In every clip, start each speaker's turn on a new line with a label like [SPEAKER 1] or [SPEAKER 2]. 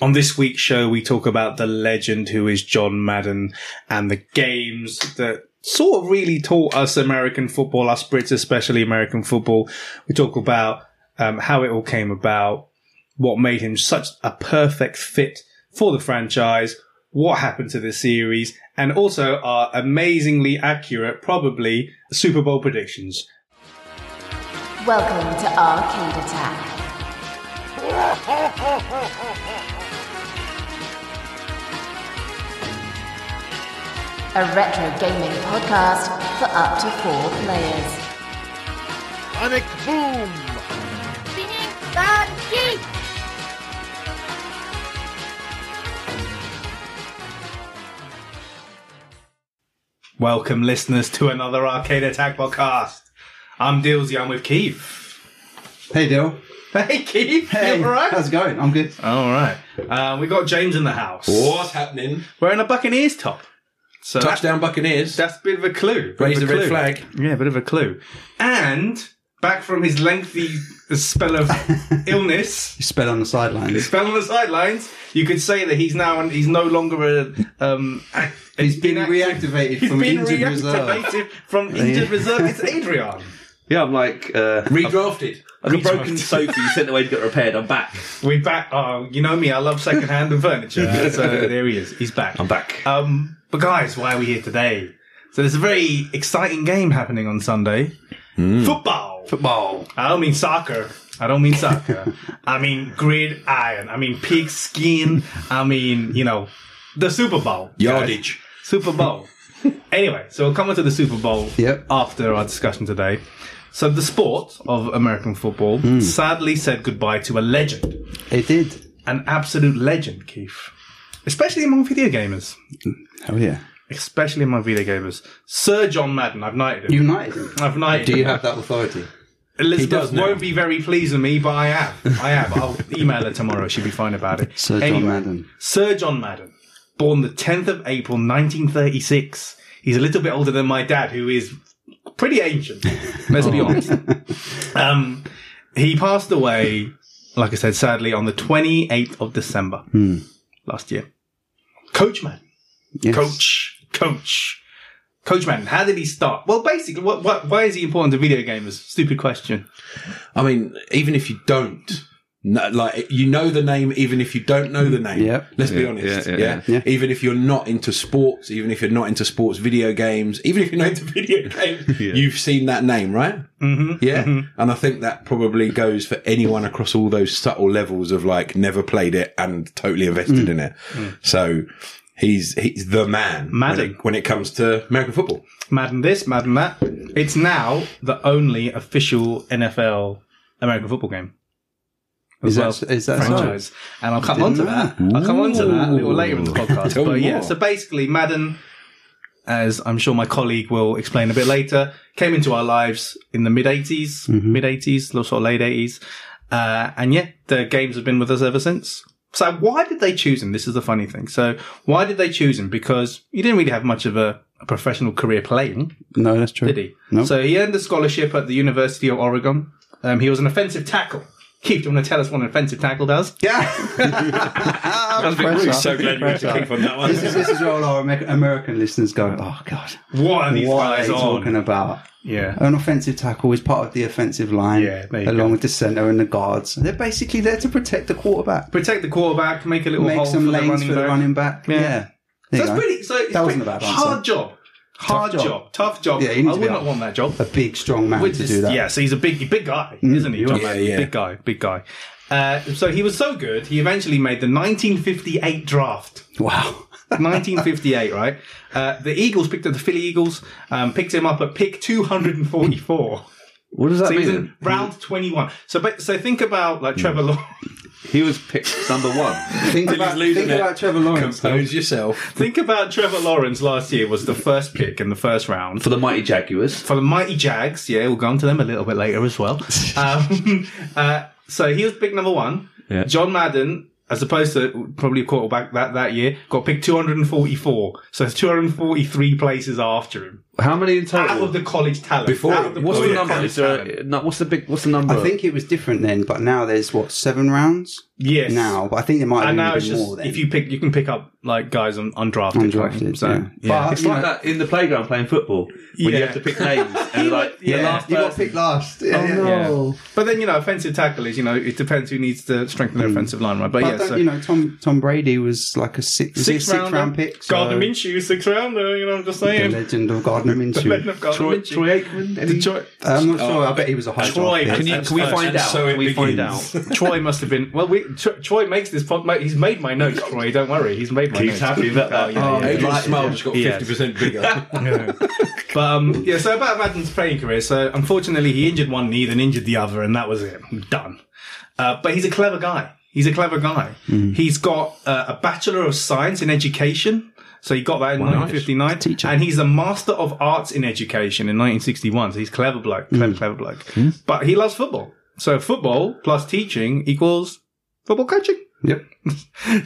[SPEAKER 1] On this week's show, we talk about the legend who is John Madden and the games that sort of really taught us American football, us Brits, especially American football. We talk about um, how it all came about, what made him such a perfect fit for the franchise, what happened to the series, and also our amazingly accurate, probably, Super Bowl predictions.
[SPEAKER 2] Welcome to Arcade Attack. A retro gaming podcast for up to four players.
[SPEAKER 3] Sonic Boom!
[SPEAKER 1] Welcome, listeners, to another Arcade Attack podcast. I'm Dilsey, I'm with Keith.
[SPEAKER 4] Hey, Dill.
[SPEAKER 1] Hey, Keith,
[SPEAKER 4] Hey,
[SPEAKER 1] you all right?
[SPEAKER 4] how's it going? I'm good.
[SPEAKER 1] All right. Uh, we got James in the house.
[SPEAKER 5] What's happening?
[SPEAKER 1] Wearing a Buccaneers top. So that-
[SPEAKER 5] Touchdown Buccaneers.
[SPEAKER 1] that's a bit of a clue. Bit
[SPEAKER 5] Raise
[SPEAKER 1] of
[SPEAKER 5] the red
[SPEAKER 1] clue.
[SPEAKER 5] flag.
[SPEAKER 1] Yeah, a bit of a clue. And back from his lengthy spell of illness,
[SPEAKER 4] You sped on the sidelines.
[SPEAKER 1] spell on the sidelines, you could say that he's now he's no longer a. Um, a-
[SPEAKER 4] He's been
[SPEAKER 1] inactive-
[SPEAKER 4] reactivated
[SPEAKER 1] He's
[SPEAKER 4] from
[SPEAKER 1] been
[SPEAKER 4] injured reserve.
[SPEAKER 1] reactivated from injured reserve. It's Adrian.
[SPEAKER 6] Yeah, I'm like uh,
[SPEAKER 5] Redrafted.
[SPEAKER 6] like a
[SPEAKER 1] Retard.
[SPEAKER 6] broken sofa you sent away to get repaired. I'm back.
[SPEAKER 1] We're back. Oh, you know me. I love secondhand and furniture. So there he is. He's back.
[SPEAKER 6] I'm back.
[SPEAKER 1] Um, but guys, why are we here today? So there's a very exciting game happening on Sunday. Football.
[SPEAKER 6] Football.
[SPEAKER 1] I don't mean soccer. I don't mean soccer. I mean gridiron. I mean pigskin. I mean, you know, the Super Bowl.
[SPEAKER 5] Yardage.
[SPEAKER 1] Super Bowl. anyway, so we'll come on to the Super Bowl
[SPEAKER 4] Yep.
[SPEAKER 1] after our discussion today. So the sport of American football sadly said goodbye to a legend
[SPEAKER 4] It did.
[SPEAKER 1] an absolute legend, Keith. Especially among video gamers.
[SPEAKER 4] Oh, yeah.
[SPEAKER 1] Especially among video gamers. Sir John Madden, I've knighted him.
[SPEAKER 4] United.
[SPEAKER 1] I've knighted
[SPEAKER 4] Do you
[SPEAKER 1] him.
[SPEAKER 4] have that authority?
[SPEAKER 1] Elizabeth
[SPEAKER 5] does now.
[SPEAKER 1] won't be very pleased with me, but I have. I have. I'll email her tomorrow. She'll be fine about it.
[SPEAKER 4] Sir John Madden.
[SPEAKER 1] Sir John Madden, born the 10th of April 1936. He's a little bit older than my dad, who is pretty ancient. Let's be honest. Um, he passed away, like I said, sadly, on the 28th of December last year. Coach Madden.
[SPEAKER 4] Yes.
[SPEAKER 1] Coach. Coach. Coach Madden, how did he start? Well, basically, what, what, why is he important to video gamers? Stupid question.
[SPEAKER 5] I mean, even if you don't, no, like you know the name, even if you don't know the name.
[SPEAKER 4] Yep.
[SPEAKER 5] Let's be
[SPEAKER 6] Yeah,
[SPEAKER 5] honest.
[SPEAKER 6] yeah,
[SPEAKER 5] Yeah,
[SPEAKER 6] yeah,
[SPEAKER 4] yeah. Yeah.
[SPEAKER 5] Even if you're not into sports, even if you're not into sports video games, even if you're not into video games, you've seen that name, right? Mm-hmm. Yeah. And I think that probably goes for anyone across all those subtle levels of like never played it and totally invested in it. So. He's he's the man when
[SPEAKER 1] Madden.
[SPEAKER 5] it, when it comes to American football.
[SPEAKER 1] Madden this, Madden that. It's now the only official NFL American football game.
[SPEAKER 4] Is
[SPEAKER 1] As
[SPEAKER 4] that- is that so?
[SPEAKER 1] franchise? And I'll come on
[SPEAKER 4] Didn't
[SPEAKER 1] to that. I'll come on to that a little later in the podcast.
[SPEAKER 5] Tell
[SPEAKER 1] but
[SPEAKER 5] me
[SPEAKER 1] yeah,
[SPEAKER 5] more.
[SPEAKER 1] so basically, Madden, as I'm sure my colleague will explain a bit later, came into our lives in the mid 80s, mid 80s, sort of late 80s. Uh, and yeah, the games have been with us ever since. So why did they choose him? This is the funny thing. So why did they choose him? Because he didn't really have much of a, a professional career playing
[SPEAKER 4] No, that's true.
[SPEAKER 1] did he?
[SPEAKER 4] No.
[SPEAKER 1] So he earned a scholarship at the University of Oregon. Um, he was an offensive tackle. Keith, do you want to tell us what an offensive tackle does?
[SPEAKER 4] Pressure.
[SPEAKER 6] on that one.
[SPEAKER 4] This is, this is where all our Amer- American listeners go, oh, God,
[SPEAKER 1] What are these
[SPEAKER 4] what are
[SPEAKER 1] guys
[SPEAKER 4] they
[SPEAKER 1] on?
[SPEAKER 4] talking about?
[SPEAKER 1] Yeah.
[SPEAKER 4] An offensive tackle is part of the offensive line,
[SPEAKER 1] Yeah, there you
[SPEAKER 4] along
[SPEAKER 1] go.
[SPEAKER 4] with the centre and the guards. They're basically there to protect the quarterback,
[SPEAKER 1] Protect the quarterback, make a little
[SPEAKER 4] make
[SPEAKER 1] hole for
[SPEAKER 4] some
[SPEAKER 1] the
[SPEAKER 4] lanes
[SPEAKER 1] running
[SPEAKER 4] for the
[SPEAKER 1] back.
[SPEAKER 4] running back.
[SPEAKER 1] Yeah.
[SPEAKER 4] Yeah. There you
[SPEAKER 1] That's
[SPEAKER 4] go.
[SPEAKER 1] pretty. So it's
[SPEAKER 4] That wasn't
[SPEAKER 1] pretty-
[SPEAKER 4] a bad answer.
[SPEAKER 1] hard job. Hard job.
[SPEAKER 4] job.
[SPEAKER 1] Tough job.
[SPEAKER 4] Yeah, you need
[SPEAKER 1] I
[SPEAKER 4] to be
[SPEAKER 1] would not
[SPEAKER 4] hard.
[SPEAKER 1] want that job.
[SPEAKER 4] A big, strong man
[SPEAKER 1] Which
[SPEAKER 4] to
[SPEAKER 1] is-
[SPEAKER 4] do that. Mm.
[SPEAKER 1] Yeah, so he's a big, big guy, isn't he? John
[SPEAKER 5] Yeah,
[SPEAKER 1] Madden?
[SPEAKER 5] yeah.
[SPEAKER 1] Big guy, big guy. Uh, so he was so good, he eventually made the 1958 draft.
[SPEAKER 4] Wow.
[SPEAKER 1] 1958, right? Uh, the Eagles picked up the Philly Eagles, um, picked him up at pick 244.
[SPEAKER 6] What does that
[SPEAKER 1] So he was
[SPEAKER 6] mean? Hmm.
[SPEAKER 1] in round 21. So, but, so think about like Trevor Lawrence.
[SPEAKER 6] He was picked number one.
[SPEAKER 4] Think about, think about Trevor Lawrence.
[SPEAKER 5] Compose yourself.
[SPEAKER 1] think about Trevor Lawrence last year was the first pick in the first round.
[SPEAKER 6] For the Mighty Jaguars.
[SPEAKER 1] for the mighty Jags. Yeah, we'll go on to them a little bit later as well. um, uh, so he was pick number one.
[SPEAKER 6] Yeah.
[SPEAKER 1] John Madden, as opposed to probably a quarterback that, that year, got picked 244. So it's 243 places after him.
[SPEAKER 6] How many
[SPEAKER 7] Oh.
[SPEAKER 6] in total?
[SPEAKER 1] Out of the Oh, college talent.
[SPEAKER 5] Before-
[SPEAKER 1] Out of
[SPEAKER 6] what's the
[SPEAKER 1] college
[SPEAKER 6] number? Is
[SPEAKER 1] talent.
[SPEAKER 6] there a, no, what's the big? What's the number?
[SPEAKER 4] I think it was different then, but now there's what seven rounds
[SPEAKER 1] Yes.
[SPEAKER 4] now, but I think there might have
[SPEAKER 1] And
[SPEAKER 4] been
[SPEAKER 1] now
[SPEAKER 4] even
[SPEAKER 1] it's just
[SPEAKER 4] more then.
[SPEAKER 1] if you pick, you can pick up like guys on undrafted.
[SPEAKER 4] undrafted,
[SPEAKER 1] so
[SPEAKER 4] yeah. but
[SPEAKER 6] it's
[SPEAKER 4] you
[SPEAKER 6] like
[SPEAKER 4] know,
[SPEAKER 6] that in the playground playing football when
[SPEAKER 1] Yeah.
[SPEAKER 6] you have to pick names and like the
[SPEAKER 1] yeah.
[SPEAKER 6] last
[SPEAKER 4] You got
[SPEAKER 6] person.
[SPEAKER 4] picked last.
[SPEAKER 1] Oh,
[SPEAKER 4] Yeah, yeah.
[SPEAKER 1] Yeah.
[SPEAKER 4] Oh.
[SPEAKER 1] But then you know, offensive tackle is you know it depends who needs to strengthen their offensive line, right? But,
[SPEAKER 4] Hmm. But
[SPEAKER 1] yeah,
[SPEAKER 4] don't-
[SPEAKER 1] so
[SPEAKER 4] you know, Tom Tom Brady was like a six, was he a six, round, pick. So
[SPEAKER 1] Gardner Minshew, six rounder. You know, what I'm just
[SPEAKER 4] the
[SPEAKER 1] saying.
[SPEAKER 4] legend of Gardner
[SPEAKER 1] Legend
[SPEAKER 4] Minshew.
[SPEAKER 1] of Gardner
[SPEAKER 6] Troy,
[SPEAKER 1] Minshew.
[SPEAKER 6] Troy Aikman. Any?
[SPEAKER 1] Troy-
[SPEAKER 4] Uh, I'm not sure. I bet he was a high
[SPEAKER 1] Troy, can
[SPEAKER 4] draft pick.
[SPEAKER 1] you-
[SPEAKER 6] And- can we find
[SPEAKER 5] and
[SPEAKER 6] out?
[SPEAKER 5] So it
[SPEAKER 1] we find
[SPEAKER 5] begins.
[SPEAKER 1] out. Troy must have been. Well, we, Tro- Troy makes this. Pod, he's made my notes, Troy. Don't worry, he's made my notes.
[SPEAKER 6] He's happy about that.
[SPEAKER 1] Oh, yeah, yeah.
[SPEAKER 5] Adrian Smile just got
[SPEAKER 1] Yeah.
[SPEAKER 5] fifty percent bigger.
[SPEAKER 1] But um, yeah, so about Madden's playing career. So unfortunately, he injured one knee, then injured the other, and that was it. Done. Uh, but he's a clever guy. He's a clever guy. He's got uh, a Bachelor of Science in Education. So he got that in 1959, and he's a Master of Arts in Education in 1961. So he's clever bloke, clever, clever bloke. But he loves football. So football plus teaching equals football coaching.
[SPEAKER 4] Yep.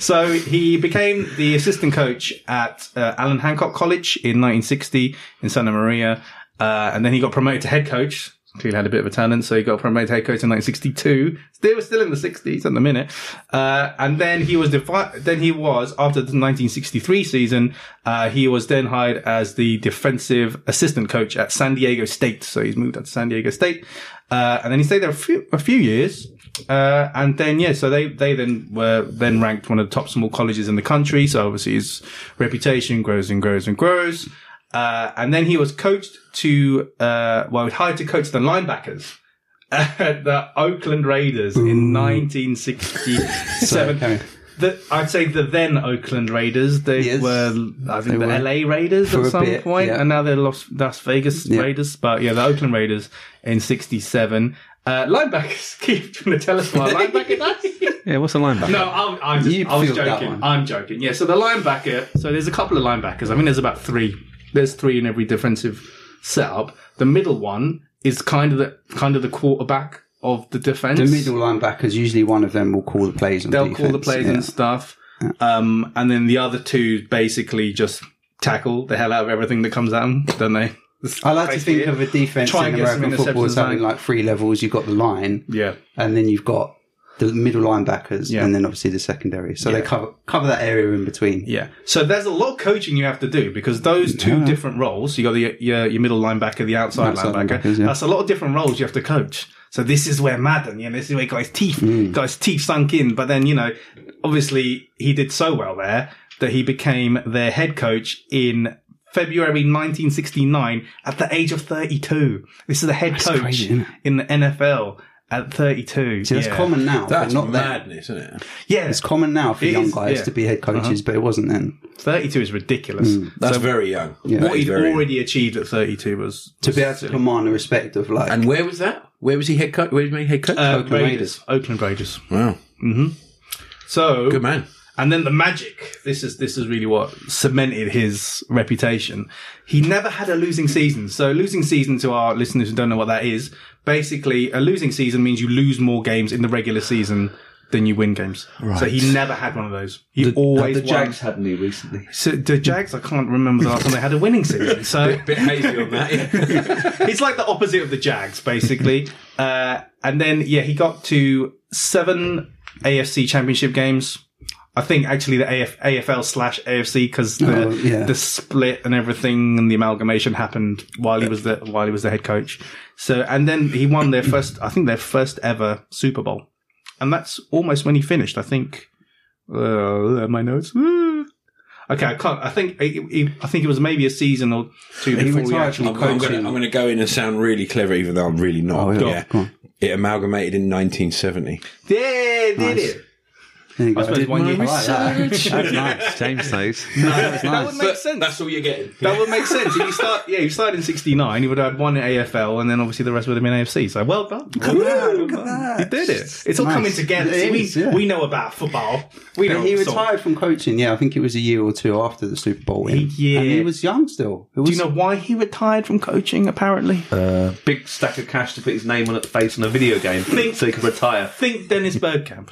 [SPEAKER 1] So he became the assistant coach at uh, Allen Hancock College in 1960 in Santa Maria, uh, and then he got promoted to head coach. Clearly had a bit of a talent, so he got promoted to head coach in 1962. Still, still in the 60s at the minute. Uh, and then he was defi- then he was after the 1963 season, uh, he was then hired as the defensive assistant coach at San Diego State. So he's moved out to San Diego State, uh, and then he stayed there a few a few years. Uh, and then yeah, so they they then were then ranked one of the top small colleges in the country. So obviously his reputation grows and grows and grows. Uh, and then he was coached to uh, well hired to coach the linebackers at the Oakland Raiders in 1967.
[SPEAKER 4] Sorry, carry on.
[SPEAKER 1] The, I'd say the then Oakland Raiders. They
[SPEAKER 4] Yes.
[SPEAKER 1] were, I think,
[SPEAKER 4] They
[SPEAKER 1] the
[SPEAKER 4] were.
[SPEAKER 1] LA Raiders
[SPEAKER 4] For
[SPEAKER 1] at
[SPEAKER 4] a
[SPEAKER 1] some
[SPEAKER 4] bit,
[SPEAKER 1] point,
[SPEAKER 4] yeah.
[SPEAKER 1] and now they're Las, Las Vegas
[SPEAKER 4] Yeah.
[SPEAKER 1] Raiders. But yeah, the Oakland Raiders in '67. Uh, linebackers, Keith, do you want to tell us what a linebacker does?
[SPEAKER 7] Yeah, what's a linebacker?
[SPEAKER 1] No, I'm, I'm just,
[SPEAKER 4] You
[SPEAKER 1] I was
[SPEAKER 4] feel that
[SPEAKER 1] joking.
[SPEAKER 4] one.
[SPEAKER 1] I'm joking. Yeah, so the linebacker. So there's a couple of linebackers. I mean, there's about three. There's three in every defensive setup. The middle one is kind of the kind of the quarterback of the defense.
[SPEAKER 4] The middle linebackers usually one of them will call the plays. On
[SPEAKER 1] They'll call
[SPEAKER 4] defense,
[SPEAKER 1] the plays
[SPEAKER 4] yeah.
[SPEAKER 1] and stuff. Um, and then the other two basically just tackle the hell out of everything that comes at them, don't they?
[SPEAKER 4] I like to think of a defense
[SPEAKER 1] Try
[SPEAKER 4] in
[SPEAKER 1] and get some
[SPEAKER 4] American football as
[SPEAKER 1] interceptions,
[SPEAKER 4] having
[SPEAKER 1] man.
[SPEAKER 4] like three levels. You've got the line,
[SPEAKER 1] Yeah.
[SPEAKER 4] and then you've got the middle linebackers,
[SPEAKER 1] Yeah.
[SPEAKER 4] and then obviously the secondary. So they cover cover that area in between.
[SPEAKER 1] Yeah. So there's a lot of coaching you have to do because those two different roles, you got the your, your middle linebacker, the outside,
[SPEAKER 4] Outside
[SPEAKER 1] linebacker.
[SPEAKER 4] linebackers, yeah.
[SPEAKER 1] That's a lot of different roles you have to coach. So this is where Madden, you know, this is where he got his teeth,
[SPEAKER 4] Hmm.
[SPEAKER 1] got his teeth sunk in. But then, you know, obviously he did so well there that he became their head coach in February 1969 at the age of 32. This is the head coach
[SPEAKER 4] crazy, isn't it?
[SPEAKER 1] in the NFL at 32.
[SPEAKER 4] See, that's
[SPEAKER 1] yeah.
[SPEAKER 4] common now,
[SPEAKER 5] That's
[SPEAKER 4] but not then.
[SPEAKER 5] madness, isn't it?
[SPEAKER 1] Yeah,
[SPEAKER 4] It's common now for
[SPEAKER 1] It
[SPEAKER 4] young
[SPEAKER 1] is,
[SPEAKER 4] guys
[SPEAKER 1] yeah. Uh-huh.
[SPEAKER 4] to be head coaches, but it wasn't then.
[SPEAKER 1] 32 is ridiculous.
[SPEAKER 4] Hmm.
[SPEAKER 5] That's very young.
[SPEAKER 4] Yeah.
[SPEAKER 5] That
[SPEAKER 1] what
[SPEAKER 5] is
[SPEAKER 1] he'd
[SPEAKER 5] very-
[SPEAKER 1] already achieved at 32 was
[SPEAKER 4] To be able to command the respect of like
[SPEAKER 5] And where was that? Where was he head coach? Where was he head coach?
[SPEAKER 1] uh,
[SPEAKER 4] Oakland Raiders.
[SPEAKER 1] Oakland Raiders.
[SPEAKER 5] wow,
[SPEAKER 1] So
[SPEAKER 5] good man.
[SPEAKER 1] And then the magic. This is this is really what cemented his reputation. He never had a losing season. So a losing season to our listeners who don't know what that is, basically a losing season means you lose more games in the regular season than you win games. So he never had one of those. He always
[SPEAKER 6] the
[SPEAKER 1] won.
[SPEAKER 6] Jags had me recently.
[SPEAKER 1] So the Jags, I can't remember the last time they had a winning season. So
[SPEAKER 5] Bit hazy on that. yeah.
[SPEAKER 1] He's like the opposite of the Jags, basically. uh, and then, yeah, he got to seven AFC championship games. I think actually the AF, AFL slash AFC because the,
[SPEAKER 4] Oh, yeah.
[SPEAKER 1] the split and everything and the amalgamation happened while he was the while he was the head coach. So and then he won their first, I think their first ever Super Bowl, and that's almost when he finished. I think uh, my notes. Okay, I can't. I think he- he- I think it was maybe a season or two before he
[SPEAKER 4] retired
[SPEAKER 1] actually
[SPEAKER 4] from
[SPEAKER 5] I'm, I'm gonna, I'm gonna go in and sound really clever, even though I'm really not.
[SPEAKER 4] Oh, yeah.
[SPEAKER 5] Yeah.
[SPEAKER 4] Go on.
[SPEAKER 5] It amalgamated in 1970.
[SPEAKER 1] Yeah, did
[SPEAKER 4] Nice.
[SPEAKER 1] it.
[SPEAKER 4] There you go.
[SPEAKER 1] I suppose one year.
[SPEAKER 4] I like that.
[SPEAKER 7] That's nice. James knows.
[SPEAKER 4] That's
[SPEAKER 1] That
[SPEAKER 4] nice.
[SPEAKER 1] would make sense.
[SPEAKER 5] That's all you're getting.
[SPEAKER 1] that would make sense. If you start, yeah, you started in '69. You would have had one in AFL, and then obviously the rest would have been AFC. So well done. Well done.
[SPEAKER 4] look at
[SPEAKER 1] You
[SPEAKER 4] that.
[SPEAKER 1] did it. It's all
[SPEAKER 4] Nice.
[SPEAKER 1] coming together.
[SPEAKER 4] It
[SPEAKER 1] we,
[SPEAKER 4] is, yeah.
[SPEAKER 1] we know about football. We know.
[SPEAKER 4] He
[SPEAKER 1] what's up.
[SPEAKER 4] retired from coaching, yeah. I think it was a year or two after the Super Bowl win.
[SPEAKER 1] Yeah.
[SPEAKER 4] And he was young still. It was,
[SPEAKER 1] Do you know why he retired from coaching? Apparently,
[SPEAKER 4] Uh,
[SPEAKER 6] Big stack of cash to put his name on at the face on a video game, so he could retire.
[SPEAKER 1] think Dennis Bergkamp.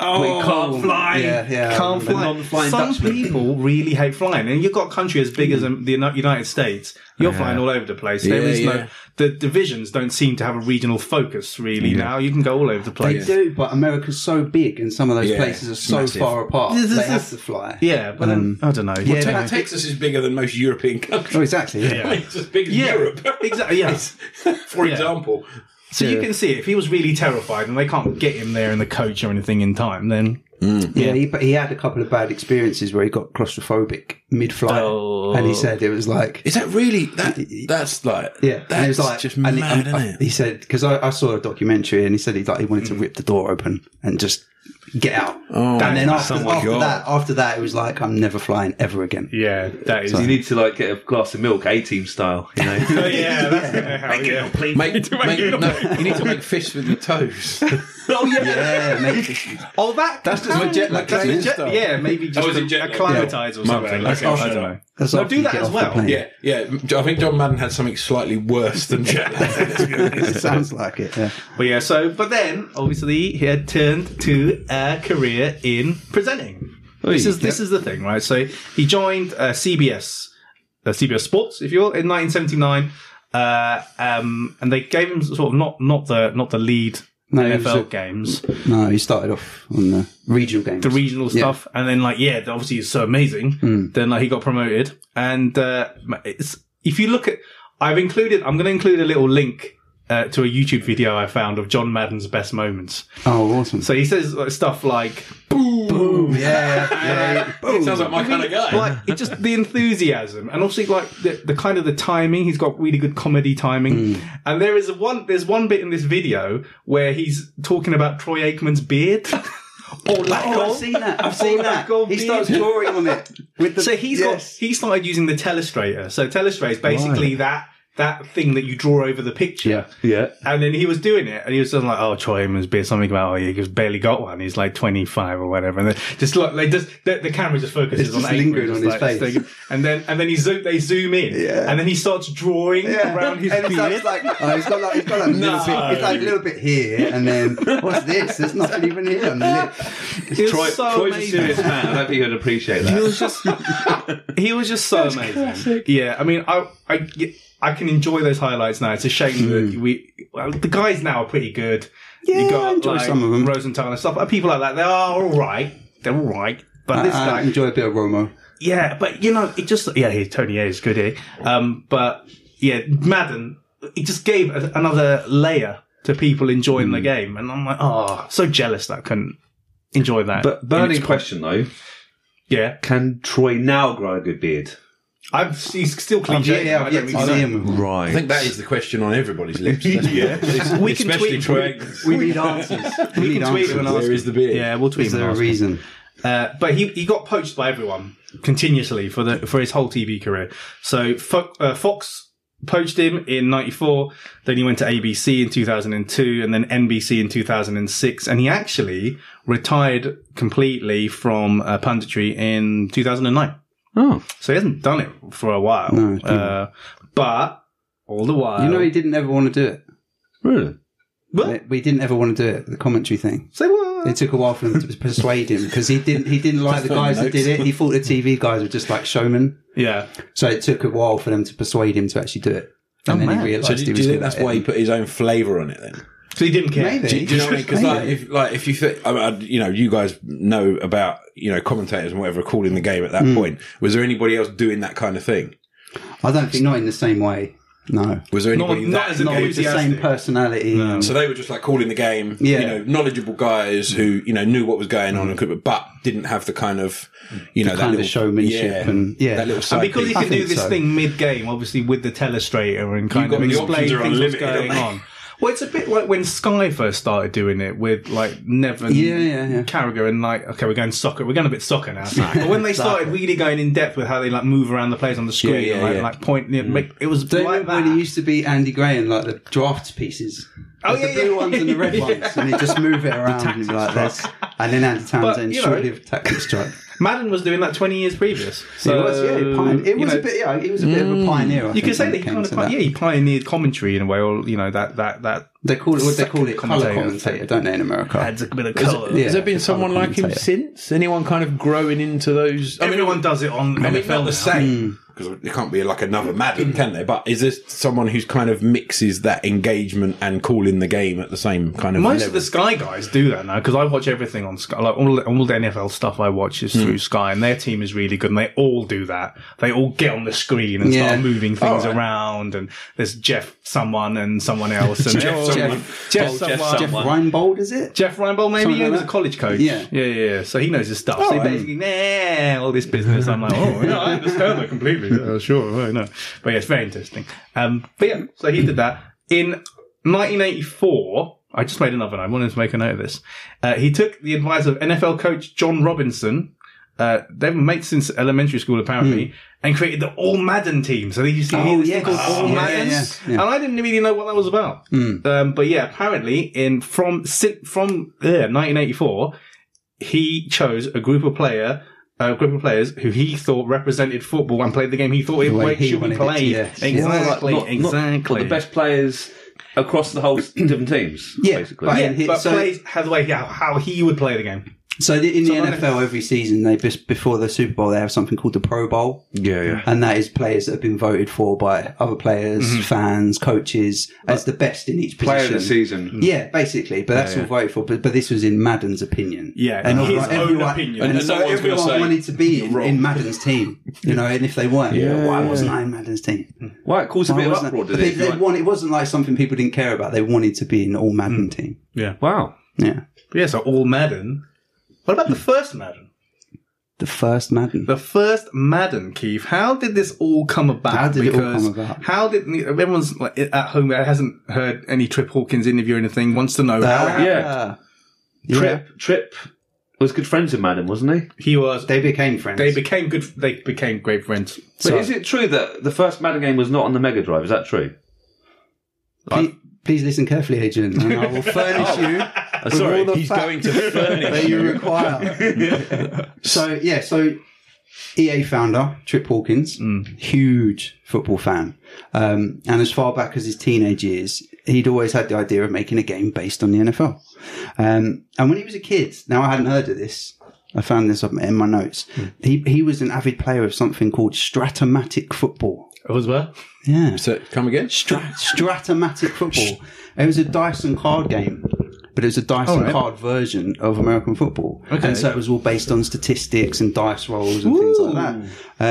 [SPEAKER 1] Oh,
[SPEAKER 6] We can't fly.
[SPEAKER 4] Yeah, yeah.
[SPEAKER 1] Can't
[SPEAKER 4] The
[SPEAKER 1] fly.
[SPEAKER 6] non-flying
[SPEAKER 1] Some
[SPEAKER 6] Dutchman.
[SPEAKER 1] people really hate flying, and you've got a country as big as um, the Uni- United States. You're flying all over the place. there
[SPEAKER 5] Yeah,
[SPEAKER 1] is
[SPEAKER 5] yeah.
[SPEAKER 1] no the divisions don't seem to have a regional focus really now. You can go all over the
[SPEAKER 4] They
[SPEAKER 1] place.
[SPEAKER 4] do, but America's so big, and some of those
[SPEAKER 5] Yeah,
[SPEAKER 4] places are so
[SPEAKER 5] massive.
[SPEAKER 4] far apart.
[SPEAKER 1] This
[SPEAKER 4] they
[SPEAKER 1] is-
[SPEAKER 4] have to fly.
[SPEAKER 1] Yeah, but then I don't know.
[SPEAKER 4] Yeah,
[SPEAKER 5] Te-
[SPEAKER 4] no.
[SPEAKER 5] Texas is bigger than most European
[SPEAKER 4] Oh,
[SPEAKER 5] countries.
[SPEAKER 4] exactly. Yeah.
[SPEAKER 1] Yeah.
[SPEAKER 5] It's as big as
[SPEAKER 1] Yeah,
[SPEAKER 5] Europe.
[SPEAKER 1] exactly, yeah.
[SPEAKER 5] For
[SPEAKER 1] Yeah.
[SPEAKER 5] example,
[SPEAKER 1] So you can see if he was really terrified and they can't get him there in the coach or anything in time, then
[SPEAKER 4] Yeah, he, but he had a couple of bad experiences where he got claustrophobic mid-flight,
[SPEAKER 1] Oh.
[SPEAKER 4] and he said it was like
[SPEAKER 5] is that really that? That's like
[SPEAKER 4] Yeah,
[SPEAKER 5] That's
[SPEAKER 4] and it was like,
[SPEAKER 5] just
[SPEAKER 4] and
[SPEAKER 5] mad,
[SPEAKER 4] he- and uh,
[SPEAKER 5] isn't
[SPEAKER 4] I-
[SPEAKER 5] it?
[SPEAKER 4] He said because I, I saw a documentary and he said he like he wanted to rip the door open and just get out.
[SPEAKER 5] Oh,
[SPEAKER 4] and then after,
[SPEAKER 5] my
[SPEAKER 4] after
[SPEAKER 5] God.
[SPEAKER 4] that, after that, it was like I'm never flying ever again.
[SPEAKER 1] yeah, that is.
[SPEAKER 7] You need to like get a glass of milk, A team style. You know,
[SPEAKER 1] yeah, that's gonna help. Yeah.
[SPEAKER 5] Make, make, no, you need to make fists with your toes.
[SPEAKER 6] oh
[SPEAKER 4] Yeah, mate.
[SPEAKER 1] Oh, that
[SPEAKER 5] That's just what jet lag
[SPEAKER 1] that's
[SPEAKER 5] Oh, is.
[SPEAKER 1] a jet, yeah, maybe just
[SPEAKER 6] was
[SPEAKER 1] a,
[SPEAKER 6] in jet lag.
[SPEAKER 1] acclimatise or something.
[SPEAKER 5] That's
[SPEAKER 1] Okay, I
[SPEAKER 5] awesome.
[SPEAKER 1] don't know.
[SPEAKER 4] That's
[SPEAKER 1] No,
[SPEAKER 4] after
[SPEAKER 1] do
[SPEAKER 4] you
[SPEAKER 1] that
[SPEAKER 4] get
[SPEAKER 1] as
[SPEAKER 4] off the
[SPEAKER 1] well.
[SPEAKER 4] plane.
[SPEAKER 5] Yeah, yeah. I think John Madden had something slightly worse than jet lag. Let's be honest.
[SPEAKER 4] it sounds like it. Yeah.
[SPEAKER 1] But yeah, so but then obviously he had turned to a career in presenting. This is this is the thing, right? So he joined uh, CBS, uh, CBS Sports, if you will, in 1979, uh, um, and they gave him sort of not not the not the lead
[SPEAKER 4] No, he was
[SPEAKER 1] NFL
[SPEAKER 4] a-
[SPEAKER 1] games,
[SPEAKER 4] No, he started off on the regional games.
[SPEAKER 1] the regional stuff, and then like yeah, obviously it's so amazing.
[SPEAKER 4] Hmm.
[SPEAKER 1] Then like he got promoted, and uh, it's, if you look at, I've included, I'm going to include a little link. Uh, to a YouTube video I found of John Madden's best moments.
[SPEAKER 4] oh, awesome.
[SPEAKER 1] So he says like, stuff like,
[SPEAKER 4] Boom. Yeah. yeah. Boom.
[SPEAKER 5] Sounds like my kind of guy.
[SPEAKER 1] like it just the enthusiasm, and also like the, the kind of the timing. He's got really good comedy timing,
[SPEAKER 4] Hmm.
[SPEAKER 1] and there is one. There's one bit in this video where he's talking about Troy Aikman's beard. Or lack
[SPEAKER 4] Oh,
[SPEAKER 1] of.
[SPEAKER 4] I've seen that.
[SPEAKER 1] Or
[SPEAKER 4] I've seen
[SPEAKER 1] lack
[SPEAKER 4] that.
[SPEAKER 1] of
[SPEAKER 4] He
[SPEAKER 1] beard.
[SPEAKER 4] starts drawing on it with the.
[SPEAKER 1] So he's
[SPEAKER 4] yes.
[SPEAKER 1] got he started using the telestrator. So telestrator is basically that that thing that you draw over the picture.
[SPEAKER 4] Yeah.
[SPEAKER 6] yeah.
[SPEAKER 1] And then he was doing it, and he was just like, "Oh, Troy Aikman's beard." Something about, "Oh, he just barely got one. He's like twenty five or whatever." And then just like they just the, the camera just focuses
[SPEAKER 4] It's
[SPEAKER 1] on
[SPEAKER 4] just
[SPEAKER 1] Aikman,
[SPEAKER 4] lingering
[SPEAKER 1] just
[SPEAKER 4] on his
[SPEAKER 1] like,
[SPEAKER 4] face.
[SPEAKER 1] just and then and then he zoom they zoom in,
[SPEAKER 4] Yeah.
[SPEAKER 1] and then he starts drawing around his
[SPEAKER 4] and it's like,
[SPEAKER 1] beard.
[SPEAKER 4] it's like, oh, he's got like, he's got like a little bit, it's like a little bit here, and then what's this? There's nothing even here on the
[SPEAKER 1] It
[SPEAKER 4] lip.
[SPEAKER 1] was
[SPEAKER 6] Troy,
[SPEAKER 1] so
[SPEAKER 6] Troy's
[SPEAKER 1] amazing.
[SPEAKER 6] a serious man. I don't think he'd appreciate that.
[SPEAKER 1] He was just he was just so amazing. Yeah, I mean, I I I can enjoy those highlights now. It's a shame that we well, the guys now are pretty good. Yeah,
[SPEAKER 4] Hmm. I enjoy some of 'em.
[SPEAKER 1] Rosenthal and stuff. But people like that, they are all right. They're all right. But this
[SPEAKER 4] I, I
[SPEAKER 1] guy,
[SPEAKER 4] enjoy a bit of Romo.
[SPEAKER 1] yeah, but you know, it just yeah, he, Tony A is good here. Um, but yeah, Madden, it just gave a, another layer to people enjoying
[SPEAKER 4] Hmm.
[SPEAKER 1] the game, and I'm like, oh, so jealous that I couldn't enjoy that.
[SPEAKER 6] But
[SPEAKER 1] In
[SPEAKER 6] burning
[SPEAKER 1] its-
[SPEAKER 6] question though:
[SPEAKER 1] yeah,
[SPEAKER 6] Can Troy now grow a good beard?
[SPEAKER 1] I'm, he's still
[SPEAKER 4] Yeah,
[SPEAKER 1] cliche.
[SPEAKER 4] yeah, I've
[SPEAKER 1] I don't
[SPEAKER 4] yet to
[SPEAKER 1] really know.
[SPEAKER 4] see him with one.
[SPEAKER 5] I
[SPEAKER 7] right?
[SPEAKER 5] think that is the question on everybody's lips. yeah,
[SPEAKER 1] We can
[SPEAKER 5] especially
[SPEAKER 1] tweet-
[SPEAKER 5] Troy.
[SPEAKER 4] We need answers. We need
[SPEAKER 1] can tweet him and
[SPEAKER 4] answers.
[SPEAKER 5] Where is the beard?
[SPEAKER 1] Yeah, we'll tweet
[SPEAKER 4] Is
[SPEAKER 1] him.
[SPEAKER 4] there a
[SPEAKER 1] after.
[SPEAKER 4] reason?
[SPEAKER 1] Uh, but he, he got poached by everyone continuously for the for his whole TV career. So Fo- uh, Fox poached him in '94. Then he went to ABC in 2002, and then NBC in 2006. And he actually retired completely from uh, punditry in 2009.
[SPEAKER 7] Oh,
[SPEAKER 1] So he hasn't done it for a while.
[SPEAKER 4] No, he
[SPEAKER 1] uh, but all the while,
[SPEAKER 4] You know, he didn't ever want to do it.
[SPEAKER 7] really?
[SPEAKER 1] Uh, What?
[SPEAKER 4] We- We didn't ever want to do it. The commentary thing.
[SPEAKER 1] Say what?
[SPEAKER 4] It took a while for him to persuade him because he didn't. He didn't like the guys that did it. He thought the TV guys were just like showmen.
[SPEAKER 1] yeah.
[SPEAKER 4] So it took a while for them to persuade him to actually do it. And then
[SPEAKER 1] Oh, man.
[SPEAKER 4] he
[SPEAKER 5] So
[SPEAKER 4] realised
[SPEAKER 5] do,
[SPEAKER 4] he
[SPEAKER 5] do
[SPEAKER 4] was
[SPEAKER 5] you
[SPEAKER 4] good
[SPEAKER 5] think that's
[SPEAKER 4] at it.
[SPEAKER 5] why he put his own flavour on it then?
[SPEAKER 1] So he didn't care.
[SPEAKER 4] Maybe.
[SPEAKER 5] Do, do you know what I mean? Because like, if like if you think, I mean, I- you know, you guys know about you know commentators and whatever calling the game at that point. Was there anybody else doing that kind of thing?
[SPEAKER 4] I don't think not in the same way. No,
[SPEAKER 5] Was there anybody
[SPEAKER 1] not
[SPEAKER 5] that
[SPEAKER 1] as an
[SPEAKER 4] not with the same
[SPEAKER 1] enthusiastic.
[SPEAKER 4] personality. and-
[SPEAKER 5] So they were just like calling the game,
[SPEAKER 4] Yeah. Mm.
[SPEAKER 5] you know, knowledgeable guys who you know knew what was going on, and could, but didn't have the kind of you know that
[SPEAKER 4] kind of
[SPEAKER 5] little,
[SPEAKER 4] showmanship and- yeah.
[SPEAKER 5] that little
[SPEAKER 1] And
[SPEAKER 5] side
[SPEAKER 1] because he
[SPEAKER 5] piece.
[SPEAKER 4] I
[SPEAKER 1] can do
[SPEAKER 4] think
[SPEAKER 1] this
[SPEAKER 4] so.
[SPEAKER 1] thing mid-game, obviously with the telestrator and kind
[SPEAKER 5] got-
[SPEAKER 1] of
[SPEAKER 5] the
[SPEAKER 1] explain
[SPEAKER 5] options
[SPEAKER 1] things
[SPEAKER 5] are
[SPEAKER 1] what's
[SPEAKER 5] unlimited, aren't
[SPEAKER 1] going
[SPEAKER 5] they?
[SPEAKER 1] on. Well, it's a bit like when Sky first started doing it with like Nevin,
[SPEAKER 4] Yeah, yeah, yeah.
[SPEAKER 1] Carragher, and like okay, we're going soccer, we're going a bit soccer now. but when they started really going in depth with how they like move around the players on the screen,
[SPEAKER 5] yeah,
[SPEAKER 1] and, like,
[SPEAKER 5] yeah.
[SPEAKER 1] like point, you know, make, it was
[SPEAKER 4] Mm. Don't you
[SPEAKER 1] like
[SPEAKER 4] remember
[SPEAKER 1] that.
[SPEAKER 4] when it used to be Andy Gray and like the drafts pieces?
[SPEAKER 1] Oh,
[SPEAKER 4] Like
[SPEAKER 1] yeah,
[SPEAKER 4] the blue
[SPEAKER 1] yeah.
[SPEAKER 4] ones and the red ones, and they just move it around and be like this. And then Andy Townsend,
[SPEAKER 1] you know-
[SPEAKER 4] short-lived tactics strike.
[SPEAKER 1] Madden was doing that twenty years previous.
[SPEAKER 4] It
[SPEAKER 1] So
[SPEAKER 4] was, yeah, it pioneered- it
[SPEAKER 1] you
[SPEAKER 4] was
[SPEAKER 1] know, mm.
[SPEAKER 4] a bit, yeah, it was a bit of a pioneer. I
[SPEAKER 1] You
[SPEAKER 4] think,
[SPEAKER 1] could say
[SPEAKER 4] when
[SPEAKER 1] that
[SPEAKER 4] it
[SPEAKER 1] he
[SPEAKER 4] came
[SPEAKER 1] kind of
[SPEAKER 4] to
[SPEAKER 1] pi-
[SPEAKER 4] that.
[SPEAKER 1] yeah he pioneered commentary in a way, or you know that that that
[SPEAKER 4] They call it what they call it color
[SPEAKER 1] Commentator.
[SPEAKER 4] commentator, don't they, in America?
[SPEAKER 1] Adds a bit of
[SPEAKER 5] Has,
[SPEAKER 1] colour.
[SPEAKER 5] has
[SPEAKER 4] Yeah,
[SPEAKER 5] there been
[SPEAKER 4] colour
[SPEAKER 5] someone like him
[SPEAKER 4] commentator.
[SPEAKER 5] since? Anyone kind of growing into those? I mean,
[SPEAKER 1] Everyone does it on
[SPEAKER 5] I mean,
[SPEAKER 1] NFL
[SPEAKER 5] not
[SPEAKER 1] now.
[SPEAKER 5] the
[SPEAKER 4] Mm.
[SPEAKER 5] same because it can't be like another Madden, can they? But is this someone who's kind of mixes that engagement and calling the game at the same kind of?
[SPEAKER 1] Most
[SPEAKER 5] level?
[SPEAKER 1] of the Sky guys do that now because I watch everything on Sky. Like all, all the NFL stuff I watch
[SPEAKER 5] Hmm.
[SPEAKER 1] is through Sky, and their team is really good. And they all do that. They all get on the screen and
[SPEAKER 4] Yeah.
[SPEAKER 1] start moving things
[SPEAKER 5] All Oh, right.
[SPEAKER 1] around. And there's Jeff someone and someone else, and
[SPEAKER 5] Jeff
[SPEAKER 1] they're all-
[SPEAKER 5] someone.
[SPEAKER 1] Jeff,
[SPEAKER 7] Oh, Jeff
[SPEAKER 1] someone.
[SPEAKER 7] someone.
[SPEAKER 1] Jeff
[SPEAKER 4] Jeff Reinbold, is it?
[SPEAKER 1] Jeff Reinbold, maybe
[SPEAKER 4] Something
[SPEAKER 1] he
[SPEAKER 4] like
[SPEAKER 1] was a
[SPEAKER 4] that.
[SPEAKER 1] college coach. Oh,
[SPEAKER 4] Yeah.
[SPEAKER 1] yeah, yeah. yeah. So he knows his stuff. so he
[SPEAKER 5] All right.
[SPEAKER 1] basically, nah, all this business. I'm like, oh, yeah, I understand that completely. Yeah, sure, I know. But yeah, it's very interesting. Um, but yeah, so he did that in 1984. I just made another. note. I wanted to make a note of this. Uh, he took the advice of NFL coach John Robinson. Uh, they've been mates since elementary school, apparently, and created the All Madden team. So they used to
[SPEAKER 4] Hmm. Oh,
[SPEAKER 1] hear this thing
[SPEAKER 4] yes.
[SPEAKER 1] called All
[SPEAKER 4] Yeah,
[SPEAKER 1] Madden,
[SPEAKER 4] yeah, yeah. Hmm.
[SPEAKER 1] and I didn't really know what that was about. Um, but yeah, apparently in from sin- from uh, 1984, he chose a group of player. A group of players who he thought represented football and played the game he thought it
[SPEAKER 4] way
[SPEAKER 1] wa-
[SPEAKER 4] he
[SPEAKER 1] should be
[SPEAKER 4] wanted it,
[SPEAKER 1] played.
[SPEAKER 4] yes.
[SPEAKER 1] Exactly,
[SPEAKER 7] Not- not-
[SPEAKER 1] exactly.
[SPEAKER 7] But the best players across the whole s- different teams.
[SPEAKER 4] Yeah,
[SPEAKER 7] basically.
[SPEAKER 4] but-
[SPEAKER 1] yeah,
[SPEAKER 4] he-
[SPEAKER 1] but
[SPEAKER 4] so-
[SPEAKER 1] plays how the way how, how he would play the game.
[SPEAKER 4] So the, in the
[SPEAKER 1] So like-
[SPEAKER 4] NFL, every season they bes- before the Super Bowl they have something called the Pro Bowl,
[SPEAKER 5] yeah, yeah.
[SPEAKER 4] and that is players that have been voted for by other players, fans, coaches as the best in each
[SPEAKER 6] Player of
[SPEAKER 4] position.
[SPEAKER 6] the season.
[SPEAKER 4] Yeah, basically, but that's all voted for. But, but this was in Madden's opinion.
[SPEAKER 1] Yeah,
[SPEAKER 4] and
[SPEAKER 1] his
[SPEAKER 4] everyone-
[SPEAKER 1] own
[SPEAKER 4] everyone,
[SPEAKER 1] opinion.
[SPEAKER 4] And,
[SPEAKER 5] And
[SPEAKER 4] so
[SPEAKER 5] someone's gonna
[SPEAKER 4] everyone
[SPEAKER 5] say,
[SPEAKER 4] wanted to be in, in Madden's team, you know. And if they weren't, yeah, why wasn't I in Madden's team?
[SPEAKER 6] Why it caused a
[SPEAKER 4] Why
[SPEAKER 6] bit of
[SPEAKER 4] wasn't I-
[SPEAKER 6] uproar,
[SPEAKER 4] But
[SPEAKER 6] did
[SPEAKER 4] they,
[SPEAKER 6] it?
[SPEAKER 4] they
[SPEAKER 6] Like,
[SPEAKER 4] want, it wasn't like something people didn't care about. They wanted to be in all
[SPEAKER 6] Hmm.
[SPEAKER 4] Madden team.
[SPEAKER 6] wow.
[SPEAKER 4] Yeah,
[SPEAKER 1] But yeah, so all Madden. What about the first Madden?
[SPEAKER 4] the first Madden.
[SPEAKER 1] The first Madden, Keith. How did this all come about?
[SPEAKER 4] How did it all come about?
[SPEAKER 1] How did everyone's like, at home that hasn't heard any Trip Hawkins interview or anything wants to know how
[SPEAKER 4] Ah,
[SPEAKER 7] yeah.
[SPEAKER 4] yeah.
[SPEAKER 7] Trip Trip was good friends with Madden, wasn't he?
[SPEAKER 1] he was. They,
[SPEAKER 4] They became friends.
[SPEAKER 1] they became good. They became great friends.
[SPEAKER 7] But is it true that the first Madden game was not on the Mega Drive? Is that true?
[SPEAKER 4] Please, please listen carefully, Adrian, and I will furnish
[SPEAKER 6] Oh.
[SPEAKER 4] you with all the
[SPEAKER 5] He's
[SPEAKER 4] facts
[SPEAKER 5] going to furnish.
[SPEAKER 4] that you require. so yeah, so EA founder Trip Hawkins, huge football fan, um, and as far back as his teenage years, he'd always had the idea of making a game based on the NFL. Um, and when he was a kid, now I hadn't heard of this. I found this up in my notes. He he was an avid player of something called stratomatic football.
[SPEAKER 1] It was well.
[SPEAKER 4] Yeah,
[SPEAKER 5] So come again?
[SPEAKER 4] Strat- Stratomatic football. It was a dice and card game, but it was a dice and card version of American football. And so it was all based on statistics and dice rolls and things like that.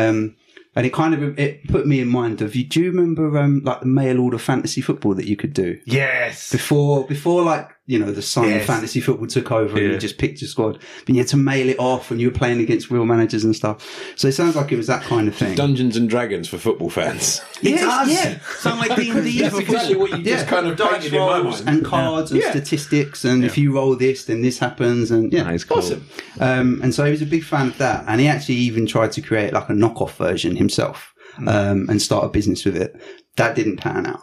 [SPEAKER 4] Um, and it kind of it put me in mind of you. Do you remember um, like the mail order fantasy football that you could do
[SPEAKER 1] Yes.
[SPEAKER 4] before before like you know the Sun
[SPEAKER 1] Yes.
[SPEAKER 4] fantasy football took over and you just picked your squad, but you had to mail it off and you were playing against real managers and stuff. So it sounds like it was that kind of thing.
[SPEAKER 5] Dungeons and Dragons for football fans.
[SPEAKER 4] Yes, yeah.
[SPEAKER 1] Sound like D and D.
[SPEAKER 4] That's
[SPEAKER 5] exactly what you just kind of
[SPEAKER 4] dice
[SPEAKER 5] painted in my
[SPEAKER 4] rolls
[SPEAKER 5] mind.
[SPEAKER 4] and cards and
[SPEAKER 5] Yeah.
[SPEAKER 4] statistics, and if you roll this, then this happens, and yeah,
[SPEAKER 6] It's cool.
[SPEAKER 5] Awesome.
[SPEAKER 4] um, and so he was a big fan of that, and he actually even tried to create like a knockoff version himself
[SPEAKER 1] Hmm.
[SPEAKER 4] um, and start a business with it. That didn't pan out.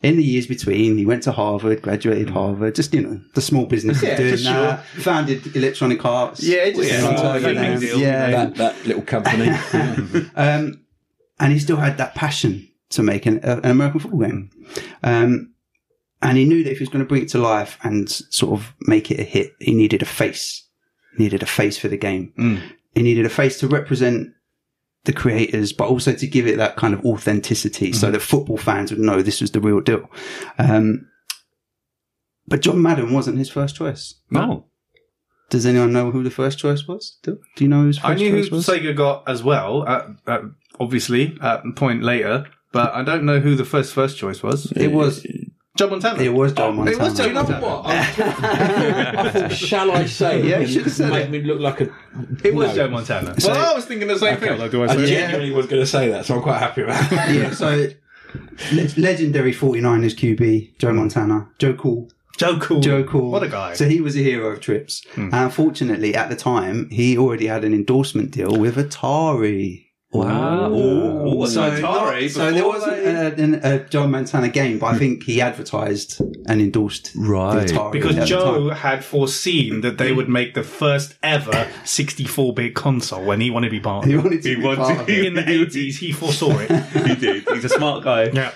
[SPEAKER 4] In the years between, he went to Harvard, graduated
[SPEAKER 1] Hmm.
[SPEAKER 4] Harvard, just you know the small business of doing that. Founded Electronic Arts,
[SPEAKER 1] Yeah, it just
[SPEAKER 4] Yeah.
[SPEAKER 1] sounds like a
[SPEAKER 4] Yeah.
[SPEAKER 1] big deal, you
[SPEAKER 4] Yeah.
[SPEAKER 1] know.
[SPEAKER 5] That, that little company.
[SPEAKER 4] um, and he still had that passion to make an, uh, an American football game. Um, and he knew that if he was going to bring it to life and sort of make it a hit, he needed a face. He needed a face for the game.
[SPEAKER 1] Mm.
[SPEAKER 4] He needed a face to represent the creators, but also to give it that kind of authenticity
[SPEAKER 1] Mm.
[SPEAKER 4] so that football fans would know this was the real deal. Um, but John Madden wasn't his first choice.
[SPEAKER 7] No.
[SPEAKER 4] Does anyone know who the first choice was? Do, do you know who his first
[SPEAKER 1] I knew
[SPEAKER 4] choice
[SPEAKER 1] who
[SPEAKER 4] was?
[SPEAKER 1] Sega got as well. Uh, uh, obviously, at a point later. But I don't know who the first first choice was.
[SPEAKER 4] it was
[SPEAKER 1] John Montana.
[SPEAKER 4] it was John Montana.
[SPEAKER 1] It was Joe Montana.
[SPEAKER 5] Oh, I thought, shall I say?
[SPEAKER 4] Yeah, you should have said
[SPEAKER 5] make
[SPEAKER 4] it.
[SPEAKER 5] me look like a.
[SPEAKER 1] It was Joe Montana.
[SPEAKER 4] So-
[SPEAKER 1] well, I was thinking the same thing. Although, do I
[SPEAKER 5] I
[SPEAKER 1] say it?
[SPEAKER 5] genuinely was going to say that, so I'm quite happy about it.
[SPEAKER 4] yeah, so le- legendary 49ers QB, Joe Montana, Joe Cool.
[SPEAKER 1] Joe Cool.
[SPEAKER 4] Joe Cool.
[SPEAKER 1] What a guy.
[SPEAKER 4] So he was a hero of trips. And unfortunately, at the time, he already had an endorsement deal with Atari.
[SPEAKER 7] Wow. Ooh, an Atari.
[SPEAKER 4] so there
[SPEAKER 7] before
[SPEAKER 4] wasn't
[SPEAKER 7] they-
[SPEAKER 4] a, an, a John Montana game, but I think he advertised and endorsed
[SPEAKER 7] Right.
[SPEAKER 4] the Atari
[SPEAKER 1] Because
[SPEAKER 4] at the
[SPEAKER 1] Joe
[SPEAKER 4] time.
[SPEAKER 1] had foreseen that they would make the first ever 64 bit console and he wanted to be part of
[SPEAKER 4] he
[SPEAKER 1] it.
[SPEAKER 4] wanted to be
[SPEAKER 6] wanted-
[SPEAKER 4] part of it.
[SPEAKER 1] In the 80s, he foresaw it.
[SPEAKER 6] He did. He's a smart guy.
[SPEAKER 1] Yeah.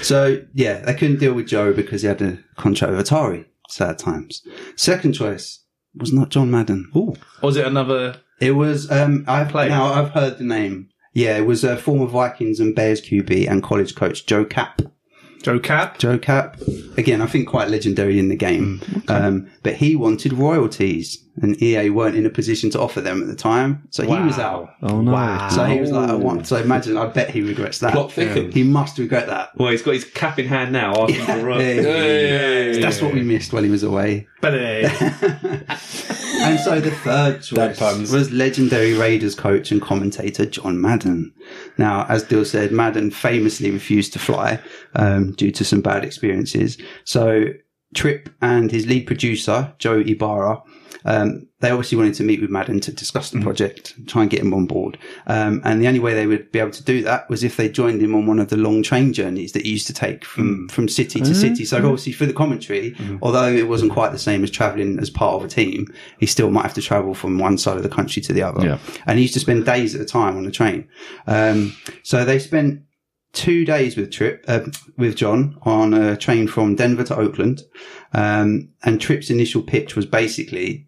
[SPEAKER 4] So yeah, they couldn't deal with Joe because he had a contract with Atari. Sad times. Second choice was not John Madden.
[SPEAKER 1] Ooh. Was it another.
[SPEAKER 4] It was. Um, I
[SPEAKER 1] Player.
[SPEAKER 4] played. Now I've heard the name. Yeah, it was a former Vikings and Bears QB and college coach Joe Cap.
[SPEAKER 1] Joe Cap?
[SPEAKER 4] Joe Cap, again, I think quite legendary in the game. um, but he wanted royalties, and EA weren't in a position to offer them at the time, so he was out.
[SPEAKER 7] Oh no.
[SPEAKER 4] So he was like, I want. So imagine, I bet he regrets that.
[SPEAKER 5] Plot thickens.
[SPEAKER 4] He must regret that.
[SPEAKER 6] Well, he's got his cap in hand now. Asking for royalties.
[SPEAKER 5] Hey.
[SPEAKER 4] That's what we missed while he was away.
[SPEAKER 1] Belly.
[SPEAKER 4] And so the third choice
[SPEAKER 5] puns.
[SPEAKER 4] was legendary Raiders coach and commentator John Madden. Now, as Dill said, Madden famously refused to fly um, due to some bad experiences. So Tripp and his lead producer, Joe Ibarra, um, they obviously wanted to meet with Madden to discuss the project, try and get him on board. Um, and the only way they would be able to do that was if they joined him on one of the long train journeys that he used to take from, from city to city. So obviously for the commentary, although it wasn't quite the same as traveling as part of a team, he still might have to travel from one side of the country to the other.
[SPEAKER 7] Yeah.
[SPEAKER 4] And he used to spend days at a time on the train. Um, so they spent two days with Trip uh, with John on a train from Denver to Oakland, um, and Trip's initial pitch was basically,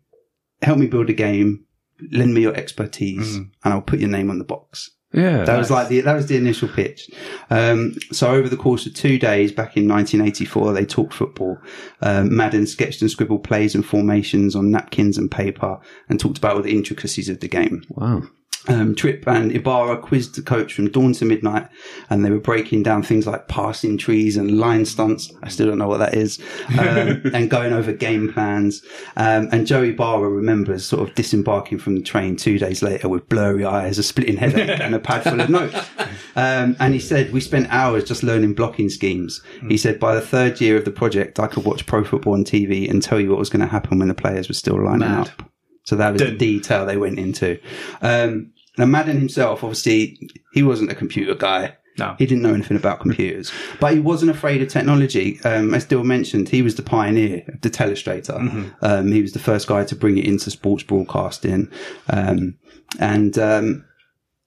[SPEAKER 4] "Help me build a game, lend me your expertise, and I'll put your name on the box."
[SPEAKER 7] Yeah.
[SPEAKER 4] That was like the that was the initial pitch. Um, so over the course of two days, back in 1984, they talked football. Um, Madden sketched and scribbled plays and formations on napkins and paper, and talked about all the intricacies of the game.
[SPEAKER 7] wow.
[SPEAKER 4] Um, Tripp and Ibarra quizzed the coach from dawn to midnight, and they were breaking down things like passing trees and line stunts. I still don't know what that is, um, and going over game plans. Um, and Joey Ibarra remembers sort of disembarking from the train two days later with blurry eyes, a splitting headache, and a pad full of notes. Um, and he said, "We spent hours just learning blocking schemes." He said, "By the third year of the project, I could watch pro football on TV and tell you what was going to happen when the players were still lining up." So that was the
[SPEAKER 1] Dun.
[SPEAKER 4] detail they went into. Um, now Madden himself, obviously, he wasn't a computer guy.
[SPEAKER 1] No.
[SPEAKER 4] He didn't know anything about computers, but he wasn't afraid of technology. Um, as Dill mentioned, he was the pioneer, the telestrator. Um, he was the first guy to bring it into sports broadcasting, um, and um,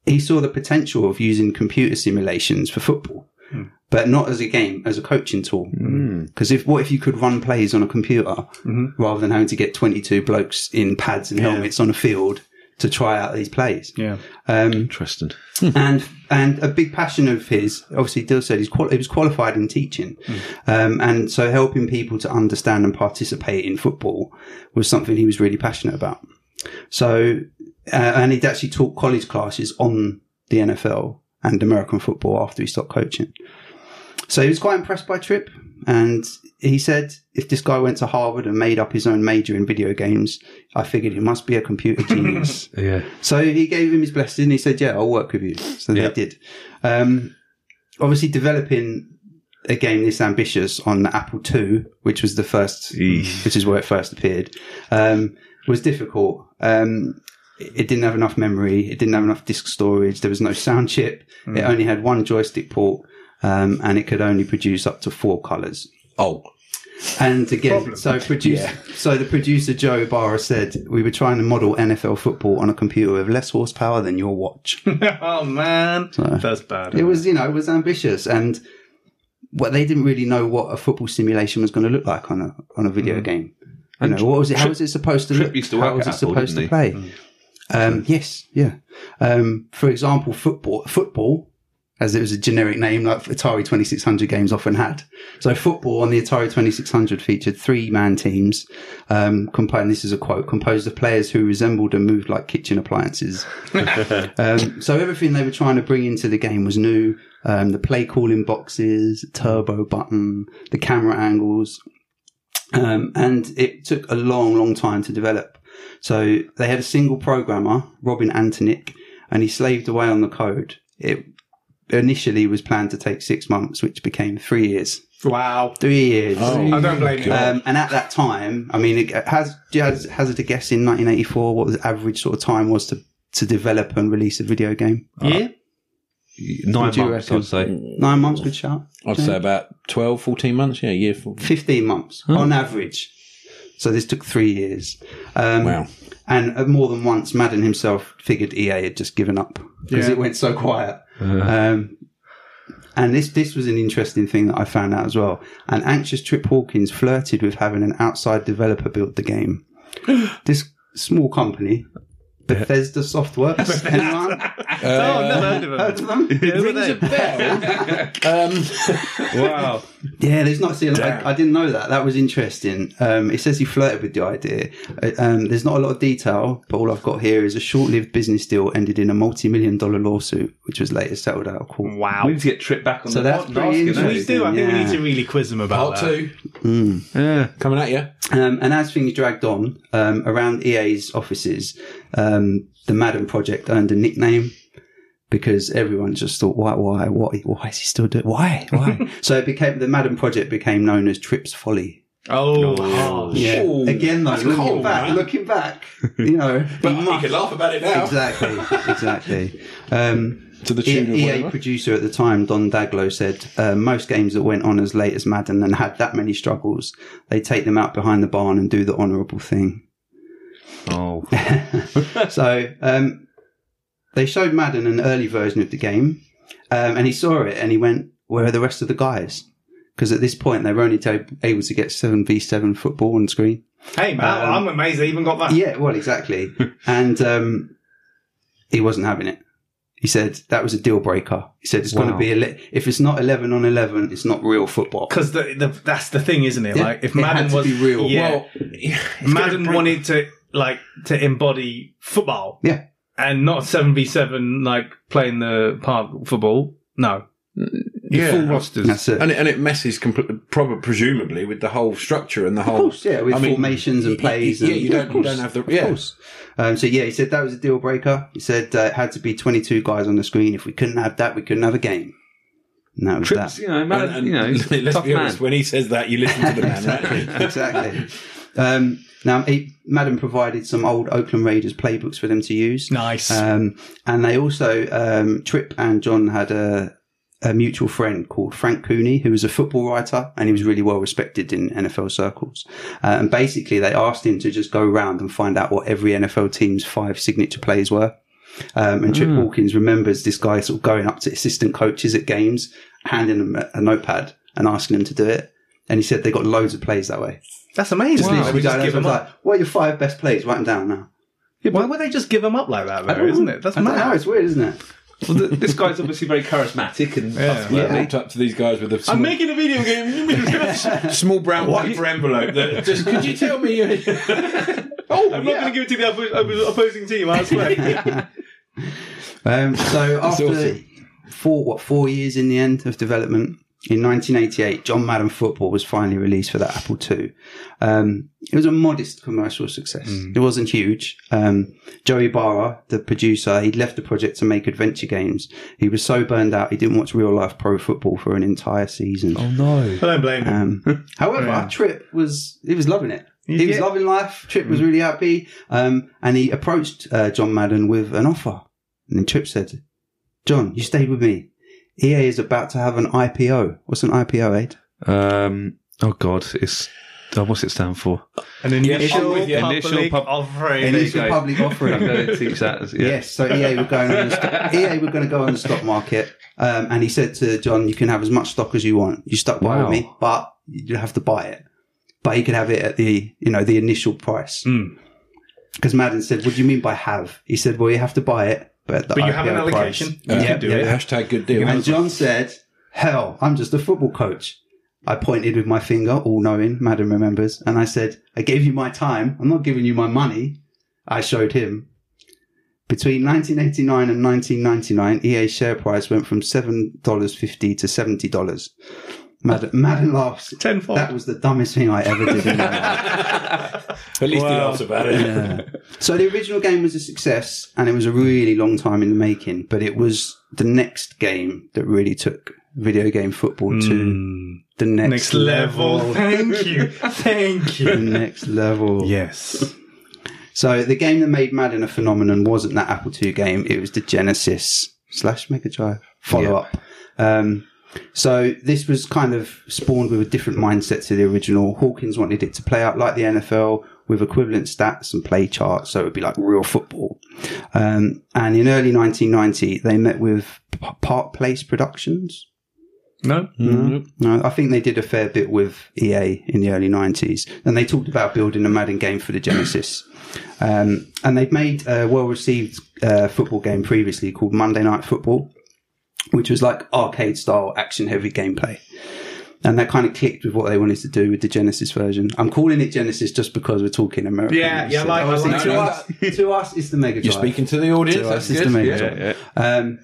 [SPEAKER 4] he saw the potential of using computer simulations for football, but not as a game, as a coaching tool. Because if what if you could run plays on a computer rather than having to get twenty-two blokes in pads and helmets on a field to try out these plays?
[SPEAKER 1] Yeah.
[SPEAKER 4] Um,
[SPEAKER 7] Interesting.
[SPEAKER 4] and and a big passion of his, obviously, Dill said he's quali- he was qualified in teaching, um, and so helping people to understand and participate in football was something he was really passionate about. So, uh, and he'd actually taught college classes on the NFL and American football after he stopped coaching. So he was quite impressed by Tripp, and he said, "If this guy went to Harvard and made up his own major in video games, I figured he must be a computer genius."
[SPEAKER 7] Yeah.
[SPEAKER 4] So he gave him his blessing. and He said, "Yeah, I'll work with you." So
[SPEAKER 5] Yeah.
[SPEAKER 4] they did. Um, obviously, developing a game this ambitious on the Apple II, which was the first,
[SPEAKER 6] Eesh.
[SPEAKER 4] which is where it first appeared, um, was difficult. Um, it didn't have enough memory. It didn't have enough disk storage. There was no sound chip. It only had one joystick port, um, and it could only produce up to four colors.
[SPEAKER 5] Oh,
[SPEAKER 4] And again, so produce, so the producer Joe Barra said we were trying to model NFL football on a computer with less horsepower than your watch.
[SPEAKER 1] oh, man. That's bad.
[SPEAKER 4] it was, you know, it was ambitious, and what they didn't really know what a football simulation was going to look like on a on a video game. You know, what was it? How was it supposed to
[SPEAKER 6] Tripp
[SPEAKER 4] look?
[SPEAKER 6] used to
[SPEAKER 4] how
[SPEAKER 6] work
[SPEAKER 4] was
[SPEAKER 6] at
[SPEAKER 4] it
[SPEAKER 6] Apple,
[SPEAKER 4] supposed to
[SPEAKER 6] didn't Mm.
[SPEAKER 4] play? Um, yes, yeah. Um, for example, football, football, as it was a generic name, like Atari Twenty Six Hundred games often had. So, football on the Atari Twenty Six Hundred featured three man teams. Um, composed, this is a quote: composed of players who resembled and moved like kitchen appliances. Um, so everything they were trying to bring into the game was new. Um, the play calling boxes, turbo button, the camera angles, um, and it took a long, long time to develop. So they had a single programmer, Robin Antonick, and he slaved away on the code. It initially was planned to take six months, which became three years.
[SPEAKER 1] Wow.
[SPEAKER 4] Three years.
[SPEAKER 5] Oh.
[SPEAKER 1] I don't blame you.
[SPEAKER 4] Um, and at uh, that time, I mean, it has, has hazard a guess in 1984 what the average sort of time was to to develop and release a video game?
[SPEAKER 1] yeah.
[SPEAKER 7] Nine
[SPEAKER 4] Would you
[SPEAKER 7] months,
[SPEAKER 4] reckon?
[SPEAKER 7] I'd say.
[SPEAKER 4] Nine months, good shout.
[SPEAKER 5] I'd say about 12, 14 months. Yeah, a year. For,
[SPEAKER 4] 15 months on average. So this took three years. Um,
[SPEAKER 5] Wow.
[SPEAKER 4] And uh, more than once, Madden himself figured EA had just given up because
[SPEAKER 1] Yeah.
[SPEAKER 4] it went so quiet. Um, and this this was an interesting thing that I found out as well. An anxious Trip Hawkins flirted with having an outside developer build the game. this small company, Bethesda Softworks. anyone?
[SPEAKER 1] oh, never heard of
[SPEAKER 4] Heard
[SPEAKER 1] them.
[SPEAKER 4] of them?
[SPEAKER 1] Who are they?
[SPEAKER 5] Um,
[SPEAKER 6] Wow.
[SPEAKER 4] Yeah, there's not. See, I, I didn't know that. That was interesting. Um, it says he flirted with the idea. Uh, Um, there's not a lot of detail, but all I've got here is a short-lived business deal ended in a multi-million dollar lawsuit, which was later settled out of court.
[SPEAKER 1] Wow.
[SPEAKER 6] We need to get tripped back on
[SPEAKER 4] So
[SPEAKER 6] the
[SPEAKER 4] that's
[SPEAKER 6] pod and
[SPEAKER 4] pretty
[SPEAKER 6] ask him,
[SPEAKER 4] interesting.
[SPEAKER 6] don't
[SPEAKER 1] We do. I think we
[SPEAKER 4] Yeah.
[SPEAKER 1] need to really quiz them about
[SPEAKER 5] Part
[SPEAKER 1] that.
[SPEAKER 5] two.
[SPEAKER 4] Hmm.
[SPEAKER 5] Coming at you.
[SPEAKER 4] Um, and as things dragged on um, around EA's offices, um, the Madden Project earned a nickname because everyone just thought, why, why, why, why is he still doing? Why, why? so it became the Madden Project became known as Trips Folly.
[SPEAKER 1] Oh,
[SPEAKER 4] Yeah.
[SPEAKER 5] Ooh.
[SPEAKER 4] Again, though,
[SPEAKER 5] That's
[SPEAKER 4] looking
[SPEAKER 5] cold,
[SPEAKER 4] back,
[SPEAKER 5] man.
[SPEAKER 4] looking back, you know,
[SPEAKER 5] But
[SPEAKER 4] he
[SPEAKER 5] you
[SPEAKER 4] must-
[SPEAKER 5] could laugh about it now.
[SPEAKER 4] exactly, exactly. Um,
[SPEAKER 5] To the
[SPEAKER 4] E-
[SPEAKER 5] tune of
[SPEAKER 4] EA
[SPEAKER 5] whatever.
[SPEAKER 4] producer at the time, Don Daglow, said uh, most games that went on as late as Madden and had that many struggles, they take them out behind the barn and do the honourable thing.
[SPEAKER 6] Oh.
[SPEAKER 4] so um, they showed Madden an early version of the game, um, and he saw it and he went, "Where are the rest of the guys?" Because at this point, they were only ta- able to get seven v seven football on screen.
[SPEAKER 1] Hey, man, I'm amazed they even got that.
[SPEAKER 4] Um, Yeah, well, exactly. and um, he wasn't having it. He said that was a deal breaker. He said it's going to be ele- if it's not eleven on eleven, it's not real football.
[SPEAKER 1] Because the, the, that's the thing, isn't it?
[SPEAKER 4] Yeah,
[SPEAKER 1] Like, if
[SPEAKER 4] it had
[SPEAKER 1] Madden
[SPEAKER 4] to
[SPEAKER 1] was
[SPEAKER 4] be real.
[SPEAKER 1] yeah,
[SPEAKER 5] Well, it's
[SPEAKER 1] Madden
[SPEAKER 5] gonna break-
[SPEAKER 1] wanted to like to embody football,
[SPEAKER 4] Yeah.
[SPEAKER 1] and not seven v seven like playing the park football. No,
[SPEAKER 5] yeah.
[SPEAKER 1] full rosters.
[SPEAKER 4] That's it.
[SPEAKER 5] and it, and it messes compl- prob- presumably with the whole structure and the whole
[SPEAKER 4] course, yeah, with
[SPEAKER 5] I mean,
[SPEAKER 4] formations and
[SPEAKER 5] y-
[SPEAKER 4] plays
[SPEAKER 5] y- Yeah,
[SPEAKER 4] and-
[SPEAKER 5] you
[SPEAKER 4] Yeah,
[SPEAKER 5] don't,
[SPEAKER 4] of
[SPEAKER 5] you
[SPEAKER 4] course.
[SPEAKER 5] don't have the yeah.
[SPEAKER 4] course. Um, so yeah, he said that was a deal breaker. He said uh, it had to be twenty-two guys on the screen. If we couldn't have that, we couldn't have a game. And that was
[SPEAKER 7] Trips,
[SPEAKER 4] that.
[SPEAKER 7] you know, man,
[SPEAKER 5] And, and
[SPEAKER 7] you know, he's a
[SPEAKER 5] let's
[SPEAKER 7] tough
[SPEAKER 5] be
[SPEAKER 7] man.
[SPEAKER 5] honest, when he says that, you listen to the man, right?
[SPEAKER 4] exactly. Um, now, he, Madden provided some old Oakland Raiders playbooks for them to use.
[SPEAKER 1] Nice.
[SPEAKER 4] Um, and they also, um, Tripp and John had a, a mutual friend called Frank Cooney, who was a football writer and he was really well respected in NFL circles. Uh, and basically, they asked him to just go around and find out what every NFL team's five signature plays were. Um, and Trip Hawkins remembers this guy sort of going up to assistant coaches at games, handing them a, a notepad and asking them to do it. And he said they got loads of plays that way.
[SPEAKER 1] that's amazing.
[SPEAKER 4] Just
[SPEAKER 1] Why would
[SPEAKER 4] literally
[SPEAKER 1] they just
[SPEAKER 4] going,
[SPEAKER 1] give
[SPEAKER 4] just
[SPEAKER 1] them
[SPEAKER 4] like,
[SPEAKER 1] up?
[SPEAKER 4] what are your five best plays? Write them down now.
[SPEAKER 1] Why would they just give them up like that? Though, isn't it? That's
[SPEAKER 4] I don't know,
[SPEAKER 1] mad.
[SPEAKER 4] it's weird, isn't it?
[SPEAKER 7] Well, th- this guy's obviously very charismatic and
[SPEAKER 1] Yeah.
[SPEAKER 5] I looked up to these guys with a small,
[SPEAKER 1] a video game.
[SPEAKER 5] small brown paper envelope. That just could you tell me? oh, I'm not
[SPEAKER 1] I'm going to give it to the oppo- opposing team. I swear.
[SPEAKER 4] Um, so after
[SPEAKER 5] awesome.
[SPEAKER 4] four, what four years in the end of development in 1988, John Madden Football was finally released for the Apple II. Um, it was a modest commercial success.
[SPEAKER 1] Mm.
[SPEAKER 4] It wasn't huge. Um, Joey Barra, the producer, he'd left the project to make adventure games. He was so burned out he didn't watch real life pro football for an entire season.
[SPEAKER 1] I don't blame them.
[SPEAKER 4] Um, however,
[SPEAKER 1] Yeah.
[SPEAKER 4] Tripp was he was loving it. He was
[SPEAKER 1] Yeah.
[SPEAKER 4] loving life. Tripp was really happy, um, and he approached uh, John Madden with an offer. And then Tripp said, "John, you stay with me. EA is about to have an IPO. What's an IPO, Aid?
[SPEAKER 6] Um, oh, God. It's. Oh, what's it stand for?
[SPEAKER 1] An initial,
[SPEAKER 5] with you.
[SPEAKER 1] public
[SPEAKER 6] Initial pub-
[SPEAKER 1] offering.
[SPEAKER 4] Initial
[SPEAKER 6] go.
[SPEAKER 4] public
[SPEAKER 7] I'm
[SPEAKER 4] offering."
[SPEAKER 7] going to teach that. Yeah.
[SPEAKER 4] Yes, so EA were going on the stock, EA were going to go on the stock market, um, and he said to John, "You can have as much stock as you want. You stuck by
[SPEAKER 6] Wow.
[SPEAKER 4] with me, but you have to buy it. But he could have it at the you know the initial price." Because Madden said, "What do you mean by have?" He said, "Well, you have to buy it, but at the
[SPEAKER 1] But you have an
[SPEAKER 4] IPO price."
[SPEAKER 1] allocation.
[SPEAKER 5] Uh,
[SPEAKER 1] You
[SPEAKER 5] yeah,
[SPEAKER 1] can do it.
[SPEAKER 5] Hashtag good deal.
[SPEAKER 4] And John said, "Hell, I'm just a football coach." I pointed with my finger, all knowing. Madam remembers, and I said, "I gave you my time. I'm not giving you my money." I showed him. Between 1989 and 1999, EA's share price went from seven dollars fifty to seventy dollars. Madden, Madden laughs.
[SPEAKER 1] Tenfold.
[SPEAKER 4] That was the dumbest thing I ever did in my life.
[SPEAKER 5] At least he laughs about it.
[SPEAKER 4] So the original game was a success, and it was a really long time in the making. But it was the next game that really took video game football to the next,
[SPEAKER 1] Next level. Thank you. Thank
[SPEAKER 4] the
[SPEAKER 1] you.
[SPEAKER 4] next level.
[SPEAKER 1] Yes.
[SPEAKER 4] So the game that made Madden a phenomenon wasn't that Apple II game; it was the Genesis slash Mega Drive follow up. Um, so this was kind of spawned with a different mindset to the original. Hawkins wanted it to play out like the NFL with equivalent stats and play charts, so it would be like real football. Um, and in early 1990, they met with P- Park Place Productions. Hmm.
[SPEAKER 1] No.
[SPEAKER 4] No, I think they did a fair bit with EA in the early 90s, and they talked about building a Madden game for the Genesis. Um, and they'd made a well received uh, football game previously called Monday Night Football, which was like arcade style, action heavy gameplay. And that kind of clicked with what they wanted to do with the Genesis version. I'm calling it Genesis just because we're talking American.
[SPEAKER 1] Yeah, yeah, I like- I
[SPEAKER 4] Obviously,
[SPEAKER 1] like
[SPEAKER 4] to,
[SPEAKER 5] that.
[SPEAKER 4] us, to us, it's the Mega Drive.
[SPEAKER 5] You're speaking to the audience.
[SPEAKER 4] To us,
[SPEAKER 5] That's
[SPEAKER 4] it's the
[SPEAKER 5] good.
[SPEAKER 4] Mega
[SPEAKER 5] Yeah.
[SPEAKER 4] Drive. Um,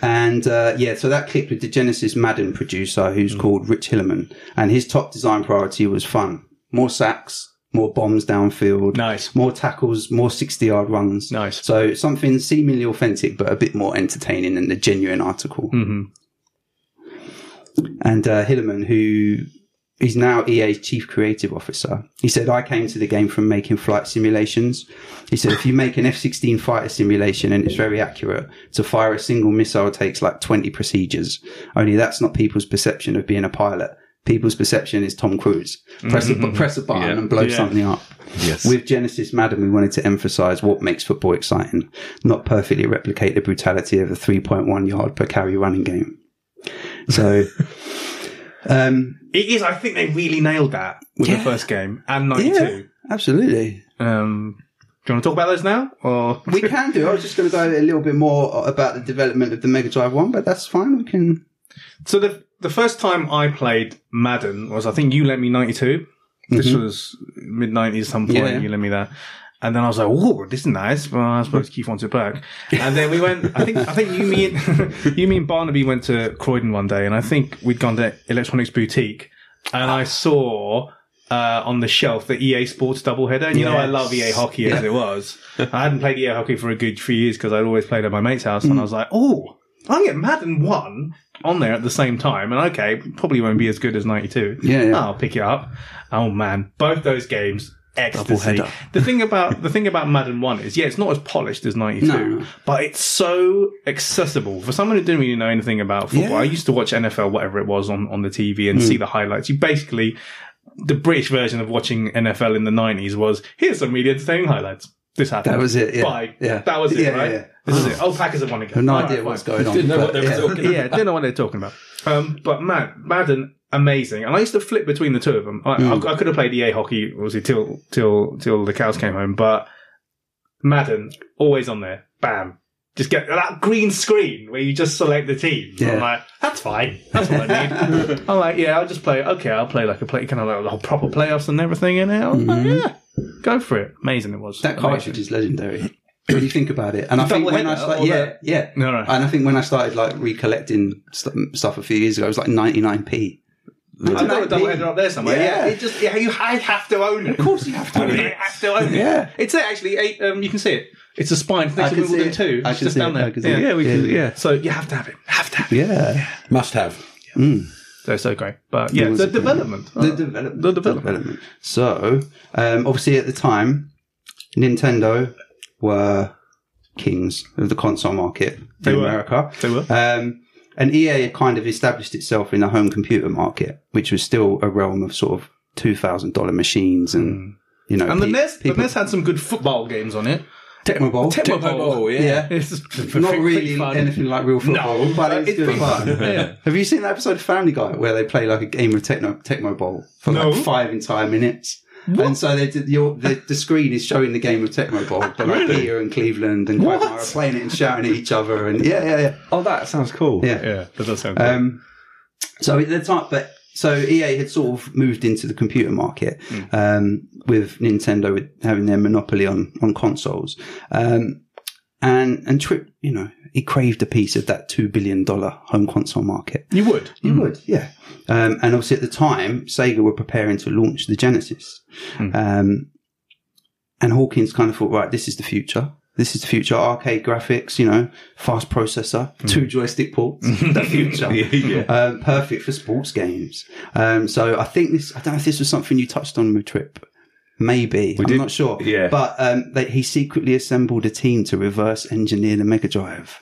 [SPEAKER 4] and uh, yeah, so that clicked with the Genesis Madden producer, who's called Rich Hilleman, and his top design priority was fun: more sacks, more bombs downfield,
[SPEAKER 1] Nice.
[SPEAKER 4] more tackles, more sixty-yard runs.
[SPEAKER 1] Nice.
[SPEAKER 4] So something seemingly authentic, but a bit more entertaining than the genuine article. And uh, Hilleman, who is now EA's chief creative officer, he said, "I came to the game from making flight simulations." He said, "If you make an F-16 fighter simulation and it's very accurate, to fire a single missile takes like twenty procedures. Only that's not people's perception of being a pilot." People's perception is Tom Cruise. Press a, press a button and blow something up. With Genesis Madam, we wanted to emphasize what makes football exciting, not perfectly replicate the brutality of a 3.1 yard per carry running game. So, um,
[SPEAKER 1] It is. I think they really nailed that with the
[SPEAKER 4] Yeah.
[SPEAKER 1] first game and
[SPEAKER 4] yeah,
[SPEAKER 1] 92.
[SPEAKER 4] absolutely.
[SPEAKER 1] Um, do you want to talk about those now? Or
[SPEAKER 4] We can do. I was just going to go a little bit more about the development of the Mega Drive one, but that's fine. We can.
[SPEAKER 1] So the the first time I played Madden was I think you lent me ninety This was mid nineties some point.
[SPEAKER 4] Mm-hmm. Yeah.
[SPEAKER 1] You lent me that, and then I was like, "Oh, this is nice." Well, I suppose Keith wants it back. And then we went. I think I think you me and, you me and Barnaby went to Croydon one day, and I think we'd gone to Electronics Boutique, and I saw. Uh, on the shelf, the EA Sports doubleheader. And You know, I
[SPEAKER 4] Yes.
[SPEAKER 1] love EA hockey as it was. I hadn't played EA hockey for a good few years because I'd always played at my mate's house,
[SPEAKER 4] Mm.
[SPEAKER 1] and I was like, "Oh, I get Madden one on there at the same time, and okay, probably won't be as good as ninety two.
[SPEAKER 4] Yeah, yeah.
[SPEAKER 1] I'll pick it up. Oh man, both those games, ecstasy.
[SPEAKER 4] Doubleheader.
[SPEAKER 1] The thing about the thing about Madden one is, yeah, it's not as polished as ninety two,
[SPEAKER 4] No.
[SPEAKER 1] but it's so accessible for someone who didn't really know anything about football.
[SPEAKER 4] Yeah. Hmm.
[SPEAKER 1] I used to watch NFL, whatever it was, on on the TV and see the highlights. You basically the British version of watching NFL in the nineties was here's some really entertaining highlights. This happened.
[SPEAKER 4] That was it, yeah.
[SPEAKER 1] Bye.
[SPEAKER 4] Yeah.
[SPEAKER 1] That was it.
[SPEAKER 4] Yeah, yeah,
[SPEAKER 1] right.
[SPEAKER 4] yeah.
[SPEAKER 1] This is it. Oh, Packers have won again.
[SPEAKER 4] No
[SPEAKER 1] All right,
[SPEAKER 4] idea
[SPEAKER 1] fine
[SPEAKER 4] what's going on.
[SPEAKER 5] know what
[SPEAKER 4] but
[SPEAKER 5] they were
[SPEAKER 4] yeah.
[SPEAKER 5] talking
[SPEAKER 1] yeah, don't know what they're talking about. Um, but man, Madden, amazing. And I used to flip between the two of them. I, I, I could have played EA hockey, obviously, till till till the cows came home. But Madden, always on there. Bam. Just get that green screen where you just select the team.
[SPEAKER 4] Yeah.
[SPEAKER 1] I'm like, that's fine. That's what I need. I'm like, yeah, I'll just play. Okay, I'll play like a play, kind of like a whole proper playoffs and everything in it. I'm like, yeah, go for it. Amazing it was.
[SPEAKER 4] That cartridge is legendary. When you think about it, and I
[SPEAKER 1] The
[SPEAKER 4] think when I
[SPEAKER 1] doubleheader
[SPEAKER 4] started,
[SPEAKER 1] or
[SPEAKER 4] yeah,
[SPEAKER 1] the-
[SPEAKER 4] yeah,
[SPEAKER 1] No, no.
[SPEAKER 4] and I think when I started like recollecting st- stuff a few years ago, it was like ninety nine p.
[SPEAKER 1] I've got a double header up there somewhere. Yeah,
[SPEAKER 4] Yeah.
[SPEAKER 1] it just yeah, you I have to own it. Of course, you have to own it. You have to own it.
[SPEAKER 4] Yeah.
[SPEAKER 1] it's there actually. Eight, um, you can see it. It's a spine next to
[SPEAKER 4] can see
[SPEAKER 1] Wimbledon
[SPEAKER 4] it.
[SPEAKER 1] too.
[SPEAKER 4] I
[SPEAKER 1] It's
[SPEAKER 4] can
[SPEAKER 1] just
[SPEAKER 4] see
[SPEAKER 1] down
[SPEAKER 4] it.
[SPEAKER 1] there.
[SPEAKER 4] I can see it.
[SPEAKER 1] Yeah,
[SPEAKER 4] we
[SPEAKER 6] can- yeah.
[SPEAKER 1] So you have to have it. Have to have it.
[SPEAKER 4] Yeah.
[SPEAKER 5] Must have.
[SPEAKER 1] So it's so great. But yeah, the development.
[SPEAKER 4] The development.
[SPEAKER 1] The development.
[SPEAKER 4] So, um, obviously, at the time, Nintendo were kings of the console market in
[SPEAKER 1] were.
[SPEAKER 4] America.
[SPEAKER 1] They were.
[SPEAKER 4] Um, and EA had kind of established itself in the home computer market, which was still a realm of sort of two thousand dollar machines and you know
[SPEAKER 1] Mm. and the
[SPEAKER 4] pe-
[SPEAKER 1] NES, the
[SPEAKER 4] people-
[SPEAKER 1] NES had some good football games on it.
[SPEAKER 4] Tecmo Bowl.
[SPEAKER 1] Tecmo Bowl.
[SPEAKER 5] Oh yeah.
[SPEAKER 4] Yeah.
[SPEAKER 1] It's just
[SPEAKER 4] Not
[SPEAKER 1] pretty
[SPEAKER 4] really
[SPEAKER 1] fun.
[SPEAKER 4] anything like real football, but it was
[SPEAKER 1] it's
[SPEAKER 4] good
[SPEAKER 1] pretty
[SPEAKER 4] fun.
[SPEAKER 1] fun. Yeah.
[SPEAKER 4] Have you seen that episode of Family Guy where they play like a game of Techno Tecmo Bowl for
[SPEAKER 1] No.
[SPEAKER 4] like five entire minutes? And so they did your, the, the screen is showing the game of Tecmo Bowl, but like Peter and Cleveland and Quagmire are playing it and shouting at each other, and yeah, yeah, yeah,
[SPEAKER 6] Oh, that sounds cool.
[SPEAKER 4] yeah.
[SPEAKER 1] yeah, that does sound good.
[SPEAKER 4] Um, so at the time, but so EA had sort of moved into the computer market um, with Nintendo with having their monopoly on on consoles, um, and and Trip, you know, he craved a piece of that two billion dollar home console market.
[SPEAKER 1] you would.
[SPEAKER 4] You would, yeah. Hmm. Um, and obviously, at the time, Sega were preparing to launch the Genesis. Um, and Hawkins kind of thought, right, this is the future. This is the future. Arcade graphics, you know, fast processor, two joystick ports. the future. Um, perfect for sports games. Um, so I think this, I don't know if this was something you touched on with Trip. Maybe I'm
[SPEAKER 6] did-
[SPEAKER 4] not sure.
[SPEAKER 7] yeah.
[SPEAKER 4] but um, they, he secretly assembled a team to reverse engineer the Mega Drive.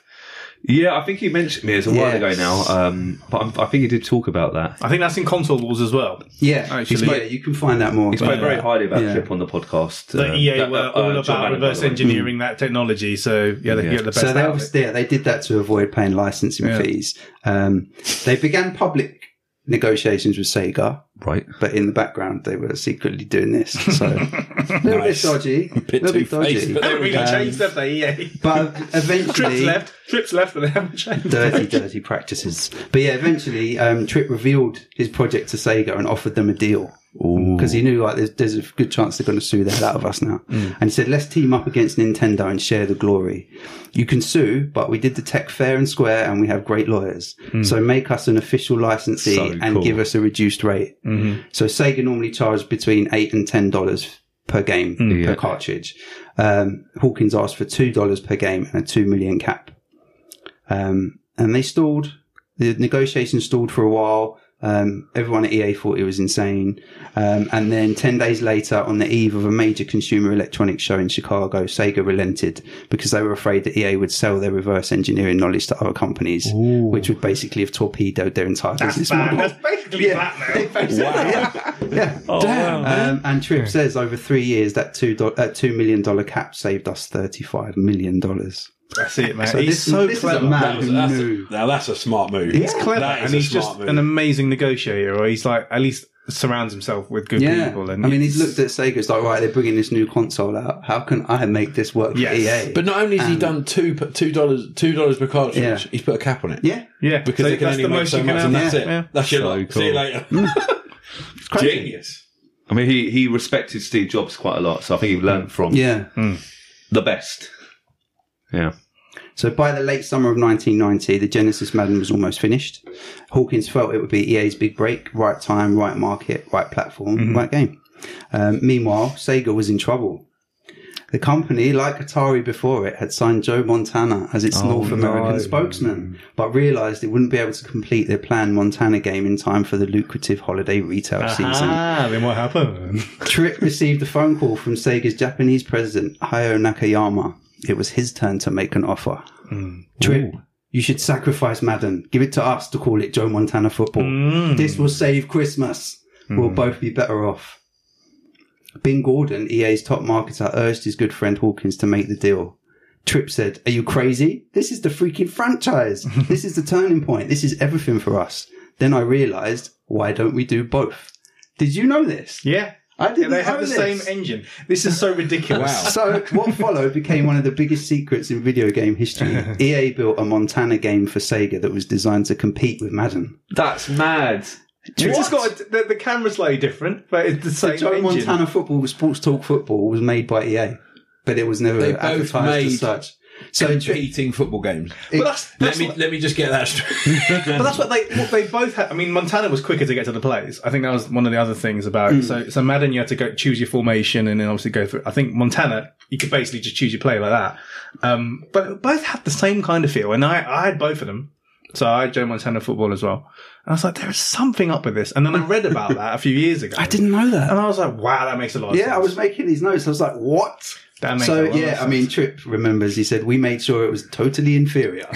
[SPEAKER 7] Yeah, I think he mentioned me as a while ago
[SPEAKER 4] Yes.
[SPEAKER 7] now, um, but I'm, I think he did talk about that.
[SPEAKER 1] I think that's in console wars as well.
[SPEAKER 4] Yeah,
[SPEAKER 1] Actually.
[SPEAKER 4] He's- yeah, you can find out more.
[SPEAKER 7] He spoke very highly about
[SPEAKER 4] Yeah.
[SPEAKER 7] Chip on the podcast.
[SPEAKER 1] The
[SPEAKER 7] uh,
[SPEAKER 1] EA
[SPEAKER 7] that-
[SPEAKER 1] were
[SPEAKER 7] uh,
[SPEAKER 1] all
[SPEAKER 7] John
[SPEAKER 1] about
[SPEAKER 7] Madden, by
[SPEAKER 1] reverse
[SPEAKER 7] the way.
[SPEAKER 1] engineering that technology, so yeah, they
[SPEAKER 7] Yeah.
[SPEAKER 1] can get the best.
[SPEAKER 4] So they
[SPEAKER 1] out of it.
[SPEAKER 4] obviously yeah, they did that to avoid paying licensing
[SPEAKER 1] Yeah.
[SPEAKER 4] fees. Um, they began public negotiations with Sega,
[SPEAKER 6] Right.
[SPEAKER 4] but in the background they were secretly doing this. So a little bit dodgy, a
[SPEAKER 5] Bit
[SPEAKER 4] little bit
[SPEAKER 5] two-faced,
[SPEAKER 4] dodgy.
[SPEAKER 5] but
[SPEAKER 1] They haven't really
[SPEAKER 4] Um,
[SPEAKER 1] changed, have they? EA
[SPEAKER 4] But
[SPEAKER 1] trips
[SPEAKER 4] eventually,
[SPEAKER 1] left, trips left, but they haven't changed.
[SPEAKER 4] dirty, dirty practices. But yeah, eventually, um, Tripp revealed his project to Sega and offered them a deal because he knew like there's, there's a good chance they're going to sue the hell out of us now.
[SPEAKER 6] Mm.
[SPEAKER 4] And he said, "Let's team up against Nintendo and share the glory. You can sue, but we did the tech fair and square, and we have great lawyers. So make us an official licensee
[SPEAKER 6] Mm. So
[SPEAKER 4] and
[SPEAKER 6] cool.
[SPEAKER 4] give us a reduced rate." So Sega normally charged between eight and ten dollars per game per
[SPEAKER 6] yeah.
[SPEAKER 4] cartridge. Um, Hawkins asked for two dollars per game and a two million cap. Um, and they stalled. The negotiations stalled for a while. Um, everyone at EA thought it was insane. Um, and then 10 days later, on the eve of a major consumer electronics show in Chicago, Sega relented because they were afraid that EA would sell their reverse engineering knowledge to other companies, which would basically have torpedoed their entire business model.
[SPEAKER 1] That's basically
[SPEAKER 4] Yeah.
[SPEAKER 1] blackmail.
[SPEAKER 4] Yeah.
[SPEAKER 5] Oh,
[SPEAKER 4] Um, and Tripp says over three years that two do- uh, two million dollar cap saved us thirty five million dollars.
[SPEAKER 1] That's it, man.
[SPEAKER 4] So
[SPEAKER 1] he's
[SPEAKER 4] this-
[SPEAKER 1] so
[SPEAKER 4] this is a
[SPEAKER 1] clever.
[SPEAKER 4] man
[SPEAKER 5] That was-
[SPEAKER 4] who
[SPEAKER 5] that's
[SPEAKER 4] knew.
[SPEAKER 5] a, now that's a smart move.
[SPEAKER 1] He's clever,
[SPEAKER 5] That is
[SPEAKER 1] and
[SPEAKER 5] a
[SPEAKER 1] he's
[SPEAKER 5] smart
[SPEAKER 1] just
[SPEAKER 5] move.
[SPEAKER 1] an amazing negotiator. Or he's like at least surrounds himself with good
[SPEAKER 4] Yeah,
[SPEAKER 1] people.
[SPEAKER 4] I
[SPEAKER 1] And
[SPEAKER 4] mean, he's looked at Sega. It's like, right, they're bringing this new console out. How can I make this work for E
[SPEAKER 1] Yes.
[SPEAKER 4] EA?
[SPEAKER 5] But not only has he
[SPEAKER 4] And-
[SPEAKER 5] done two p- two dollars two dollars per cartridge,
[SPEAKER 4] Yeah.
[SPEAKER 5] he's put a cap on it.
[SPEAKER 4] yeah,
[SPEAKER 1] yeah,
[SPEAKER 5] because
[SPEAKER 1] so
[SPEAKER 5] they can
[SPEAKER 1] that's
[SPEAKER 5] only
[SPEAKER 1] the
[SPEAKER 5] make
[SPEAKER 1] most
[SPEAKER 5] so
[SPEAKER 1] you can
[SPEAKER 5] much,
[SPEAKER 1] have.
[SPEAKER 5] and that's
[SPEAKER 1] yeah,
[SPEAKER 5] it.
[SPEAKER 1] yeah.
[SPEAKER 5] That's your
[SPEAKER 6] So
[SPEAKER 5] lot. See you
[SPEAKER 6] cool.
[SPEAKER 5] later.
[SPEAKER 4] Mm. it's crazy.
[SPEAKER 7] I mean, he, he respected Steve Jobs quite a lot, so I think he learned from
[SPEAKER 4] Yeah.
[SPEAKER 7] the best. Yeah.
[SPEAKER 4] So by the late summer of 1990, the Genesis Madden was almost finished. Hawkins felt it would be EA's big break, right time, right market, right platform, right game. Um, meanwhile, Sega was in trouble. The company, like Atari before it, had signed Joe Montana as its North American spokesman, but realized it wouldn't be able to complete their planned Montana game in time for the lucrative holiday retail season.
[SPEAKER 1] Ah, then what happened?
[SPEAKER 4] Tripp received a phone call from Sega's Japanese president, Hayao Nakayama. It was his turn to make an offer. Tripp, you should sacrifice Madden. Give it to us to call it Joe Montana football. This will save Christmas. We'll both be better off. Ben Gordon, EA's top marketer, urged his good friend Hawkins to make the deal. Tripp said, Are you crazy? This is the freaking franchise. this is the turning point. This is everything for us. Then I realized, why don't we do both? Did you know this?
[SPEAKER 1] Yeah,
[SPEAKER 4] I didn't
[SPEAKER 1] they have
[SPEAKER 4] know
[SPEAKER 1] the same
[SPEAKER 4] this.
[SPEAKER 1] engine. This is so ridiculous.
[SPEAKER 4] So what followed became one of the biggest secrets in video game history. EA built a Montana game for Sega that was designed to compete with Madden.
[SPEAKER 7] That's mad.
[SPEAKER 1] It's just got a, the, the camera's slightly different, but it's the
[SPEAKER 4] So
[SPEAKER 1] same
[SPEAKER 4] Joe
[SPEAKER 1] engine.
[SPEAKER 4] Montana Football, Sports Talk Football, was made by EA, but it was never
[SPEAKER 5] They both
[SPEAKER 4] advertised
[SPEAKER 5] made-
[SPEAKER 4] as such.
[SPEAKER 5] So
[SPEAKER 4] So Tripp-
[SPEAKER 5] competing football games.
[SPEAKER 1] But that's,
[SPEAKER 5] Let
[SPEAKER 1] that's
[SPEAKER 5] me
[SPEAKER 1] what,
[SPEAKER 5] let me just get that straight.
[SPEAKER 1] but that's what they what they both had. I mean, Montana was quicker to get to the plays. I think that was one of the other things about
[SPEAKER 4] Hmm.
[SPEAKER 1] it. So, so Madden, you had to go choose your formation and then obviously go through. I think Montana, you could basically just choose your play like that. Um, but both had the same kind of feel, and I, I had both of them. So I had Joe Montana football as well. And I was like, there is something up with this. And then I read about that a few years ago.
[SPEAKER 4] I didn't know that.
[SPEAKER 1] And I was like, wow, that makes a lot of sense.
[SPEAKER 4] Yeah, I was making these notes. I was like, what?
[SPEAKER 1] That makes
[SPEAKER 4] So
[SPEAKER 1] a lot of
[SPEAKER 4] yeah, I mean, Tripp remembers. He said we made sure it was totally inferior.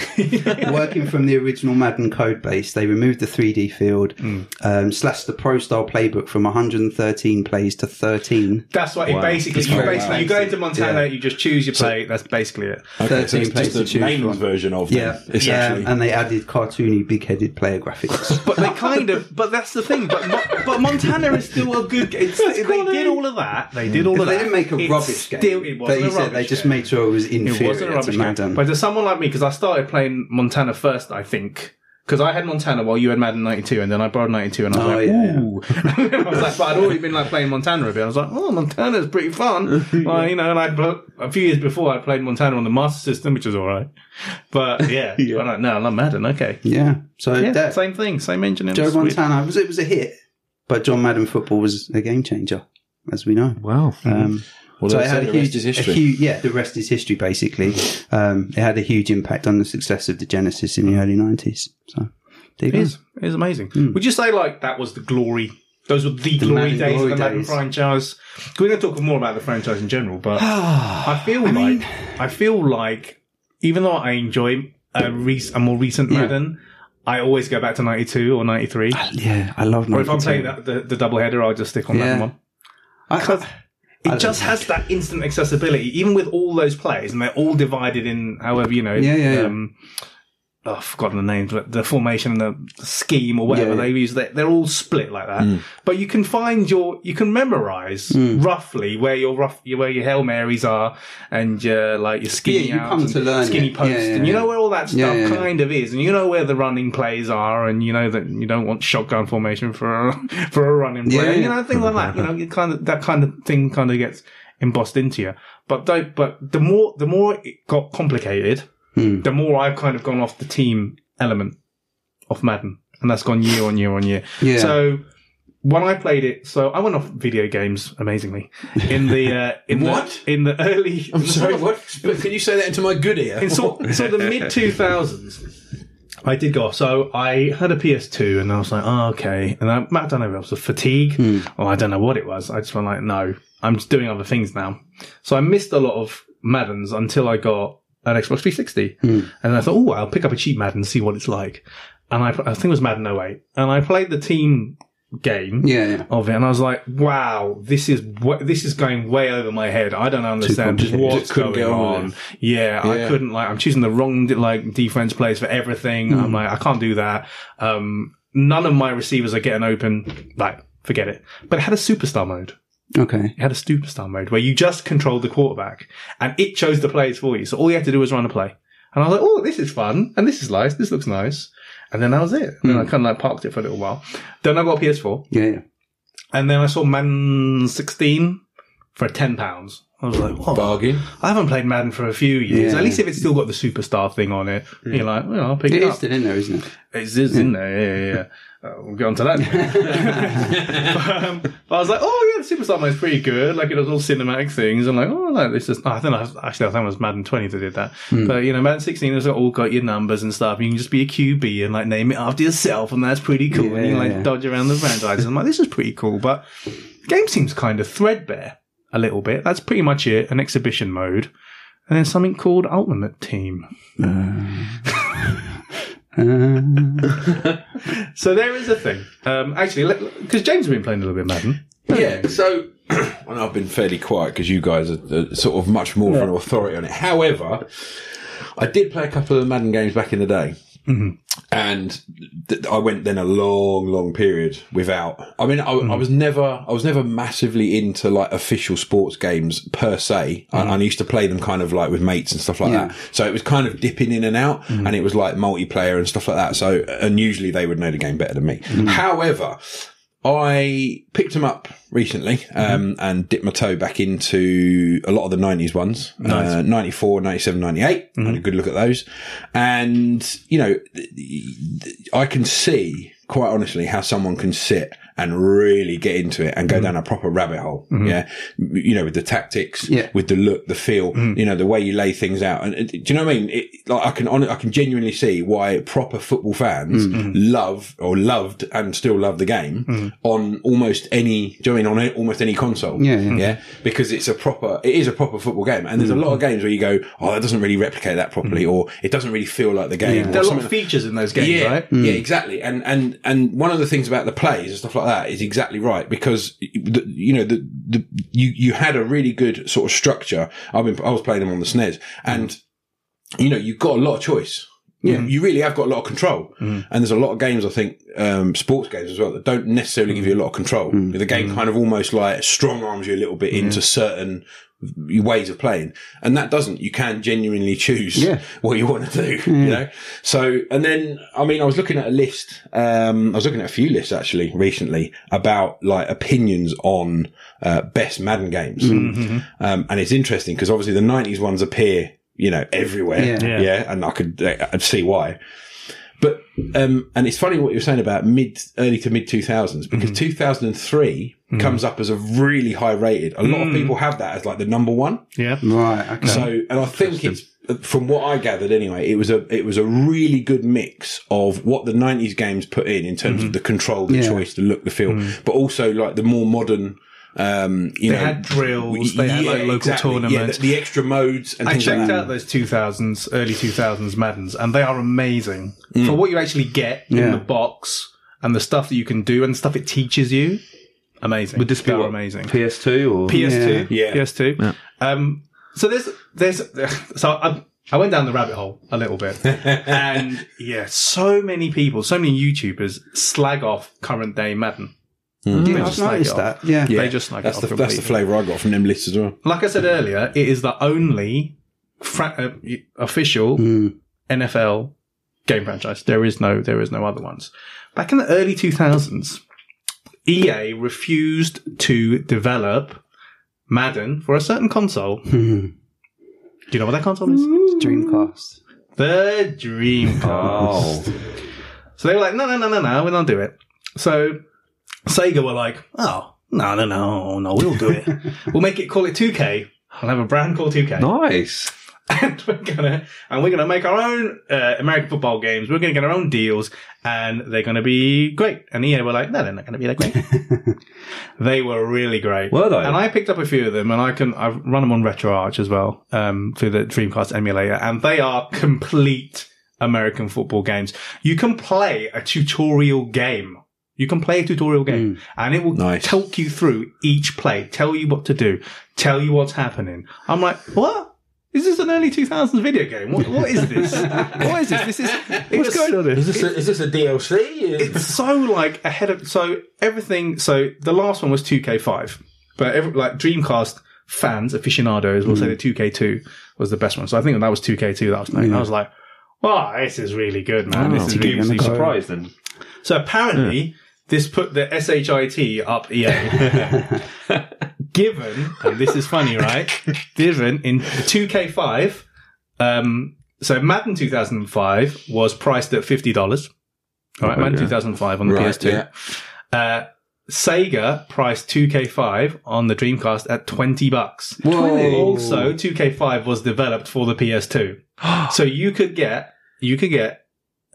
[SPEAKER 4] Working from the original Madden code base, they removed the 3D field,
[SPEAKER 1] Hmm.
[SPEAKER 4] um, slashed the pro style playbook from 113 plays to 13.
[SPEAKER 1] That's what it basically. You, basically you go into Montana,
[SPEAKER 4] Yeah.
[SPEAKER 1] you just choose your play. that's basically it.
[SPEAKER 5] okay, so
[SPEAKER 4] 13
[SPEAKER 5] it's
[SPEAKER 4] plays
[SPEAKER 5] just
[SPEAKER 4] to
[SPEAKER 5] the
[SPEAKER 4] choose
[SPEAKER 5] named
[SPEAKER 4] from.
[SPEAKER 5] version of
[SPEAKER 4] Yeah,
[SPEAKER 5] them, essentially.
[SPEAKER 4] Um, and they added cartoony, big-headed player graphics.
[SPEAKER 1] But they kind of. But that's the thing. But Mo- but Montana is still a good. It's, they did all of that. They did all
[SPEAKER 4] But
[SPEAKER 1] of that.
[SPEAKER 4] they didn't make a
[SPEAKER 1] It's
[SPEAKER 4] rubbish game.
[SPEAKER 1] Still, it wasn't
[SPEAKER 4] they
[SPEAKER 1] a
[SPEAKER 4] said
[SPEAKER 1] rubbish
[SPEAKER 4] they just
[SPEAKER 1] game.
[SPEAKER 4] made sure it was
[SPEAKER 1] It
[SPEAKER 4] inferior
[SPEAKER 1] wasn't a rubbish
[SPEAKER 4] to
[SPEAKER 1] game.
[SPEAKER 4] Madden.
[SPEAKER 1] But to someone like me, because I started playing Montana first, I think. Because I had Montana while you had Madden 92, and then I borrowed 92, and I was
[SPEAKER 4] Oh,
[SPEAKER 1] like,
[SPEAKER 4] yeah, yeah.
[SPEAKER 1] ooh. I was like, but I'd already been like playing Montana a bit. I was like, oh, Montana's pretty fun. Like, you know, and I a few years before, I played Montana on the Master System, which was all right. But yeah, I'm like, no, I love Madden. Okay.
[SPEAKER 4] yeah, so
[SPEAKER 1] Yeah,
[SPEAKER 4] that,
[SPEAKER 1] same thing, same engine. it
[SPEAKER 4] Joe
[SPEAKER 1] was weird.
[SPEAKER 4] Montana was it was a hit, but John Madden football was a game changer, as we know.
[SPEAKER 6] Wow.
[SPEAKER 4] Um,
[SPEAKER 5] Well,
[SPEAKER 4] so
[SPEAKER 5] they
[SPEAKER 4] it
[SPEAKER 5] said
[SPEAKER 4] had a
[SPEAKER 5] the
[SPEAKER 4] huge,
[SPEAKER 5] rest is history.
[SPEAKER 4] a huge- yeah, the rest is history. Basically, um, it had a huge impact on the success of the Genesis in the early nineties. So there you
[SPEAKER 1] It
[SPEAKER 4] go.
[SPEAKER 1] is. It is amazing. Would you say like that was the glory Those were the,
[SPEAKER 4] Mm. The
[SPEAKER 1] glory
[SPEAKER 4] Madden
[SPEAKER 1] days of
[SPEAKER 4] glory
[SPEAKER 1] the Madden
[SPEAKER 4] days.
[SPEAKER 1] franchise. We're going to talk more about the franchise in general, but
[SPEAKER 4] Ah,
[SPEAKER 1] I feel like I feel like even though I enjoy a, rec- a more recent
[SPEAKER 4] Yeah.
[SPEAKER 1] Madden, I always go back to '92 or '93.
[SPEAKER 4] Yeah, I love.
[SPEAKER 1] Or if I'm
[SPEAKER 4] 92.
[SPEAKER 1] playing that, the, the double header, I'll just stick on that
[SPEAKER 4] Yeah.
[SPEAKER 1] one.
[SPEAKER 4] I-
[SPEAKER 1] Because
[SPEAKER 4] I
[SPEAKER 1] it
[SPEAKER 4] don't
[SPEAKER 1] just
[SPEAKER 4] know.
[SPEAKER 1] has that instant accessibility, even with all those players, and they're all divided in however you know.
[SPEAKER 4] Yeah, yeah, yeah.
[SPEAKER 1] Um, oh, I've forgotten the names, but the formation, the scheme, or whatever
[SPEAKER 4] Yeah, Mm. yeah.
[SPEAKER 1] they use, they, they're all split like that. But you can find your, you can memorize
[SPEAKER 4] Mm.
[SPEAKER 1] roughly where your rough, where your hail marys are, and your like your skinny
[SPEAKER 4] you
[SPEAKER 1] outs
[SPEAKER 4] come
[SPEAKER 1] and
[SPEAKER 4] to learn
[SPEAKER 1] skinny
[SPEAKER 4] it. Yeah,
[SPEAKER 1] posts,
[SPEAKER 4] yeah,
[SPEAKER 1] and you
[SPEAKER 4] yeah.
[SPEAKER 1] know where all that stuff
[SPEAKER 4] Yeah, yeah, yeah.
[SPEAKER 1] kind of is, and you know where the running plays are, and you know that you don't want shotgun formation for a, for a running play,
[SPEAKER 4] Yeah,
[SPEAKER 1] and, you
[SPEAKER 4] yeah.
[SPEAKER 1] know things like that. You know, you kind of that kind of thing kind of gets embossed into you. But don't, but the more the more it got complicated, the more I've kind of gone off the team element of Madden, and that's gone year on year on year.
[SPEAKER 4] Yeah.
[SPEAKER 1] So. When I played it, so I went off video games amazingly in the uh, in
[SPEAKER 5] What?
[SPEAKER 1] the in the early.
[SPEAKER 5] I'm sorry, what? Can you say that into my good ear?
[SPEAKER 1] In sort, sort of the mid 2000s, I did go off. So I had a PS2 and I was like, oh, okay. And I, Matt, I don't know if it was a fatigue or I don't know what it was. I just went like, no, I'm just doing other things now. So I missed a lot of Maddens until I got an Xbox 360. And I thought, oh, I'll pick up a cheap Madden and see what it's like. And I, I think it was Madden 08. And I played the team game
[SPEAKER 4] Yeah, yeah.
[SPEAKER 1] of it, and I was like, "Wow, this is wa- this is going way over my head. I don't understand
[SPEAKER 4] complicated.
[SPEAKER 1] what's
[SPEAKER 5] Just couldn't
[SPEAKER 1] going
[SPEAKER 5] get on
[SPEAKER 1] on."
[SPEAKER 5] with
[SPEAKER 1] Yeah, I
[SPEAKER 5] Yeah.
[SPEAKER 1] couldn't like. I'm choosing the wrong like defense plays for everything.
[SPEAKER 5] Hmm.
[SPEAKER 1] I'm like, I can't do that. Um, none of my receivers are getting open. Like, forget it. But it had a superstar mode.
[SPEAKER 4] Okay.
[SPEAKER 1] It had a superstar mode where you just controlled the quarterback, and it chose the plays for you. So all you had to do was run a play. And I was like, "Oh, this is fun, and this is nice. This looks nice." And then that was it. And then I
[SPEAKER 5] Hmm.
[SPEAKER 1] kind of like parked it for a little while. Then I got a PS4.
[SPEAKER 4] Yeah, yeah.
[SPEAKER 1] And then I saw Madden 16 for ten pounds. I was like, what?
[SPEAKER 5] Bargain.
[SPEAKER 1] I haven't played Madden for a few years.
[SPEAKER 4] Yeah.
[SPEAKER 1] At least if it's still got the superstar thing on it, you're like, well, I'll pick it,
[SPEAKER 4] It
[SPEAKER 1] up.
[SPEAKER 4] is still in there, isn't it?
[SPEAKER 1] It's is in there, yeah, yeah. yeah. Uh, we'll get on to that. but, um, but I was like, oh yeah, the Superstar Mode's pretty good. Like it does all cinematic things. I'm like, oh no, this is. I think I was, actually I think it was Madden 20 that did that. But you know, Madden 16 has all got your numbers and stuff. You can just be a QB and like name it after yourself, and that's pretty cool. and you can, like
[SPEAKER 4] Yeah.
[SPEAKER 1] dodge around the franchise. I'm like, this is pretty cool. But the game seems kind of threadbare a little bit. That's pretty much it. An exhibition mode. And then something called Ultimate Team. So there is a thing. Um, actually, because James has been playing a little bit Madden.
[SPEAKER 5] Yeah, so and I've been fairly quiet because you guys are, are sort of much more of an authority on it. However, I did play a couple of Madden games back in the day, and th- I went then a long, long period without. I mean, I, I was never, I was never massively into like official sports games per se. And I, used to play them kind of like with mates and stuff like
[SPEAKER 4] Yeah.
[SPEAKER 5] that. So it was kind of dipping in and out, and it was like multiplayer and stuff like that. So and usually they would know the game better than me. However. I picked them up recently um, and dipped my toe back into a lot of the 90s ones uh, 94, 97, 98. Had a good look at those. And, you know, th- th- I can see, quite honestly, how someone can sit and really get into it
[SPEAKER 4] Mm-hmm.
[SPEAKER 5] and go down a proper rabbit hole. Yeah. M- You know, with the tactics,
[SPEAKER 4] Yeah. Mm-hmm.
[SPEAKER 5] with the look, the feel, you know, the way you lay things out. And uh, do you know what I mean? It, like I can, hon- I can genuinely see why proper football fans
[SPEAKER 4] Mm-hmm.
[SPEAKER 5] love or loved and still love the game on almost any, do you know what I mean? On a- almost any console.
[SPEAKER 4] Yeah, Mm-hmm. yeah.
[SPEAKER 5] Because it's a proper, it is a proper football game. And there's a lot of games where you go, oh, that doesn't really replicate that properly,
[SPEAKER 4] Mm-hmm.
[SPEAKER 5] or it doesn't really feel like the game. or
[SPEAKER 1] There are a lot
[SPEAKER 5] something
[SPEAKER 1] of features in those games,
[SPEAKER 5] yeah,
[SPEAKER 1] right?
[SPEAKER 5] yeah, exactly. And and and one of the things about the plays and stuff like that is exactly right because the, you know the, the you you had a really good sort of structure. I mean, I was playing them on the snares, and you know you've got a lot of choice. Yeah, you really have got a lot of control, and there's a lot of games I think, um, sports games as well, that don't necessarily give you a lot of control. The game kind of almost like strong arms you a little bit into certain ways of playing, and that doesn't. You can genuinely choose
[SPEAKER 4] Yeah.
[SPEAKER 5] what you want to do, you know. So, and then I mean, I was looking at a list. Um, I was looking at a few lists actually recently about like opinions on uh, best Madden games, um, and it's interesting because obviously the '90s ones appear, you know, everywhere.
[SPEAKER 4] Yeah.
[SPEAKER 1] Yeah.
[SPEAKER 5] Yeah, and I could I- I'd see why. But um, and it's funny what you're saying about mid early to mid 2000s
[SPEAKER 1] Mm-hmm.
[SPEAKER 5] because 2003 comes up as a really high rated. A lot of people have that as like the number one.
[SPEAKER 1] Mm. Yeah.
[SPEAKER 4] Right. Okay.
[SPEAKER 5] So, and I think it's from what I gathered anyway, it was a it was a really good mix of what the '90s games put in in terms
[SPEAKER 1] Mm-hmm.
[SPEAKER 5] of the control, the
[SPEAKER 4] Yeah.
[SPEAKER 5] choice, the look, the feel, but also like the more modern. Um,
[SPEAKER 1] Mm.
[SPEAKER 5] you
[SPEAKER 1] They
[SPEAKER 5] know,
[SPEAKER 1] had drills, they had, like, local tournaments.
[SPEAKER 5] the, the extra modes and
[SPEAKER 1] I
[SPEAKER 5] things like
[SPEAKER 1] checked
[SPEAKER 5] that.
[SPEAKER 1] out those 2000s, early 2000s Maddens, and they are amazing
[SPEAKER 7] Mm.
[SPEAKER 1] for what you actually get in
[SPEAKER 4] Yeah.
[SPEAKER 1] the box and the stuff that you can do and stuff it teaches you. Amazing. Would
[SPEAKER 7] this be what-
[SPEAKER 1] amazing?
[SPEAKER 7] PS2 or
[SPEAKER 1] PS2,
[SPEAKER 5] Yeah.
[SPEAKER 1] PS2. Um, so there's there's so I, I went down the rabbit hole a little bit, and yeah, so many people, so many YouTubers slag off current day Madden.
[SPEAKER 5] Hmm.
[SPEAKER 4] Yeah, I've
[SPEAKER 1] just like
[SPEAKER 4] noticed
[SPEAKER 1] it
[SPEAKER 4] that. Yeah.
[SPEAKER 5] Yeah.
[SPEAKER 1] They just like
[SPEAKER 5] that's
[SPEAKER 1] it
[SPEAKER 5] the
[SPEAKER 1] off
[SPEAKER 5] that's the
[SPEAKER 1] completely.
[SPEAKER 5] flavour I got from them lists as well.
[SPEAKER 1] Like I said earlier, it is the only fra- uh, official NFL game franchise. There is no there is no other ones. Back in the early 2000s, EA refused to develop Madden for a certain console.
[SPEAKER 4] Mhm.
[SPEAKER 1] Do you know what that console is?
[SPEAKER 4] Dreamcast.
[SPEAKER 1] The Dreamcast.
[SPEAKER 7] Oh,
[SPEAKER 1] so they were like, no, no, no, no, no, we don't do it. So Sega were like, oh, no, no, no, no, we'll do it. we'll make it call it 2K. I'll have a brand called 2K.
[SPEAKER 7] nice.
[SPEAKER 1] and we're gonna and we're gonna make our own uh, American football games. We're gonna get our own deals, and they're gonna be great. And EA were like, no, they're not gonna be that great. they were really great.
[SPEAKER 7] Were they?
[SPEAKER 1] And I picked up a few of them, and I can I've run them on RetroArch as well um, through the Dreamcast emulator, and they are complete American football games. You can play a tutorial game. You can play a tutorial game and it will
[SPEAKER 5] Nice.
[SPEAKER 1] talk you through each play, tell you what to do, tell you what's happening. I'm like, what? Is this an early 2000s video game? What, what is this? what is this? This is what's going on?
[SPEAKER 5] Is this a, is this a DLC?
[SPEAKER 1] It's so like ahead of so everything. So the last one was 2K5, but every, like Dreamcast fans, aficionados will say that 2K2 was the best one. So I think that was 2K2 that was named. I was like, wow, this is really good, man. this is
[SPEAKER 4] to give
[SPEAKER 1] really
[SPEAKER 4] them a
[SPEAKER 1] super-
[SPEAKER 4] go.
[SPEAKER 7] Surprised then.
[SPEAKER 1] so apparently, this put the SHIT up EA. Given, and this is funny, right? Given in 2K5, um, so Madden 2005 was priced at $50. All right, Madden 2005 on the
[SPEAKER 5] Right,
[SPEAKER 1] PS2.
[SPEAKER 5] yeah.
[SPEAKER 1] Uh, Sega priced 2K5 on the Dreamcast at 20 bucks. Also, 2K5 was developed for the PS2. so you could get you could get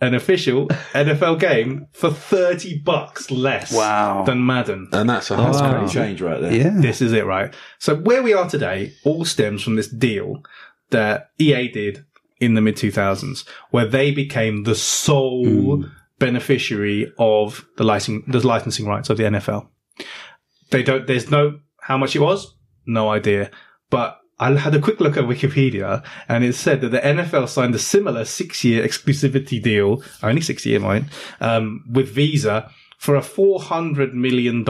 [SPEAKER 1] an official NFL game for 30 bucks less
[SPEAKER 4] Wow.
[SPEAKER 1] than Madden.
[SPEAKER 5] and that's a that's a change right there.
[SPEAKER 4] Yeah.
[SPEAKER 1] This is it, right? So where we are today all stems from this deal that EA did in the mid 2000s, where they became the sole beneficiary of the licensing, the licensing rights of the NFL. They don't, there's no, how much it was? No idea. But I had a quick look at Wikipedia and it said that the NFL signed a similar six year exclusivity deal, only six year mine, um, with Visa for a $400 million.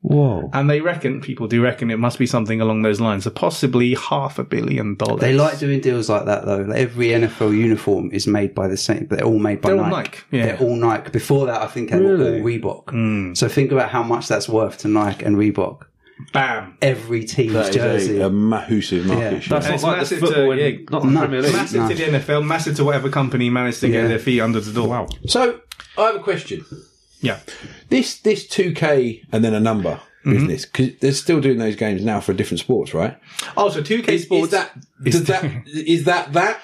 [SPEAKER 6] Whoa.
[SPEAKER 1] And they reckon, people do reckon it must be something along those lines. So possibly half a billion dollars.
[SPEAKER 4] They like doing deals like that though. Like, every NFL uniform is made by the same. They're all made by
[SPEAKER 1] They're all
[SPEAKER 4] Nike.
[SPEAKER 1] Nike, yeah. Hmm.
[SPEAKER 4] They're all Nike. Before that, I think they were all Reebok. So think about how much that's worth to Nike and Reebok.
[SPEAKER 1] Bam.
[SPEAKER 4] Every team's
[SPEAKER 5] That is
[SPEAKER 4] jersey.
[SPEAKER 5] a, a massive market
[SPEAKER 4] Yeah.
[SPEAKER 5] share.
[SPEAKER 1] And it's massive to, yeah,
[SPEAKER 7] Not the
[SPEAKER 4] No.
[SPEAKER 7] Premier League.
[SPEAKER 1] massive to the NFL, massive to whatever company managed to get
[SPEAKER 4] Yeah.
[SPEAKER 1] their feet under the door. Wow.
[SPEAKER 5] So I have a question.
[SPEAKER 1] Yeah.
[SPEAKER 5] This this two K and then a number
[SPEAKER 1] Mm-hmm.
[SPEAKER 5] business because they're still doing those games now for different sports, right?
[SPEAKER 1] Oh, so 2K
[SPEAKER 5] Is,
[SPEAKER 1] Sports.
[SPEAKER 5] is that does that is that that?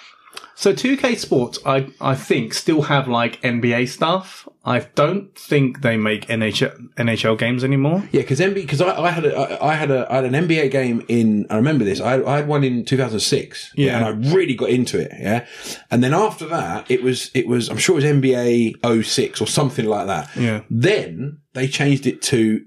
[SPEAKER 1] so 2K Sports, I, I think, still have like NBA stuff. I don't think they make NHL, NHL games anymore.
[SPEAKER 5] Yeah, because NBA because I, I had a, I, I had a I had an NBA game in I remember this I, I had one in 2006
[SPEAKER 1] Yeah.
[SPEAKER 5] and I really got into it yeah and then after that it was it was I'm sure it was NBA 06 or something like that
[SPEAKER 1] Yeah.
[SPEAKER 5] then they changed it to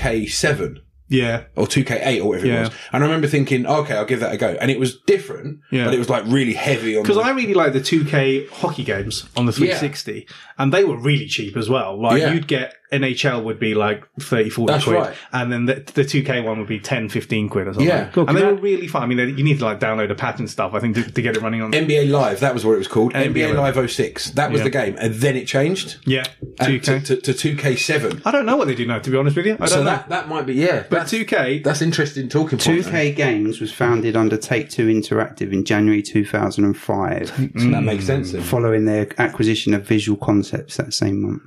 [SPEAKER 5] 2K7
[SPEAKER 1] Yeah.
[SPEAKER 5] or 2K8 or whatever
[SPEAKER 1] Yeah.
[SPEAKER 5] it was. And I remember thinking, okay, I'll give that a go. And it was different,
[SPEAKER 1] Yeah.
[SPEAKER 5] but it was like really heavy on.
[SPEAKER 1] Because
[SPEAKER 5] the-
[SPEAKER 1] I really like the 2K hockey games on the 360, and they were really cheap as well. Like,
[SPEAKER 5] Yeah.
[SPEAKER 1] you'd get NHL would be like 30, 40
[SPEAKER 5] That's
[SPEAKER 1] quid,
[SPEAKER 5] right.
[SPEAKER 1] and then the, the 2K one would be 10, 15 quid or something.
[SPEAKER 5] Yeah. Cool,
[SPEAKER 1] and they
[SPEAKER 6] can
[SPEAKER 1] were really fun. I mean, they, you need to like download a patch and stuff, I think, to, to get it running on.
[SPEAKER 5] NBA Live, that was what it was called. NBA,
[SPEAKER 1] NBA
[SPEAKER 5] Live 06. That was
[SPEAKER 1] Yeah.
[SPEAKER 5] the game. And then it changed
[SPEAKER 1] yeah.
[SPEAKER 5] and
[SPEAKER 1] 2K.
[SPEAKER 5] to, to, to 2K7.
[SPEAKER 1] I don't know what they do now, to be honest with you. I don't
[SPEAKER 5] So
[SPEAKER 1] know.
[SPEAKER 5] that, that might be, yeah.
[SPEAKER 1] but
[SPEAKER 5] that's,
[SPEAKER 1] 2K,
[SPEAKER 5] that's interesting talking point.
[SPEAKER 4] 2K Games was founded under Take Two Interactive in January 2005,
[SPEAKER 5] So that makes sense then.
[SPEAKER 4] following their acquisition of Visual Concepts that same month.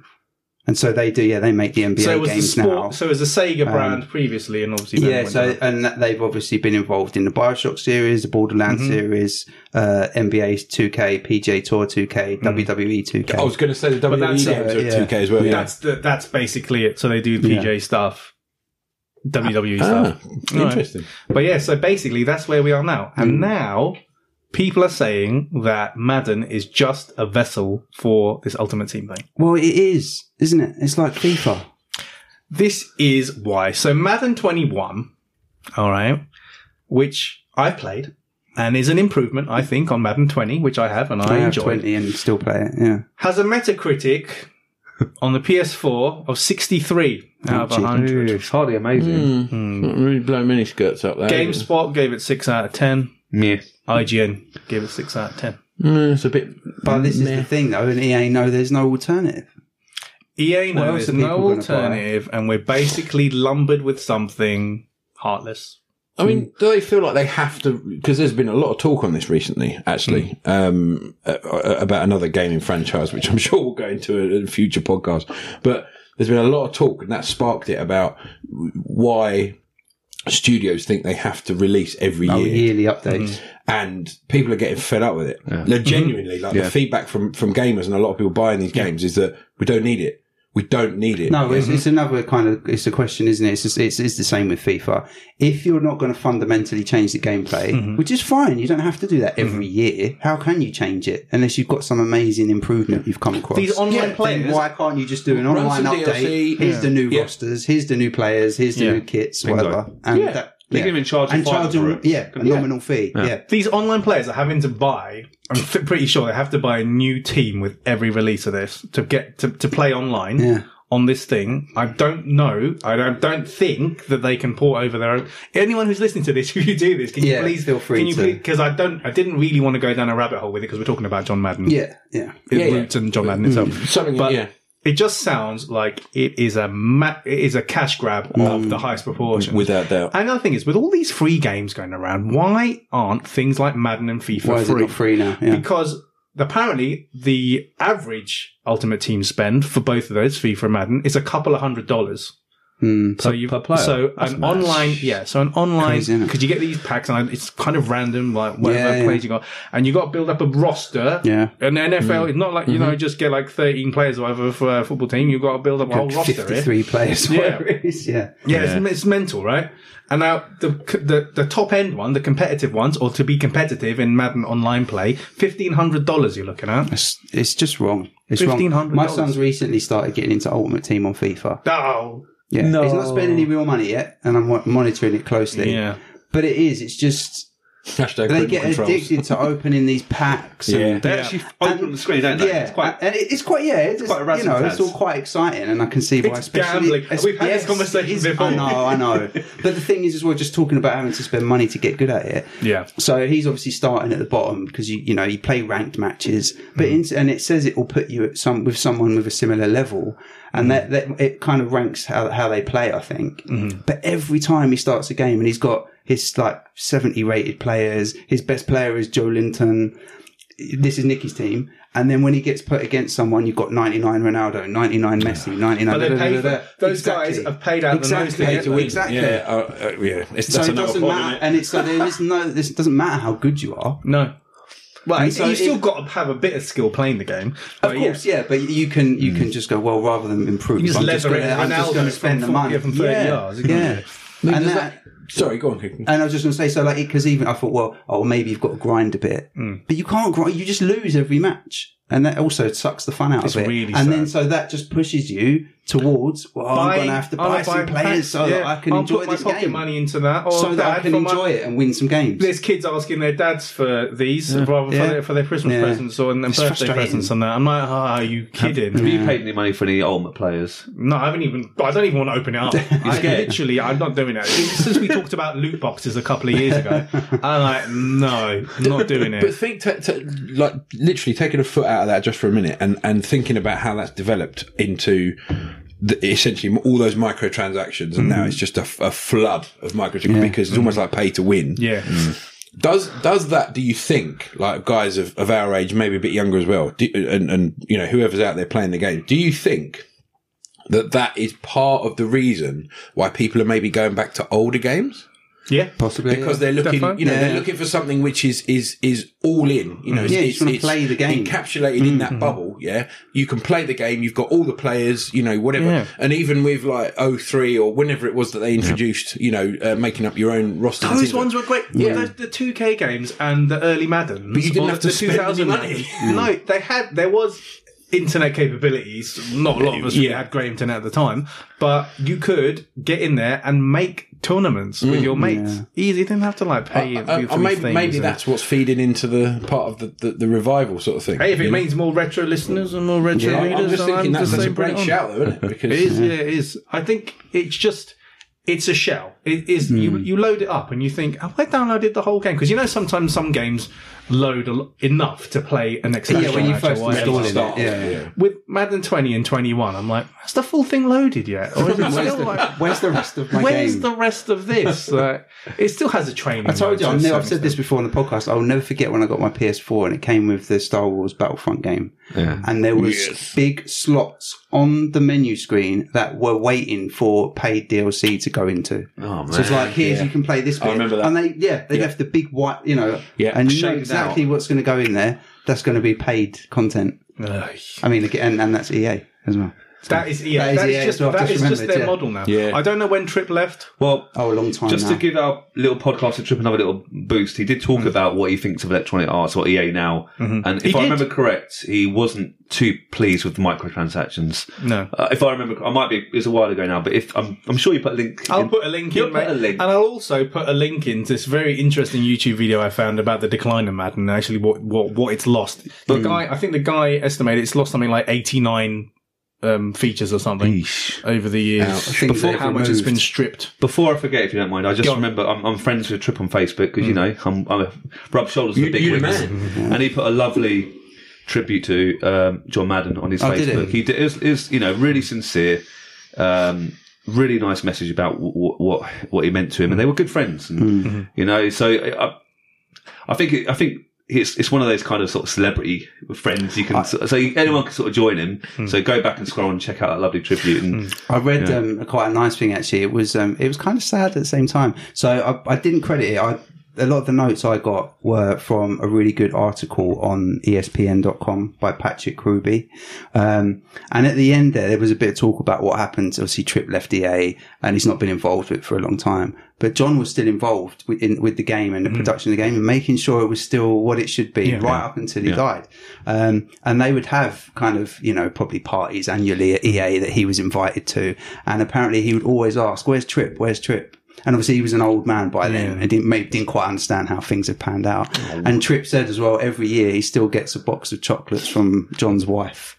[SPEAKER 4] And so they do, yeah, they make the NBA
[SPEAKER 1] So it was the
[SPEAKER 4] games
[SPEAKER 1] sport.
[SPEAKER 4] now. Um,
[SPEAKER 1] So it was the Sega brand previously, and obviously then
[SPEAKER 4] yeah,
[SPEAKER 1] went
[SPEAKER 4] so uh,
[SPEAKER 1] down.
[SPEAKER 4] and that- they've obviously been involved in the Bioshock series, the Borderlands series, uh, NBA 2K, PJ Tour 2K, WWE 2K.
[SPEAKER 5] I was going to say the WWE
[SPEAKER 1] that's, uh,
[SPEAKER 5] games are
[SPEAKER 4] yeah.
[SPEAKER 5] at 2K as well. Yeah.
[SPEAKER 1] that's the, that's basically it. So they do PJ stuff, WWE
[SPEAKER 5] Ah,
[SPEAKER 1] stuff. Alright.
[SPEAKER 5] interesting.
[SPEAKER 1] But yeah, so basically that's where we are now.
[SPEAKER 4] Mm.
[SPEAKER 1] And now people are saying that Madden is just a vessel for this Ultimate Team thing.
[SPEAKER 4] well, it is, isn't it? It's like FIFA.
[SPEAKER 1] This is why. So Madden 21, all right, which I played and is an improvement, I think, on Madden 20, which I have and I,
[SPEAKER 4] I have
[SPEAKER 1] enjoy.
[SPEAKER 4] 20 and still play it, yeah.
[SPEAKER 1] Has a Metacritic on the PS4 of 63 out of
[SPEAKER 4] gee.
[SPEAKER 1] 100.
[SPEAKER 6] It's hardly amazing.
[SPEAKER 5] Really blowing mini skirts up there.
[SPEAKER 1] GameSpot gave it 6 out of 10.
[SPEAKER 7] Yeah.
[SPEAKER 1] IGN gave it 6 out of 10.
[SPEAKER 5] Mm, it's a bit.
[SPEAKER 4] But this is the thing, though, and EA know there's no alternative.
[SPEAKER 1] EA
[SPEAKER 4] What
[SPEAKER 1] know
[SPEAKER 4] else
[SPEAKER 1] there's
[SPEAKER 4] are people
[SPEAKER 1] no
[SPEAKER 4] gonna buy?
[SPEAKER 1] alternative, and we're basically lumbered with something heartless.
[SPEAKER 5] I mean, do they feel like they have to? Because there's been a lot of talk on this recently, actually, um, uh, uh, about another gaming franchise, which I'm sure we'll go into in a future podcast. But there's been a lot of talk, and that sparked it about why studios think they have to release every
[SPEAKER 4] Oh,
[SPEAKER 5] year.
[SPEAKER 4] yearly updates.
[SPEAKER 5] and people are getting fed up with it. No,
[SPEAKER 4] Mm-hmm.
[SPEAKER 5] genuinely, like the feedback from from gamers and a lot of people buying these games is that we don't need it. We don't need it.
[SPEAKER 4] No, it's, it's another kind of it's a question, isn't it? It's, just, it's it's the same with FIFA. If you're not going to fundamentally change the gameplay, which is fine, you don't have to do that every year. How can you change it unless you've got some amazing improvement you've come across?
[SPEAKER 1] These online
[SPEAKER 4] Then
[SPEAKER 1] players-
[SPEAKER 4] why can't you just do an
[SPEAKER 5] Run
[SPEAKER 4] online
[SPEAKER 5] some
[SPEAKER 4] update?
[SPEAKER 5] DLC.
[SPEAKER 4] Here's the new
[SPEAKER 5] Yeah.
[SPEAKER 4] rosters. Here's the new players. Here's the
[SPEAKER 1] Yeah.
[SPEAKER 4] new kits,
[SPEAKER 7] Bingo.
[SPEAKER 4] whatever. And
[SPEAKER 5] Yeah.
[SPEAKER 4] that,
[SPEAKER 7] They can even charge a
[SPEAKER 4] and
[SPEAKER 7] fiver
[SPEAKER 4] charge them-
[SPEAKER 7] for it.
[SPEAKER 4] yeah, a
[SPEAKER 7] Yeah.
[SPEAKER 4] nominal fee. Yeah.
[SPEAKER 1] These online players are having to buy. I'm f- pretty sure they have to buy a new team with every release of this to get to, to play online
[SPEAKER 4] Yeah.
[SPEAKER 1] on this thing. I don't know. I don't, don't think that they can port over their own. Anyone who's listening to this, if you do this, can
[SPEAKER 4] Yeah,
[SPEAKER 1] you please
[SPEAKER 4] feel free
[SPEAKER 1] Can you
[SPEAKER 4] to-
[SPEAKER 1] because I don't. I didn't really want to go down a rabbit hole with it because we're talking about John Madden.
[SPEAKER 4] Yeah, yeah. Mm.
[SPEAKER 5] Yeah, yeah.
[SPEAKER 1] roots and John Madden itself.
[SPEAKER 5] something.
[SPEAKER 1] But-
[SPEAKER 5] yeah,
[SPEAKER 1] It just sounds like it is a ma- it is a cash grab
[SPEAKER 4] Mm.
[SPEAKER 1] of the highest proportion.
[SPEAKER 5] without doubt.
[SPEAKER 1] Another thing is with all these free games going around, why aren't things like Madden and FIFA
[SPEAKER 4] Why is it
[SPEAKER 1] free?
[SPEAKER 4] not free now? Yeah.
[SPEAKER 1] Because apparently the average Ultimate Team spend for both of those, FIFA and Madden, is a couple of hundred dollars.
[SPEAKER 4] Hmm.
[SPEAKER 1] So you
[SPEAKER 6] per player?
[SPEAKER 1] so
[SPEAKER 6] That's
[SPEAKER 1] an
[SPEAKER 6] nice.
[SPEAKER 1] online yeah so an online
[SPEAKER 4] Crazy, innit?
[SPEAKER 1] because you get these packs and it's kind of random like whatever
[SPEAKER 4] Yeah, yeah.
[SPEAKER 1] players you got and you got to build up a roster
[SPEAKER 4] Yeah. Mm-hmm.
[SPEAKER 1] and the NFL it's not like you know just get like thirteen players or whatever for a football team you've got to build up a whole roster eh? here.
[SPEAKER 4] Fifty-three players.
[SPEAKER 1] Yeah.
[SPEAKER 4] whatever it is, yeah.
[SPEAKER 1] Yeah, It's, it's mental, right? And now the, the the top end one, the competitive ones, or to be competitive in Madden online play, fifteen hundred dollars you're looking at.
[SPEAKER 4] It's, it's just wrong. It's wrong.
[SPEAKER 1] $1,500.
[SPEAKER 4] My son's recently started getting into Ultimate Team on FIFA.
[SPEAKER 1] Oh,
[SPEAKER 4] Yeah, he's not spending any real money yet, and I'm wa- monitoring it closely.
[SPEAKER 1] yeah.
[SPEAKER 4] but it is. It's just
[SPEAKER 5] Hashtag
[SPEAKER 4] they
[SPEAKER 5] parental
[SPEAKER 4] get
[SPEAKER 5] controls.
[SPEAKER 4] addicted to opening these packs.
[SPEAKER 5] Yeah.
[SPEAKER 7] They
[SPEAKER 1] Yeah.
[SPEAKER 7] actually f- open
[SPEAKER 4] And-
[SPEAKER 7] the screen, don't
[SPEAKER 4] And,
[SPEAKER 7] they?
[SPEAKER 4] yeah,
[SPEAKER 7] It's quite.
[SPEAKER 4] and it- it's quite yeah. It's,
[SPEAKER 7] quite a razzle
[SPEAKER 4] you know, it's
[SPEAKER 7] tazz.
[SPEAKER 4] all quite exciting, and I can see why.
[SPEAKER 1] It's
[SPEAKER 4] especially-
[SPEAKER 1] gambling.
[SPEAKER 4] it's-
[SPEAKER 1] We've had this
[SPEAKER 4] yes,
[SPEAKER 1] conversation
[SPEAKER 4] it is.
[SPEAKER 1] before.
[SPEAKER 4] I know, I know. but the thing is, as well, just talking about having to spend money to get good at it.
[SPEAKER 1] Yeah.
[SPEAKER 4] So he's obviously starting at the bottom because you you know you play ranked matches, but
[SPEAKER 1] Mm.
[SPEAKER 4] in, and it says it will put you at some with someone with a similar level,
[SPEAKER 1] Mm.
[SPEAKER 4] and that, that it kind of ranks how how they play, I think.
[SPEAKER 1] Mm-hmm.
[SPEAKER 4] But every time he starts a game and he's got his like seventy rated players, his best player is Joe Linton. This is Nicky's team, and then when he gets put against someone, you've got ninety nine Ronaldo, ninety nine Messi, ninety nine.
[SPEAKER 1] But they pay for, those guys have paid out the most. to
[SPEAKER 4] Exactly.
[SPEAKER 1] get them.
[SPEAKER 4] Exactly.
[SPEAKER 5] Yeah, uh, uh, yeah. It's,
[SPEAKER 4] So
[SPEAKER 5] that's
[SPEAKER 4] it
[SPEAKER 5] another
[SPEAKER 4] doesn't
[SPEAKER 5] problem,
[SPEAKER 4] matter,
[SPEAKER 5] innit?
[SPEAKER 4] and it's so there is no. This doesn't matter how good you are.
[SPEAKER 1] No. Well,
[SPEAKER 4] so
[SPEAKER 1] you still
[SPEAKER 4] it-
[SPEAKER 1] got to have a bit of skill playing the game.
[SPEAKER 4] Of course, yeah, but you can
[SPEAKER 5] Mm.
[SPEAKER 4] you can just go well rather than improve.
[SPEAKER 1] You just
[SPEAKER 4] I'm
[SPEAKER 1] leather
[SPEAKER 4] gonna-
[SPEAKER 1] it,
[SPEAKER 4] I'm just
[SPEAKER 1] Ronaldo
[SPEAKER 4] going
[SPEAKER 1] from
[SPEAKER 4] to spend the
[SPEAKER 1] 40
[SPEAKER 4] money
[SPEAKER 1] from 30
[SPEAKER 4] yeah.
[SPEAKER 1] yards, isn't
[SPEAKER 4] Yeah, and that,
[SPEAKER 5] Sorry, go on. Hickman.
[SPEAKER 4] and I was just going to say so like because even I thought well oh maybe you've got to grind a bit,
[SPEAKER 1] Hmm.
[SPEAKER 4] but you can't grind. You just lose every match, and that also sucks the fun out
[SPEAKER 1] It's
[SPEAKER 4] of it.
[SPEAKER 1] really
[SPEAKER 4] and then
[SPEAKER 1] sad.
[SPEAKER 4] so that just pushes you towards well I'm going to have to
[SPEAKER 1] I'll
[SPEAKER 4] buy some
[SPEAKER 1] packs,
[SPEAKER 4] players so that
[SPEAKER 1] yeah.
[SPEAKER 4] I can
[SPEAKER 1] I'll
[SPEAKER 4] enjoy
[SPEAKER 1] put
[SPEAKER 4] this
[SPEAKER 1] my pocket
[SPEAKER 4] game,
[SPEAKER 1] money into that, or
[SPEAKER 4] so that I
[SPEAKER 1] Dad,
[SPEAKER 4] can
[SPEAKER 1] for my-
[SPEAKER 4] enjoy it and win some games.
[SPEAKER 1] There's kids asking their dads for these rather
[SPEAKER 4] Yeah.
[SPEAKER 1] For, their, for their Christmas
[SPEAKER 4] Yeah.
[SPEAKER 1] presents or and, and
[SPEAKER 4] It's
[SPEAKER 1] birthday
[SPEAKER 4] frustrating.
[SPEAKER 1] presents and that. I'm like, oh, are you kidding?
[SPEAKER 7] Have you paid any money for any Ultimate players?
[SPEAKER 1] No, I haven't even. I don't even want to open it up. I
[SPEAKER 7] scared?
[SPEAKER 1] literally, I'm not doing it. Since we talked about loot boxes a couple of years ago, I'm like, no, not doing
[SPEAKER 5] But
[SPEAKER 1] it.
[SPEAKER 5] think, t- t- like, literally taking a foot out of that just for a minute, and and thinking about how that's developed into the, essentially all those microtransactions,
[SPEAKER 4] Mm-hmm.
[SPEAKER 5] and now it's just a, f- a flood of microtransactions because it's almost like pay to win.
[SPEAKER 1] Yeah,
[SPEAKER 5] Mm. Does does that? Do you think, like, guys of, of our age, maybe a bit younger as well, do, and and you know whoever's out there playing the game, do you think that that is part of the reason why people are maybe going back to older games
[SPEAKER 1] Yeah.
[SPEAKER 4] possibly
[SPEAKER 5] because they're looking,
[SPEAKER 1] Defo?
[SPEAKER 5] you know, they're
[SPEAKER 4] Yeah. Mm-hmm.
[SPEAKER 5] looking for something which is is is all in. You know,
[SPEAKER 4] Yeah, you
[SPEAKER 5] it's,
[SPEAKER 4] just wanna
[SPEAKER 5] it's
[SPEAKER 4] play the game. Mm-hmm.
[SPEAKER 5] encapsulated in that bubble. Yeah, you can play the game. You've got all the players. You know, whatever.
[SPEAKER 1] Yeah.
[SPEAKER 5] And even with like 03 or whenever it was that they introduced, you know, uh, making up your own roster. and
[SPEAKER 1] Those
[SPEAKER 5] things like-
[SPEAKER 1] ones were great.
[SPEAKER 5] Yeah.
[SPEAKER 1] Those- the 2K games and the early Madden.
[SPEAKER 5] But you didn't have to
[SPEAKER 1] the
[SPEAKER 5] spend any
[SPEAKER 1] 2000
[SPEAKER 5] money. Mm.
[SPEAKER 1] no, they had. There was internet capabilities. Not a lot of us really
[SPEAKER 5] Yeah.
[SPEAKER 1] had great internet at the time, but you could get in there and make tournaments
[SPEAKER 5] Mm,
[SPEAKER 1] with your mates. Easy. You didn't have to like pay.
[SPEAKER 5] Uh,
[SPEAKER 1] for
[SPEAKER 5] uh,
[SPEAKER 1] these
[SPEAKER 5] maybe
[SPEAKER 1] things
[SPEAKER 5] maybe
[SPEAKER 1] and-
[SPEAKER 5] that's what's feeding into the part of the, the, the revival sort of thing.
[SPEAKER 1] Hey, if it
[SPEAKER 5] you know?
[SPEAKER 1] means more retro listeners and more retro
[SPEAKER 5] I-
[SPEAKER 1] readers,
[SPEAKER 5] I'm just
[SPEAKER 1] then
[SPEAKER 5] thinking
[SPEAKER 1] I'm just
[SPEAKER 5] that's, that's a
[SPEAKER 1] saying bring
[SPEAKER 5] great
[SPEAKER 1] it on.
[SPEAKER 5] shout, though, isn't it? Because
[SPEAKER 1] It is, yeah. it is. I think it's just it's a shell. It is you
[SPEAKER 4] Hmm.
[SPEAKER 1] you load it up and you think, have I downloaded the whole game? Because you know sometimes some games load a lo- enough to play an expansion.
[SPEAKER 4] yeah, when you
[SPEAKER 1] pack or
[SPEAKER 4] first
[SPEAKER 1] whatever.
[SPEAKER 4] install it,
[SPEAKER 5] Start,
[SPEAKER 4] yeah.
[SPEAKER 5] yeah.
[SPEAKER 1] With Madden 20 and 21, I'm like, has the full thing loaded yet? Or is it
[SPEAKER 4] Where's
[SPEAKER 1] still
[SPEAKER 4] the,
[SPEAKER 1] like,
[SPEAKER 4] where's the rest of my
[SPEAKER 1] where's
[SPEAKER 4] game?
[SPEAKER 1] the rest of this? Like, it still has a training.
[SPEAKER 4] I told you, I know, I've said
[SPEAKER 1] this.
[SPEAKER 4] this before on the podcast. I'll never forget when I got my PS4 and it came with the Star Wars Battlefront game,
[SPEAKER 6] Yeah.
[SPEAKER 4] and there was big slots on the menu screen that were waiting for paid DLC to go into.
[SPEAKER 7] Oh, man.
[SPEAKER 4] So it's like, here's you can play this bit,
[SPEAKER 7] remember that.
[SPEAKER 4] and they yeah they left the big white you know
[SPEAKER 7] Yeah,
[SPEAKER 4] and you know
[SPEAKER 7] shaded
[SPEAKER 4] exactly what's going to go in there. That's going to be paid content. I mean, again, and, and that's EA as well.
[SPEAKER 1] That is, yeah,
[SPEAKER 4] That is,
[SPEAKER 1] that is
[SPEAKER 4] yeah,
[SPEAKER 1] just,
[SPEAKER 4] so I've
[SPEAKER 1] that
[SPEAKER 4] just
[SPEAKER 1] is just
[SPEAKER 4] remembered,
[SPEAKER 1] their
[SPEAKER 4] yeah.
[SPEAKER 1] model now.
[SPEAKER 7] Yeah.
[SPEAKER 1] I don't know when Trip left.
[SPEAKER 7] Well,
[SPEAKER 4] Oh, a long time.
[SPEAKER 7] just
[SPEAKER 4] now.
[SPEAKER 7] to give our little podcast a trip another little boost, he did talk about what he thinks of Electronic Arts or EA now. And if
[SPEAKER 1] Mm. Mm-hmm. He
[SPEAKER 7] I
[SPEAKER 1] did.
[SPEAKER 7] remember correct, he wasn't too pleased with the microtransactions.
[SPEAKER 1] No.
[SPEAKER 7] Uh, if I remember, I might be. It's a while ago now, but if I'm, I'm sure you put a link.
[SPEAKER 1] I'll
[SPEAKER 7] in-
[SPEAKER 1] put a link
[SPEAKER 7] You'll
[SPEAKER 1] in,
[SPEAKER 7] put
[SPEAKER 1] mate.
[SPEAKER 7] a link.
[SPEAKER 1] and I'll also put a link in to this very interesting YouTube video I found about the decline of Madden and actually what what, what it's lost. The guy, I think the guy estimated it's lost something like eighty nine um, features or something over the years.
[SPEAKER 4] Things
[SPEAKER 1] Before
[SPEAKER 4] they've
[SPEAKER 1] how much it's been
[SPEAKER 4] removed.
[SPEAKER 1] stripped.
[SPEAKER 7] Before I forget, if you don't mind, I just
[SPEAKER 1] Go on.
[SPEAKER 7] remember I'm, I'm friends with Trip on Facebook because you know I'm, I'm a rub shoulders
[SPEAKER 5] You-
[SPEAKER 7] with the big
[SPEAKER 5] you the
[SPEAKER 7] wigs, and he put a lovely tribute to um, John Madden on his
[SPEAKER 4] Oh, did
[SPEAKER 7] Facebook.
[SPEAKER 4] he?
[SPEAKER 7] did, it was, it was, you know really sincere, um, really nice message about w- what what he meant to him, and they were good friends, and, you know. So I, I- I think it, I think. It's, it's one of those kind of sort of celebrity friends you can so so anyone can sort of join him. So go back and scroll and check out that lovely tribute. And
[SPEAKER 4] I read um, quite a nice thing actually. It was um, it was kind of sad at the same time. So I, I didn't credit it. I, a lot of the notes I got were from a really good article on E ESPN.com by Patrick Ruby. Um, and at the end there, there was a bit of talk about what happened. Obviously, Tripp left EA and he's not been involved with it for a long time. But John was still involved with, in, with the game and the production of the game and making sure it was still what it should be right up until he died. Um, and they would have kind of, you know, probably parties annually at EA that he was invited to. And apparently he would always ask, where's Trip? Where's Trip? And obviously he was an old man by then and didn't, maybe didn't quite understand how things had panned out. And Trip said as well, every year he still gets a box of chocolates from John's wife.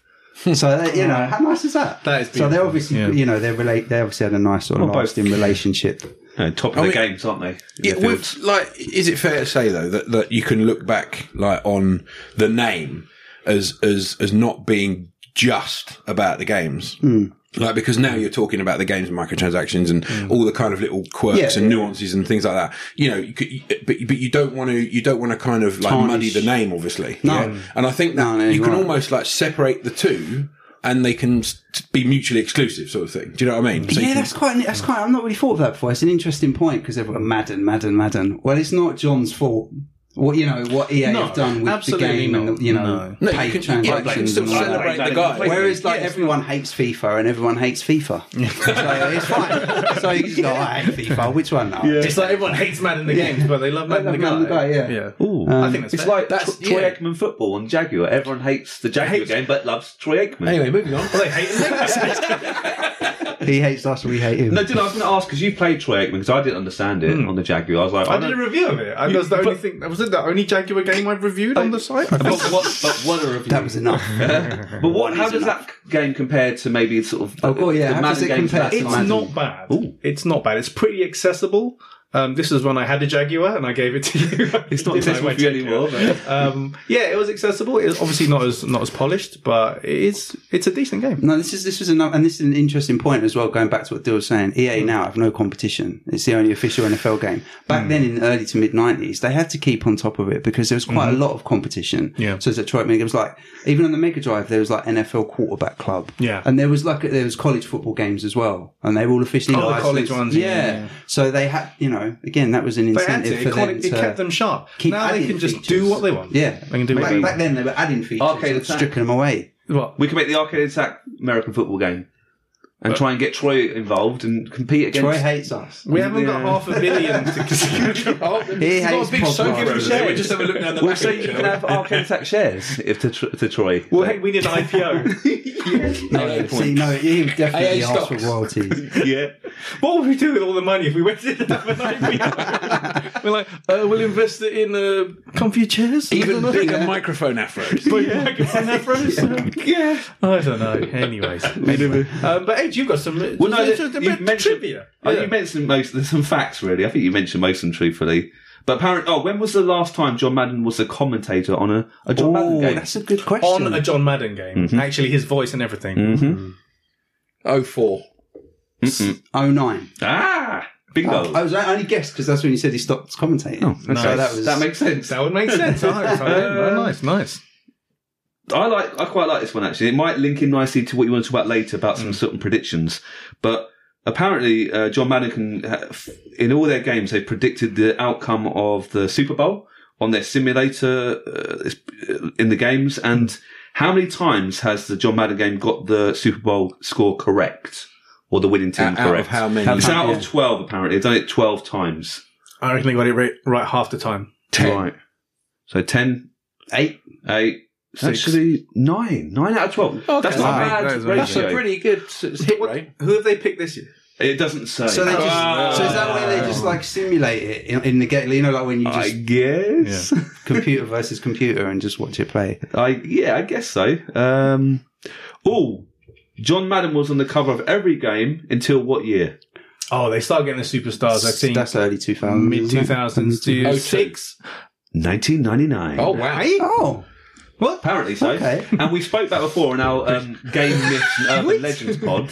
[SPEAKER 4] So they- you know how nice is that?
[SPEAKER 1] That is
[SPEAKER 4] so. They
[SPEAKER 1] beautiful,
[SPEAKER 4] obviously,
[SPEAKER 1] yeah.
[SPEAKER 4] you know, they relate. They obviously had a nice sort of
[SPEAKER 7] both.
[SPEAKER 4] lasting relationship.
[SPEAKER 7] you know, top of the games, aren't they? in
[SPEAKER 5] Yeah,
[SPEAKER 7] their fields?
[SPEAKER 5] with like, is it fair to say though that, that you can look back like on the name as as as not being just about the games?
[SPEAKER 4] Hmm.
[SPEAKER 5] Like because now you're talking about the games and microtransactions and all the kind of little quirks
[SPEAKER 4] Hmm. Yeah,
[SPEAKER 5] and
[SPEAKER 4] yeah.
[SPEAKER 5] nuances and things like that. You know, you could, you- but but you don't want to you don't want to kind of like
[SPEAKER 4] Tarnish.
[SPEAKER 5] muddy the name, obviously.
[SPEAKER 4] No.
[SPEAKER 5] and I think that
[SPEAKER 4] No, no,
[SPEAKER 5] you
[SPEAKER 4] you're
[SPEAKER 5] can
[SPEAKER 4] right.
[SPEAKER 5] almost like separate the two, and they can s- be mutually exclusive, sort of thing. Do you know what I mean? So you
[SPEAKER 4] yeah,
[SPEAKER 5] can-
[SPEAKER 4] that's quite. an- That's quite. I've not really thought of that before. It's an interesting point because everyone Madden, Madden, Madden. Well, it's not John's fault. What you know, what EA
[SPEAKER 1] No,
[SPEAKER 4] have done with the
[SPEAKER 1] absolutely
[SPEAKER 4] game, and
[SPEAKER 1] not.
[SPEAKER 4] the, you know,
[SPEAKER 5] No,
[SPEAKER 4] paid
[SPEAKER 5] you can, yeah, you can
[SPEAKER 4] transactions
[SPEAKER 5] still
[SPEAKER 4] and all that.
[SPEAKER 5] celebrate the guy.
[SPEAKER 4] Whereas, like, everyone hates FIFA and everyone hates FIFA. so it's fine. So you just go, "Oh, I hate FIFA. Which one now?
[SPEAKER 1] It's like everyone hates Madden the games, but they love Madden
[SPEAKER 4] love
[SPEAKER 1] the
[SPEAKER 4] Madden
[SPEAKER 1] guy.
[SPEAKER 4] the guy, yeah.
[SPEAKER 7] Ooh.
[SPEAKER 1] I think that's
[SPEAKER 7] it's
[SPEAKER 1] fair.
[SPEAKER 7] like that's
[SPEAKER 5] That's-
[SPEAKER 7] Troy
[SPEAKER 5] yeah.
[SPEAKER 7] Aikman football on Jaguar. Everyone hates the Jaguar
[SPEAKER 1] Hates-
[SPEAKER 7] game, but loves Troy Aikman.
[SPEAKER 5] anyway, moving on.
[SPEAKER 1] Well, they hate him.
[SPEAKER 4] He hates us, we hate him.
[SPEAKER 7] No, did I was going to ask because you played Troy Aikman because I didn't understand it
[SPEAKER 4] Hmm.
[SPEAKER 7] on the Jaguar. I was like,
[SPEAKER 1] I did a
[SPEAKER 7] don't-
[SPEAKER 1] review of it. I was the only thing. Was it the only Jaguar game I've reviewed on the site? I
[SPEAKER 7] But
[SPEAKER 1] think-
[SPEAKER 7] what? But what a review!
[SPEAKER 4] that was enough.
[SPEAKER 7] but what? How does that game compare to maybe sort of the,
[SPEAKER 4] Oh, well, yeah,
[SPEAKER 7] the
[SPEAKER 4] how
[SPEAKER 7] Madden
[SPEAKER 4] does it
[SPEAKER 7] games
[SPEAKER 4] compare
[SPEAKER 7] last
[SPEAKER 4] to
[SPEAKER 1] It's
[SPEAKER 7] time?
[SPEAKER 4] Madden?
[SPEAKER 1] not bad. It's not bad. It's pretty accessible. Um, this was when I had a Jaguar and I gave it to you.
[SPEAKER 7] It's not
[SPEAKER 1] I
[SPEAKER 7] accessible
[SPEAKER 1] went
[SPEAKER 7] for you
[SPEAKER 1] Jaguar.
[SPEAKER 7] anymore, but-
[SPEAKER 1] um, yeah, it was accessible. It's obviously not as not as polished, but it is it's a decent game.
[SPEAKER 4] No, this is this was another, and this is an interesting point as well. Going back to what Dill was saying, EA
[SPEAKER 1] Mm.
[SPEAKER 4] now have no competition. It's the only official NFL game.
[SPEAKER 1] Mm.
[SPEAKER 4] Back then, in the early to mid nineties, they had to keep on top of it because there was quite a lot of competition.
[SPEAKER 1] Mm-hmm. Yeah.
[SPEAKER 4] So Detroit Mega it was like even on the Mega Drive, there was like NFL Quarterback Club.
[SPEAKER 1] Yeah.
[SPEAKER 4] and there was like there was college football games as well, and they were all officially
[SPEAKER 1] Oh, the
[SPEAKER 4] licensed.
[SPEAKER 1] college ones, yeah, yeah, yeah.
[SPEAKER 4] So they had, you know, again that was an
[SPEAKER 1] They had
[SPEAKER 4] incentive
[SPEAKER 1] to.
[SPEAKER 4] for
[SPEAKER 1] It,
[SPEAKER 4] them
[SPEAKER 1] caught-
[SPEAKER 4] to
[SPEAKER 1] it kept them sharp.
[SPEAKER 4] keep
[SPEAKER 1] Now they
[SPEAKER 4] adding
[SPEAKER 1] can just
[SPEAKER 4] features.
[SPEAKER 1] do what they want.
[SPEAKER 4] Yeah,
[SPEAKER 1] they can do what
[SPEAKER 4] back,
[SPEAKER 1] they
[SPEAKER 4] back
[SPEAKER 1] want.
[SPEAKER 4] then they were adding features,
[SPEAKER 7] Arcade
[SPEAKER 4] and
[SPEAKER 7] Attack.
[SPEAKER 4] stripping them away.
[SPEAKER 1] What?
[SPEAKER 7] We can make the arcade attack American football game and try and get Troy involved and compete against.
[SPEAKER 4] Troy hates us.
[SPEAKER 1] We haven't got half a billion to consider.
[SPEAKER 4] He hates Pogba.
[SPEAKER 5] Just have a look down the
[SPEAKER 7] Well,
[SPEAKER 5] back
[SPEAKER 7] so
[SPEAKER 5] of it,
[SPEAKER 7] you
[SPEAKER 5] shall
[SPEAKER 7] can
[SPEAKER 5] we?
[SPEAKER 7] have arcade attack shares if to, Tr- to Troy.
[SPEAKER 1] well, hey, we need an IPO.
[SPEAKER 4] No, see, no, he definitely
[SPEAKER 5] AA
[SPEAKER 4] asked for
[SPEAKER 5] stocks.
[SPEAKER 4] royalties.
[SPEAKER 7] yeah.
[SPEAKER 1] what would we do with all the money if we waited to have an IPO? We're like, uh, we'll invest it in uh, comfy chairs.
[SPEAKER 5] Even
[SPEAKER 1] I don't
[SPEAKER 5] bigger
[SPEAKER 1] know.
[SPEAKER 5] microphone afros.
[SPEAKER 1] But yeah. microphone afros. yeah, I don't know. Anyways, um, but Ed, you've got some.
[SPEAKER 7] Well, no,
[SPEAKER 1] it's
[SPEAKER 7] you
[SPEAKER 1] just a bit
[SPEAKER 7] mentioned,
[SPEAKER 1] trivia.
[SPEAKER 7] Oh,
[SPEAKER 1] Yeah.
[SPEAKER 7] you mentioned most. There's some facts really. I think you mentioned most of them truthfully. But apparently, oh, when was the last time John Madden was a commentator on a, a John
[SPEAKER 4] Oh,
[SPEAKER 7] Madden game?
[SPEAKER 4] that's a good question.
[SPEAKER 1] on a John Madden game,
[SPEAKER 7] Mm-hmm.
[SPEAKER 1] actually, his voice and everything.
[SPEAKER 5] Oh four.
[SPEAKER 4] 09.
[SPEAKER 7] Ah, bingo.
[SPEAKER 4] Oh, I was I only guessed because that's when you said he stopped commentating.
[SPEAKER 7] Oh, okay.
[SPEAKER 4] So Oh, that was
[SPEAKER 7] that makes sense.
[SPEAKER 1] That would make sense. I hope so. Yeah, nice, nice.
[SPEAKER 7] Um, I like. I quite like this one actually. It might link in nicely to what you want to talk about later about
[SPEAKER 1] Mm.
[SPEAKER 7] some certain predictions. But apparently, uh, John Madden can, ha- f- in all their games, they've predicted the outcome of the Super Bowl on their simulator uh, it's- uh, in the games.
[SPEAKER 1] Mm.
[SPEAKER 7] And how many times has the John Madden game got the Super Bowl score correct or the winning team
[SPEAKER 5] Out- out
[SPEAKER 7] correct?
[SPEAKER 5] of how many?
[SPEAKER 7] It's out
[SPEAKER 4] Yeah.
[SPEAKER 7] of twelve. Apparently, they've done it twelve times.
[SPEAKER 1] I reckon they got it right, right half the time.
[SPEAKER 5] Ten.
[SPEAKER 7] Right. So 10,
[SPEAKER 4] eight.
[SPEAKER 7] 8, Actually, nine. Nine out of 12. That's not
[SPEAKER 4] Wow.
[SPEAKER 7] bad.
[SPEAKER 1] That is amazing.
[SPEAKER 7] ratio.
[SPEAKER 5] pretty good s- hit rate.
[SPEAKER 1] Who have they picked this year?
[SPEAKER 7] It doesn't say.
[SPEAKER 4] So they just
[SPEAKER 5] Wow.
[SPEAKER 4] so is that where they just like simulate it in, in the game? You know, like when you
[SPEAKER 7] I
[SPEAKER 4] just
[SPEAKER 7] guess.
[SPEAKER 4] computer versus computer and just watch it play.
[SPEAKER 7] I yeah, I guess so. Um, oh, John Madden was on the cover of every game until what year?
[SPEAKER 1] Oh, they start getting the superstars. I think
[SPEAKER 4] That's early two thousand,
[SPEAKER 1] mid two thousands to
[SPEAKER 5] Oh,
[SPEAKER 1] six.
[SPEAKER 7] 1999.
[SPEAKER 5] Oh wow!
[SPEAKER 4] Oh,
[SPEAKER 7] Apparently so.
[SPEAKER 4] Okay.
[SPEAKER 7] And we spoke about before in our um, Game Myths and Urban Legends pod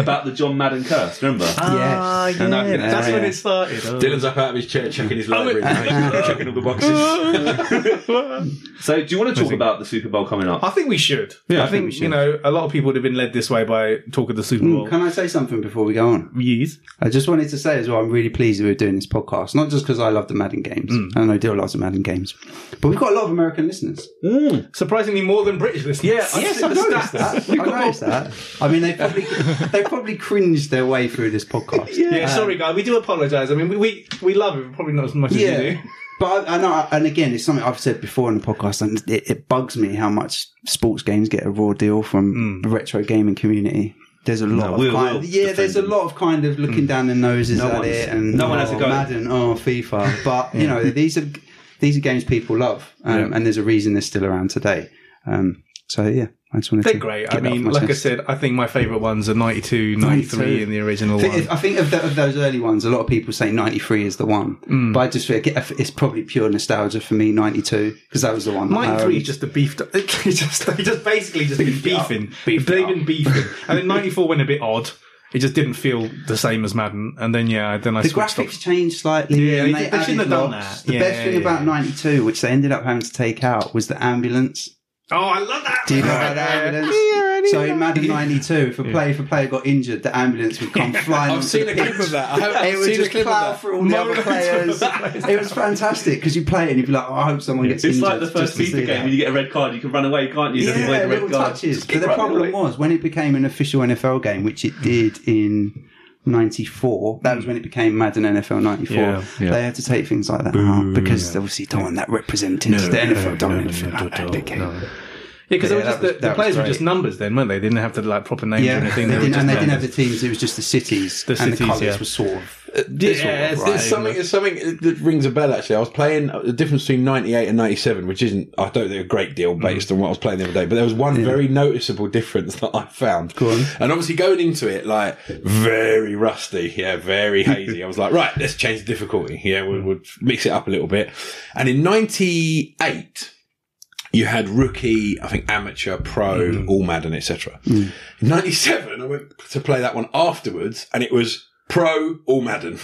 [SPEAKER 7] about the John Madden curse, remember?
[SPEAKER 1] Ah,
[SPEAKER 4] yes.
[SPEAKER 1] yeah,
[SPEAKER 7] no, yeah.
[SPEAKER 1] that's when it started. Oh.
[SPEAKER 5] Dylan's up out of his chair, checking his library.
[SPEAKER 7] Checking all the boxes. so, do you want to talk about the Super Bowl coming
[SPEAKER 1] I
[SPEAKER 7] up?
[SPEAKER 1] think we should. Hmm,
[SPEAKER 7] Yeah,
[SPEAKER 1] I think, you know a lot of people would have been led this way by talk of the Super Bowl.
[SPEAKER 4] Mm, Can I say something before we go on?
[SPEAKER 1] Yes.
[SPEAKER 4] I just wanted to say as well, I'm really pleased that we're doing this podcast. Not just because I love the Madden games.
[SPEAKER 1] Mm.
[SPEAKER 4] I know Dill loves the Madden games. But we've got a lot of American listeners.
[SPEAKER 1] Surprisingly, more than British listeners.
[SPEAKER 7] Yeah, I
[SPEAKER 4] Yes,
[SPEAKER 7] think
[SPEAKER 4] I
[SPEAKER 7] the
[SPEAKER 4] noticed that. I noticed that. I mean, they probably they probably cringed their way through this podcast.
[SPEAKER 1] Yeah, sorry, guys. We do apologise. I mean, we, we we love it, but probably not as much as you do.
[SPEAKER 4] Yeah. But I, I know, and again, it's something I've said before in the podcast, and it, it bugs me how much sports games get a raw deal from the retro gaming community. There's a lot of
[SPEAKER 7] we'll-
[SPEAKER 4] kind,
[SPEAKER 7] we'll
[SPEAKER 4] yeah. There's a
[SPEAKER 7] defend
[SPEAKER 4] lot of kind of looking down their noses
[SPEAKER 7] No
[SPEAKER 4] at
[SPEAKER 7] one's-
[SPEAKER 4] it, and
[SPEAKER 7] no one has
[SPEAKER 4] oh,
[SPEAKER 7] to go.
[SPEAKER 4] Madden, oh FIFA, but you know these are these are games people love, um, and there's a reason they're still around today. Um, so yeah, I just wanted
[SPEAKER 1] They're
[SPEAKER 4] to
[SPEAKER 1] great.
[SPEAKER 4] get
[SPEAKER 1] I
[SPEAKER 4] that off
[SPEAKER 1] mean,
[SPEAKER 4] my
[SPEAKER 1] like I
[SPEAKER 4] chest.
[SPEAKER 1] said, I think my favourite ones are 92, 93 in the original
[SPEAKER 4] I think,
[SPEAKER 1] one.
[SPEAKER 4] I think of, the, of those early ones, a lot of people say 93 is the one. But I just think it's probably pure nostalgia for me, 92, because that was the one. that I
[SPEAKER 1] 93
[SPEAKER 4] owned.
[SPEAKER 1] is just a beefed up. They just, they just basically just been beefing. Beefed They've been beefing. And then 94 went a bit odd. It just didn't feel the same as Madden. And then, yeah, then I
[SPEAKER 4] The
[SPEAKER 1] switched
[SPEAKER 4] graphics
[SPEAKER 1] off.
[SPEAKER 4] changed slightly.
[SPEAKER 1] Yeah,
[SPEAKER 4] and
[SPEAKER 1] they
[SPEAKER 4] they,
[SPEAKER 1] did- they
[SPEAKER 4] added
[SPEAKER 1] shouldn't have done
[SPEAKER 4] lots.
[SPEAKER 1] that.
[SPEAKER 4] The
[SPEAKER 1] Yeah,
[SPEAKER 4] best thing
[SPEAKER 1] yeah,
[SPEAKER 4] about
[SPEAKER 1] yeah.
[SPEAKER 4] 92, which they ended up having to take out, was the ambulance.
[SPEAKER 1] Oh, I love that.
[SPEAKER 4] Do you know about the ambulance? so in Madden 92, if a player, if a player got injured, the ambulance would come flying. onto
[SPEAKER 5] I've seen
[SPEAKER 4] the
[SPEAKER 5] a clip
[SPEAKER 4] pitch.
[SPEAKER 5] of that. I haven't
[SPEAKER 4] It would
[SPEAKER 5] seen a
[SPEAKER 4] just
[SPEAKER 5] clip of
[SPEAKER 4] plow
[SPEAKER 5] that.
[SPEAKER 4] through all the other players. it was fantastic because you play it and you'd be like, oh, I hope someone gets
[SPEAKER 7] It's
[SPEAKER 4] injured.
[SPEAKER 7] like the
[SPEAKER 4] just
[SPEAKER 7] first
[SPEAKER 4] to
[SPEAKER 7] FIFA
[SPEAKER 4] see
[SPEAKER 7] game
[SPEAKER 4] that.
[SPEAKER 7] when you get a red card, you can run away, can't you? Just avoid
[SPEAKER 4] Yeah,
[SPEAKER 7] the red
[SPEAKER 4] little
[SPEAKER 7] card.
[SPEAKER 4] touches.
[SPEAKER 7] Just
[SPEAKER 4] But
[SPEAKER 7] keep
[SPEAKER 4] the
[SPEAKER 7] running
[SPEAKER 4] problem
[SPEAKER 7] away.
[SPEAKER 4] was when it became an official NFL game, which it did in '94. That was when it became Madden NFL '94.
[SPEAKER 1] Yeah,
[SPEAKER 4] They had to take things like that out because they obviously don't want that represented. the NFL don't want anything like that. They can't.
[SPEAKER 1] Yeah, because
[SPEAKER 4] Yeah, that was-
[SPEAKER 1] the, the
[SPEAKER 4] that was
[SPEAKER 1] players were
[SPEAKER 4] great.
[SPEAKER 1] just numbers then, weren't they? They didn't have to like proper names or
[SPEAKER 4] Yeah,
[SPEAKER 1] anything.
[SPEAKER 4] they
[SPEAKER 1] were
[SPEAKER 4] didn't,
[SPEAKER 1] just
[SPEAKER 4] and they didn't
[SPEAKER 1] numbers.
[SPEAKER 4] have the teams. It was just the cities,
[SPEAKER 1] The
[SPEAKER 4] and
[SPEAKER 1] cities,
[SPEAKER 4] the colours
[SPEAKER 1] yeah.
[SPEAKER 4] were sort of
[SPEAKER 5] This yeah,
[SPEAKER 1] right,
[SPEAKER 5] there's something, there's something that rings a bell. Actually, I was playing uh, the difference between '98 and '97, which isn't I don't think a great deal based on what I was playing the other day, but there was one very noticeable difference that I found. And obviously, going into it like very rusty, yeah, very hazy. I was like, right, let's change the difficulty. Yeah, we'll, we'll mix it up a little bit. And in '98 you had rookie, I think amateur, pro, all Madden, etc. In 97, I went to play that one afterwards and it was pro, all Madden.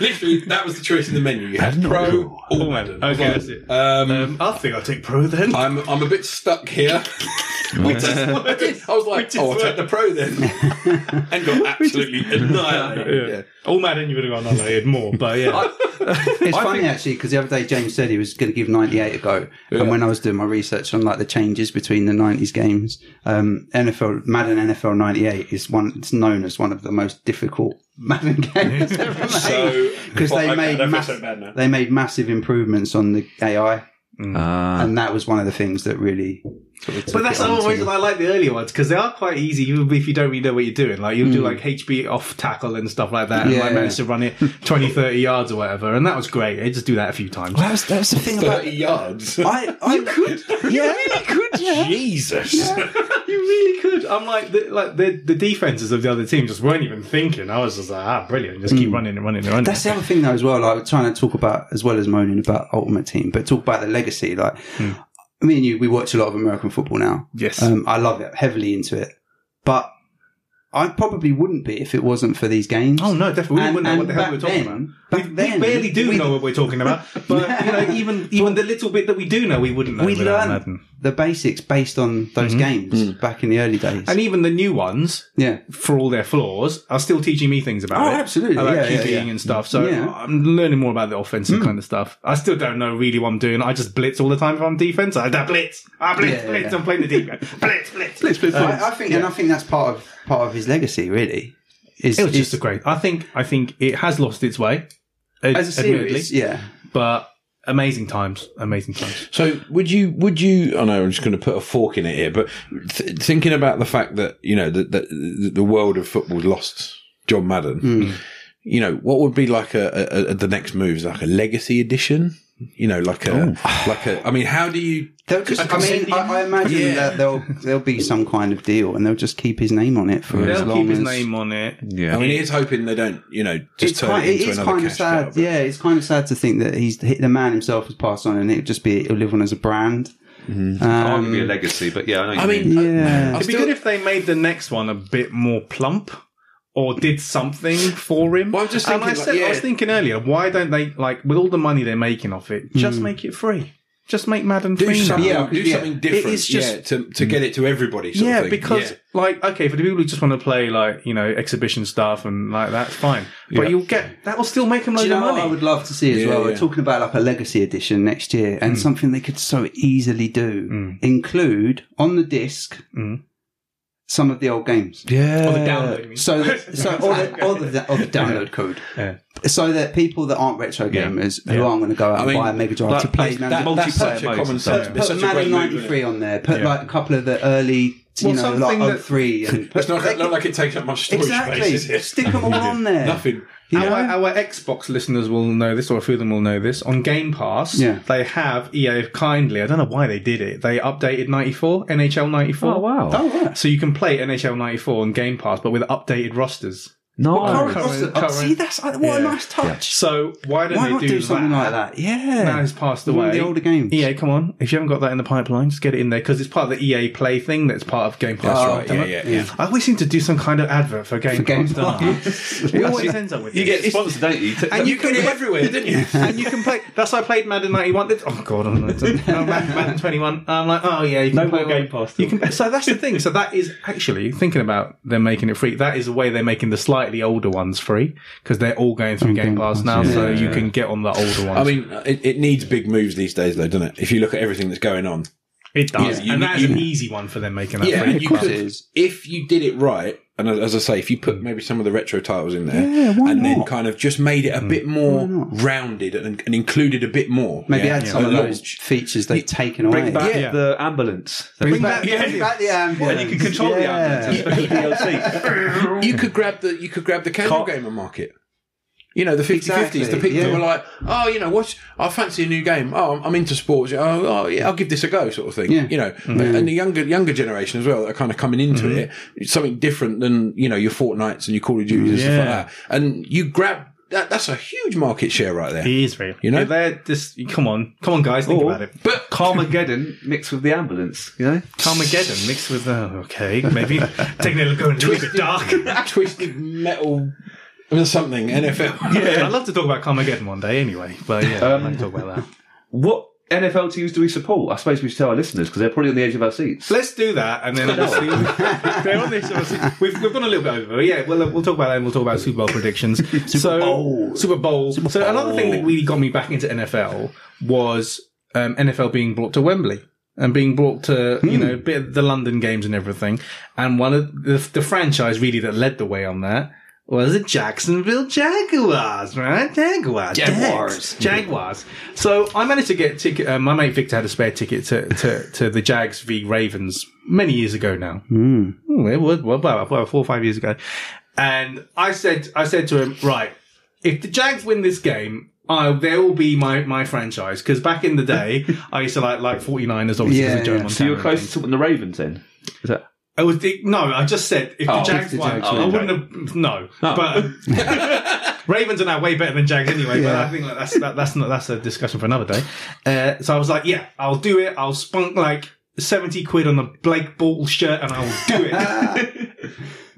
[SPEAKER 5] Literally, that was the choice in the menu. You had pro, all Madden.
[SPEAKER 1] Okay, that's it.
[SPEAKER 5] Um,
[SPEAKER 1] Um, I think I'll take Pro then.
[SPEAKER 5] I'm, I'm a bit stuck here. Which is worse. I was like,
[SPEAKER 1] Which is
[SPEAKER 5] oh, I'll
[SPEAKER 1] worse.
[SPEAKER 5] take the pro then. and got absolutely annihilated.
[SPEAKER 1] yeah. All Madden, you would have gone annihilated more, but yeah.
[SPEAKER 4] It's funny actually because the other day James said he was going to give 98 a go, and when I was doing my research on like the changes between the 90s games, um, NFL Madden NFL 98 is one. It's known as one of the most difficult Madden games ever made
[SPEAKER 5] So-
[SPEAKER 4] because
[SPEAKER 5] Okay,
[SPEAKER 4] they
[SPEAKER 5] I
[SPEAKER 4] made
[SPEAKER 5] don't feel
[SPEAKER 4] mass-
[SPEAKER 5] so bad now.
[SPEAKER 4] they made massive improvements on the AI,
[SPEAKER 7] Ah.
[SPEAKER 4] and that was one of the things that really. Sort of
[SPEAKER 1] But that's the whole reason I like the earlier ones because they are quite easy, even if you don't really know what you're doing. Like you'll do like HB off tackle and stuff like that, and
[SPEAKER 4] Hmm. Yeah.
[SPEAKER 1] I managed to run it 20, 30 yards or whatever, and that was great. I just do that a few times.
[SPEAKER 4] That was, that was the thing about
[SPEAKER 5] 30 yards.
[SPEAKER 4] I, I could. Yeah, you could.
[SPEAKER 5] Jesus.
[SPEAKER 1] You really could. I'm like the, like the the defenses of the other team just weren't even thinking. I was just like, ah, brilliant. Just
[SPEAKER 4] Hmm.
[SPEAKER 1] keep running and running and running.
[SPEAKER 4] That's the other thing though as well. Like trying to talk about as well as moaning about Ultimate Team, but talk about the legacy. Like me and you, we watch a lot of American football now.
[SPEAKER 1] Hmm. Yes.
[SPEAKER 4] um, I love it, heavily into it. But I probably wouldn't be if it wasn't for these games.
[SPEAKER 1] Oh no, definitely. We
[SPEAKER 4] And-
[SPEAKER 1] wouldn't know what
[SPEAKER 4] and
[SPEAKER 1] the hell we're
[SPEAKER 4] back
[SPEAKER 1] talking
[SPEAKER 4] then-
[SPEAKER 1] about.
[SPEAKER 4] back
[SPEAKER 1] We,
[SPEAKER 4] then,
[SPEAKER 1] we barely do
[SPEAKER 4] we-
[SPEAKER 1] know what we're talking about, but you know, even even the little bit that we do know, we wouldn't know.
[SPEAKER 4] We
[SPEAKER 1] without
[SPEAKER 4] learned
[SPEAKER 1] Madden. Mm-hmm.
[SPEAKER 4] the basics based on those games back in the early days.
[SPEAKER 1] and even the new ones,
[SPEAKER 4] yeah,
[SPEAKER 1] for all their flaws, are still teaching me things about
[SPEAKER 4] Oh,
[SPEAKER 1] it.
[SPEAKER 4] absolutely.
[SPEAKER 1] about
[SPEAKER 4] Yeah, yeah,
[SPEAKER 1] QBing
[SPEAKER 4] yeah.
[SPEAKER 1] and stuff. So
[SPEAKER 4] Yeah. Hmm.
[SPEAKER 1] I'm learning more about the offensive kind of stuff. I still don't know really what I'm doing. I just blitz all the time if I'm defense. I I blitz, I blitz,
[SPEAKER 4] Yeah, yeah,
[SPEAKER 1] blitz.
[SPEAKER 4] yeah.
[SPEAKER 1] I'm playing the defense. blitz, blitz, blitz, blitz.
[SPEAKER 4] I, I think, and I think that's part of part of his legacy. Really, is
[SPEAKER 1] it was
[SPEAKER 4] is-
[SPEAKER 1] just a great. I think I think it has lost its way,
[SPEAKER 4] as a series. Yeah,
[SPEAKER 1] but amazing times, amazing times.
[SPEAKER 5] So would you? Would you? I know I'm just going to put a fork in it here, but th- thinking about the fact that you know that the, the world of football's lost John Madden. You know what would be like a, a, a the next moves like a legacy edition. You know, like a like a. I mean, how do you?
[SPEAKER 4] They'll just, I mean, I, I imagine
[SPEAKER 5] Yeah.
[SPEAKER 4] that there'll there'll be some kind of deal, and they'll just keep his name on it for as
[SPEAKER 1] They'll
[SPEAKER 4] long
[SPEAKER 1] keep
[SPEAKER 4] as.
[SPEAKER 1] his name on it.
[SPEAKER 5] I
[SPEAKER 7] Yeah.
[SPEAKER 5] mean, he's hoping they don't. You know, just
[SPEAKER 4] It's
[SPEAKER 5] turn
[SPEAKER 4] kind,
[SPEAKER 5] it
[SPEAKER 4] it
[SPEAKER 5] into
[SPEAKER 4] is
[SPEAKER 5] another
[SPEAKER 4] kind of
[SPEAKER 5] cash cow,
[SPEAKER 4] sad,
[SPEAKER 5] but-
[SPEAKER 4] yeah. It's kind of sad to think that he's the man himself has passed on, and it'll just be it'll live on as a brand. Um,
[SPEAKER 7] Arguably a legacy, but yeah, I know what
[SPEAKER 5] I
[SPEAKER 7] you
[SPEAKER 5] mean,
[SPEAKER 4] yeah,
[SPEAKER 5] I
[SPEAKER 1] It'd be
[SPEAKER 5] still-
[SPEAKER 1] good if they made the next one a bit more plump or did something for him.
[SPEAKER 5] Well, I'm just
[SPEAKER 1] And I,
[SPEAKER 5] thinking, like,
[SPEAKER 1] said, I was
[SPEAKER 5] yeah.
[SPEAKER 1] thinking earlier, why don't they like with all the money they're making off it, just make it free. Just make Madden
[SPEAKER 5] do
[SPEAKER 1] free. now.
[SPEAKER 5] something,
[SPEAKER 4] Yeah,
[SPEAKER 5] do
[SPEAKER 4] yeah.
[SPEAKER 5] something different.
[SPEAKER 1] It is just-
[SPEAKER 5] yeah, to to get it to everybody. Sort
[SPEAKER 1] Yeah,
[SPEAKER 5] of thing.
[SPEAKER 1] because
[SPEAKER 5] Yeah.
[SPEAKER 1] like okay, for the people who just want to play like you know exhibition stuff and like that's fine. But you'll get that will still make them
[SPEAKER 4] Do
[SPEAKER 1] loads
[SPEAKER 4] you know
[SPEAKER 1] of
[SPEAKER 4] what
[SPEAKER 1] money.
[SPEAKER 4] I would love to see as
[SPEAKER 5] Yeah,
[SPEAKER 4] well? We're
[SPEAKER 5] yeah. Mm.
[SPEAKER 4] talking about like a legacy edition next year, and something they could so easily do include on the disc
[SPEAKER 5] Mm.
[SPEAKER 4] some of the old games.
[SPEAKER 1] or the download. you mean.
[SPEAKER 4] So, that, so or, the, or, the, or the download code,
[SPEAKER 1] Yeah.
[SPEAKER 4] so that people that aren't retro gamers who aren't going to go out and
[SPEAKER 5] mean,
[SPEAKER 4] buy a Mega Drive to play
[SPEAKER 5] that,
[SPEAKER 4] Madden,
[SPEAKER 5] that's such a
[SPEAKER 7] multiplayer
[SPEAKER 5] common
[SPEAKER 7] modes
[SPEAKER 5] sense.
[SPEAKER 4] put,
[SPEAKER 5] it's
[SPEAKER 4] put
[SPEAKER 5] such a
[SPEAKER 4] Madden
[SPEAKER 5] great move, isn't it?
[SPEAKER 4] '93 on there. Put like a couple of the early, you
[SPEAKER 1] Well,
[SPEAKER 4] know,
[SPEAKER 1] something
[SPEAKER 4] like
[SPEAKER 1] that-
[SPEAKER 4] 03 and
[SPEAKER 5] It's
[SPEAKER 4] put,
[SPEAKER 5] not, not like it takes up much storage
[SPEAKER 4] exactly.
[SPEAKER 5] space. Is it?
[SPEAKER 4] Stick them all on there.
[SPEAKER 5] Nothing.
[SPEAKER 1] Our, our Xbox listeners will know this, or a few of them will know this. On Game Pass,
[SPEAKER 4] Yeah.
[SPEAKER 1] they have EA have kindly, I don't know why they did it, they updated 94, NHL 94.
[SPEAKER 7] Oh wow!
[SPEAKER 4] Oh, right.
[SPEAKER 1] So you can play NHL 94 on Game Pass, but with updated rosters.
[SPEAKER 4] Current
[SPEAKER 7] nice.
[SPEAKER 4] roster.
[SPEAKER 1] current-
[SPEAKER 4] See, that's uh, what a
[SPEAKER 1] Yeah.
[SPEAKER 4] nice touch.
[SPEAKER 1] So why don't
[SPEAKER 4] Why
[SPEAKER 1] they
[SPEAKER 4] not do, something like that? Yeah.
[SPEAKER 1] Now he's passed
[SPEAKER 4] One
[SPEAKER 1] away.
[SPEAKER 4] of the older games.
[SPEAKER 1] EA, come on. If you haven't got that in the pipeline, just get it in there because it's part of the EA Play thing that's part of Game Pass.
[SPEAKER 4] Oh,
[SPEAKER 1] right,
[SPEAKER 5] Yeah,
[SPEAKER 1] damn it.
[SPEAKER 5] yeah, yeah.
[SPEAKER 1] I always seem to do some kind of advert for Game
[SPEAKER 4] For Game
[SPEAKER 1] Pass. don't I?
[SPEAKER 4] Pass.
[SPEAKER 1] It always ends up with
[SPEAKER 7] You
[SPEAKER 1] this.
[SPEAKER 7] get sponsored, don't you?
[SPEAKER 1] And you, can
[SPEAKER 5] it
[SPEAKER 1] play-
[SPEAKER 5] everywhere, didn't you?
[SPEAKER 1] and you can play. That's why I played Madden 91. It's- Oh god, I'm not, no, Madden, Madden 21. I'm like, oh yeah, you can play Game Pass. You can. So that's the thing. So that is actually thinking about them making it free. That is the way they're making the slightly older ones free because they're all going through Mm, Game Pass now, so you can get on the older ones.
[SPEAKER 5] I mean, it, it needs big moves these days, though, doesn't it? If you look at everything that's going on,
[SPEAKER 1] It does,
[SPEAKER 5] Yeah, you-
[SPEAKER 1] and that's
[SPEAKER 5] you-
[SPEAKER 1] an easy one for them making that.
[SPEAKER 5] Yeah,
[SPEAKER 1] free
[SPEAKER 5] and you
[SPEAKER 1] club.
[SPEAKER 5] could, if you did it right, and as I say, if you put maybe some of the retro titles in there,
[SPEAKER 4] Yeah, why
[SPEAKER 5] and then
[SPEAKER 4] not?
[SPEAKER 5] kind of just made it a bit more rounded and, and included a bit more,
[SPEAKER 4] Maybe
[SPEAKER 5] yeah,
[SPEAKER 4] add some
[SPEAKER 5] at
[SPEAKER 4] of those
[SPEAKER 5] launch.
[SPEAKER 4] features they've taken away.
[SPEAKER 7] Bring back
[SPEAKER 5] Yeah.
[SPEAKER 7] the ambulance.
[SPEAKER 4] Bring back,
[SPEAKER 1] back-
[SPEAKER 4] bring back the ambulance.
[SPEAKER 7] and you can control
[SPEAKER 4] Yeah.
[SPEAKER 7] the ambulance. That's better DLC.
[SPEAKER 5] You could grab the you could grab the candle
[SPEAKER 7] Cop.
[SPEAKER 5] game and market. You know the 50-50s, the
[SPEAKER 4] Exactly,
[SPEAKER 5] people
[SPEAKER 4] yeah.
[SPEAKER 5] who are like, oh, you know, what's I fancy a new game. Oh, I'm, I'm into sports. Oh, oh, yeah, I'll give this a go, sort of thing.
[SPEAKER 4] Yeah.
[SPEAKER 5] You know, and the younger younger generation as well that are kind of coming into it, it's something different than you know your Fortnights and your Call of Duty and stuff
[SPEAKER 1] Yeah.
[SPEAKER 5] like that. And you grab that. That's a huge market share right there.
[SPEAKER 1] It is real.
[SPEAKER 5] You know?
[SPEAKER 1] Yeah, they're just come on, come on, guys, think
[SPEAKER 7] Or-
[SPEAKER 1] about it.
[SPEAKER 5] But
[SPEAKER 7] Carmageddon mixed with the ambulance. You know,
[SPEAKER 1] Carmageddon mixed with the okay, maybe taking a look going a bit dark.
[SPEAKER 5] twisted metal or something NFL.
[SPEAKER 1] I'd love to talk about Carmageddon one day, anyway. But yeah,
[SPEAKER 7] Um,
[SPEAKER 1] I'd like to talk about that.
[SPEAKER 7] what NFL teams do we support? I suppose we should tell our listeners because they're probably on the edge of our seats.
[SPEAKER 1] Let's do that, and then obviously they're on this. obviously- We've, we've gone a little bit over, but yeah, we'll, we'll talk about that. and We'll talk about Super Bowl predictions. so
[SPEAKER 4] Bowl.
[SPEAKER 1] Super Bowl. so another thing that really got me back into NFL was um, NFL being brought to Wembley and being brought to you know bit of the London games and everything. And one of the, the franchise really that led the way on that. Was the Jacksonville Jaguars, right? Jaguars, Jaguars, Jaguars. So I managed to get ticket. Uh, my mate Victor had a spare ticket to, to, to the Jags v Ravens many years ago now. Hmm, it was well, about, about four or five years ago. And I said, I said to him, right, if the Jags win this game, I, there will be my, my franchise. Cause back in the day, I used to like, like 49ers, obviously,
[SPEAKER 4] Yeah,
[SPEAKER 1] as a Joe
[SPEAKER 4] yeah.
[SPEAKER 1] Montana
[SPEAKER 7] So you're
[SPEAKER 1] and
[SPEAKER 7] close to
[SPEAKER 1] things.
[SPEAKER 7] supporting the Ravens then. Is that
[SPEAKER 1] I was, the- no, I just said, if
[SPEAKER 7] Oh,
[SPEAKER 1] the Jags
[SPEAKER 4] if the
[SPEAKER 1] won,
[SPEAKER 4] Jags
[SPEAKER 1] I
[SPEAKER 4] win.
[SPEAKER 1] wouldn't have, no, but Ravens are now way better than Jags anyway, but
[SPEAKER 4] Yeah.
[SPEAKER 1] I think like, that's, that, that's not, that's a discussion for another day. Uh, so I was like, yeah, I'll do it. I'll spunk like 70 quid on a Blake Bortle shirt and I will do it.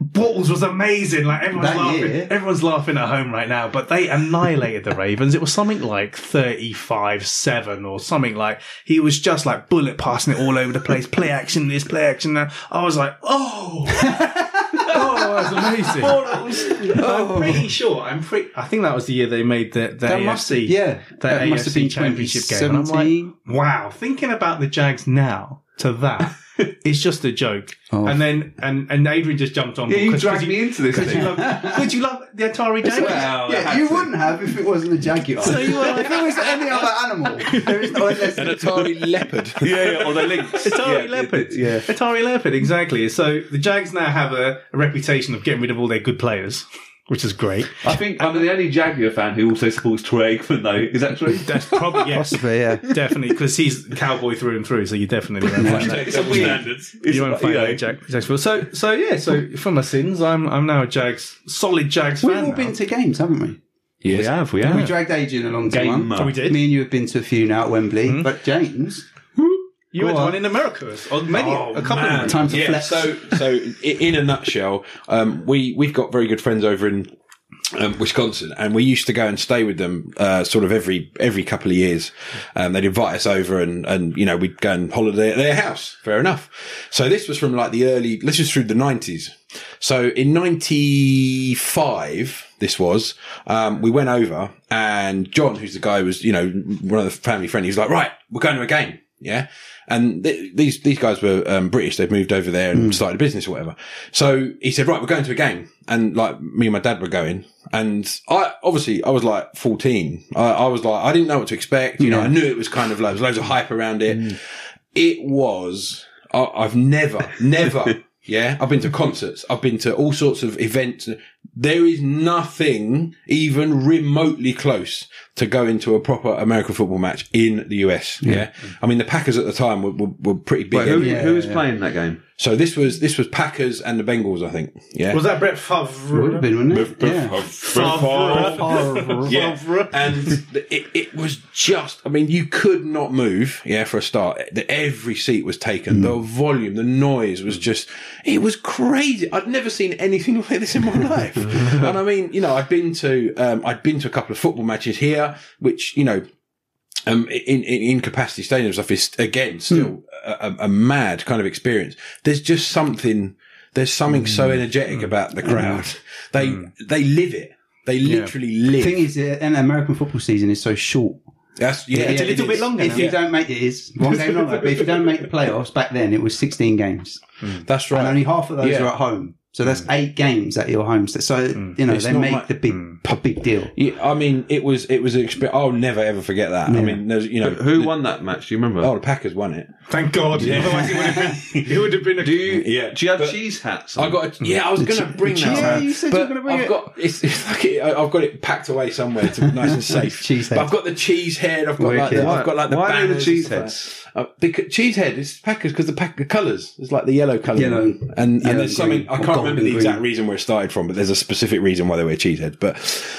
[SPEAKER 1] Bortles was amazing. Like everyone's
[SPEAKER 4] That
[SPEAKER 1] laughing.
[SPEAKER 4] year.
[SPEAKER 1] Everyone's laughing at home right now, but they annihilated the Ravens. It was something like 35-7 or something like he was just like bullet passing it all over the place. Play action this, play action that. I was like, oh, oh, that's amazing. I'm pretty sure. I'm pretty. I think that was the year they made the, the
[SPEAKER 4] Oh. That
[SPEAKER 1] AFC.
[SPEAKER 4] must have- yeah.
[SPEAKER 1] that
[SPEAKER 4] That must have
[SPEAKER 1] AFC
[SPEAKER 4] been
[SPEAKER 1] championship game. And I'm like,
[SPEAKER 4] 2017.
[SPEAKER 1] wow. Thinking about the Jags now to that. It's just a joke,
[SPEAKER 4] Oh.
[SPEAKER 1] and then and and Adrian just jumped on.
[SPEAKER 7] Yeah, you
[SPEAKER 1] because-
[SPEAKER 7] dragged
[SPEAKER 1] because
[SPEAKER 7] me into this
[SPEAKER 1] because you
[SPEAKER 7] thing.
[SPEAKER 1] love, would you love the Atari Jaguars?
[SPEAKER 7] Wow, that
[SPEAKER 4] yeah,
[SPEAKER 7] had
[SPEAKER 4] you
[SPEAKER 7] to.
[SPEAKER 4] wouldn't have if it wasn't a jaguar. So
[SPEAKER 1] you were like- "Oh,
[SPEAKER 4] if it was any other animal, there is no unless
[SPEAKER 5] An Atari leopard.
[SPEAKER 7] Yeah, yeah, or the links.
[SPEAKER 1] Atari
[SPEAKER 7] yeah,
[SPEAKER 1] Leopard.
[SPEAKER 7] Yeah.
[SPEAKER 1] Atari Leopard, exactly. So the Jags now have a, a reputation of getting rid of all their good players, which is great.
[SPEAKER 7] I think I'm the only Jaguar fan who also supports Troy Aikman, though. Is that true?
[SPEAKER 1] That's probably yes,
[SPEAKER 4] But yeah,
[SPEAKER 1] definitely because he's cowboy through and through. So you definitely won't find that.
[SPEAKER 7] it's a weird. Standards. It's
[SPEAKER 1] You won't
[SPEAKER 7] like,
[SPEAKER 1] find that
[SPEAKER 7] know,
[SPEAKER 1] in Jack, Jacksonville. So so yeah. So for my sins, I'm I'm now a Jags solid Jags
[SPEAKER 4] we've
[SPEAKER 1] fan.
[SPEAKER 4] all
[SPEAKER 1] now.
[SPEAKER 4] been to games, haven't we?
[SPEAKER 7] We have, we
[SPEAKER 4] We
[SPEAKER 7] have.
[SPEAKER 4] dragged Adrian along to one.
[SPEAKER 1] we did. Hmm.
[SPEAKER 4] Me and you have been to a few now at Wembley, but James,
[SPEAKER 1] you went to
[SPEAKER 4] Go on.
[SPEAKER 1] one in America, or many, a couple of them.
[SPEAKER 4] time to
[SPEAKER 5] yeah,
[SPEAKER 4] flex.
[SPEAKER 5] so so i- in a nutshell, um, we we've got very good friends over in um, Wisconsin, and we used to go and stay with them uh, sort of every every couple of years. Um, they'd invite us over, and and you know we'd go and holiday at their house. Fair enough. So this was from like the early, this was through the nineties. So in ninety five, this was um, we went over, and John, who's the guy, who was you know one of the family friend. He's like, right, we're going to a game. Yeah. And th- these these guys were um, British. They'd moved over there and started a business or whatever. So he said, "Right, we're going to a game." And like me and my dad were going, and I obviously I was like fourteen. I, I was like I didn't know what to expect. You know, I knew it was kind of like there was loads of hype around it. It was. I, I've never, never. Yeah, I've been to concerts. I've been to all sorts of events. There is nothing even remotely close to going to a proper American football match in the US. Yeah, I mean the Packers at the time were, were, were pretty big.
[SPEAKER 7] Wait, who,
[SPEAKER 4] Yeah,
[SPEAKER 7] who was
[SPEAKER 4] yeah.
[SPEAKER 7] playing that game?
[SPEAKER 5] So this was this was Packers and the Bengals, I think. Yeah,
[SPEAKER 1] Was that Brett
[SPEAKER 4] would have
[SPEAKER 1] Favre?
[SPEAKER 4] been, wouldn't it? Yeah.
[SPEAKER 1] Favre.
[SPEAKER 5] yeah. and th- it, it was just, I mean, you could not move, yeah, for a start. The- Every seat was taken. The volume, the noise was just, it was crazy. I'd never seen anything like this in my life. and I mean, you know, I've been to, um, I'd been to a couple of football matches here, which, you know, um, in, in, in capacity stadium stuff is again still a, a, a mad kind of experience. There's just something, there's something so energetic about the crowd. They, they live it. They literally live.
[SPEAKER 4] The thing is, uh, an American football season is so short.
[SPEAKER 5] That's yeah,
[SPEAKER 4] Yeah,
[SPEAKER 1] It's a
[SPEAKER 4] it
[SPEAKER 1] little bit
[SPEAKER 4] is.
[SPEAKER 1] longer
[SPEAKER 4] If
[SPEAKER 1] now.
[SPEAKER 4] you
[SPEAKER 1] Yeah.
[SPEAKER 4] don't make it is one game longer. But if you don't make the playoffs back then, it was sixteen games,
[SPEAKER 5] That's
[SPEAKER 4] and
[SPEAKER 5] right.
[SPEAKER 4] only half of those
[SPEAKER 5] Yeah.
[SPEAKER 4] are at home. So that's eight games at your home. So, so you know
[SPEAKER 5] It's
[SPEAKER 4] they
[SPEAKER 5] not
[SPEAKER 4] make
[SPEAKER 5] much-
[SPEAKER 4] the big a big deal.
[SPEAKER 5] Yeah, I mean, it was it was an experience. I'll never ever forget that. I mean, there's you know
[SPEAKER 7] Who won that match? Do you remember?
[SPEAKER 5] Oh, the Packers won it.
[SPEAKER 1] Thank God. Otherwise, it would have been. It would have been a.
[SPEAKER 7] do you?
[SPEAKER 5] Yeah,
[SPEAKER 7] Do you have
[SPEAKER 5] but-
[SPEAKER 7] cheese hats?
[SPEAKER 5] I got. A, yeah, I was going to bring that.
[SPEAKER 4] cheese
[SPEAKER 5] up,
[SPEAKER 4] hat. You said you were
[SPEAKER 5] but
[SPEAKER 4] gonna bring
[SPEAKER 5] I've
[SPEAKER 4] it.
[SPEAKER 5] got it's, it's like it, I- I've got it packed away somewhere to be nice and safe.
[SPEAKER 4] Cheese
[SPEAKER 5] But
[SPEAKER 4] head.
[SPEAKER 5] I've got the cheese head. I've got like
[SPEAKER 4] Wicked.
[SPEAKER 5] the, I've got like the
[SPEAKER 7] Why are they the
[SPEAKER 5] banners and
[SPEAKER 7] cheese
[SPEAKER 5] stuff like
[SPEAKER 7] heads?
[SPEAKER 5] that. Uh, because cheese head is Packers because the pack the colours is like the yellow colour.
[SPEAKER 4] Yellow.
[SPEAKER 5] and
[SPEAKER 4] Yellow
[SPEAKER 5] and there's
[SPEAKER 4] and green.
[SPEAKER 5] something I
[SPEAKER 4] Or
[SPEAKER 5] can't
[SPEAKER 4] gold
[SPEAKER 5] remember
[SPEAKER 4] and
[SPEAKER 5] the exact
[SPEAKER 4] green.
[SPEAKER 5] reason reason where it started from, but there's a specific reason why they wear cheeseheads. But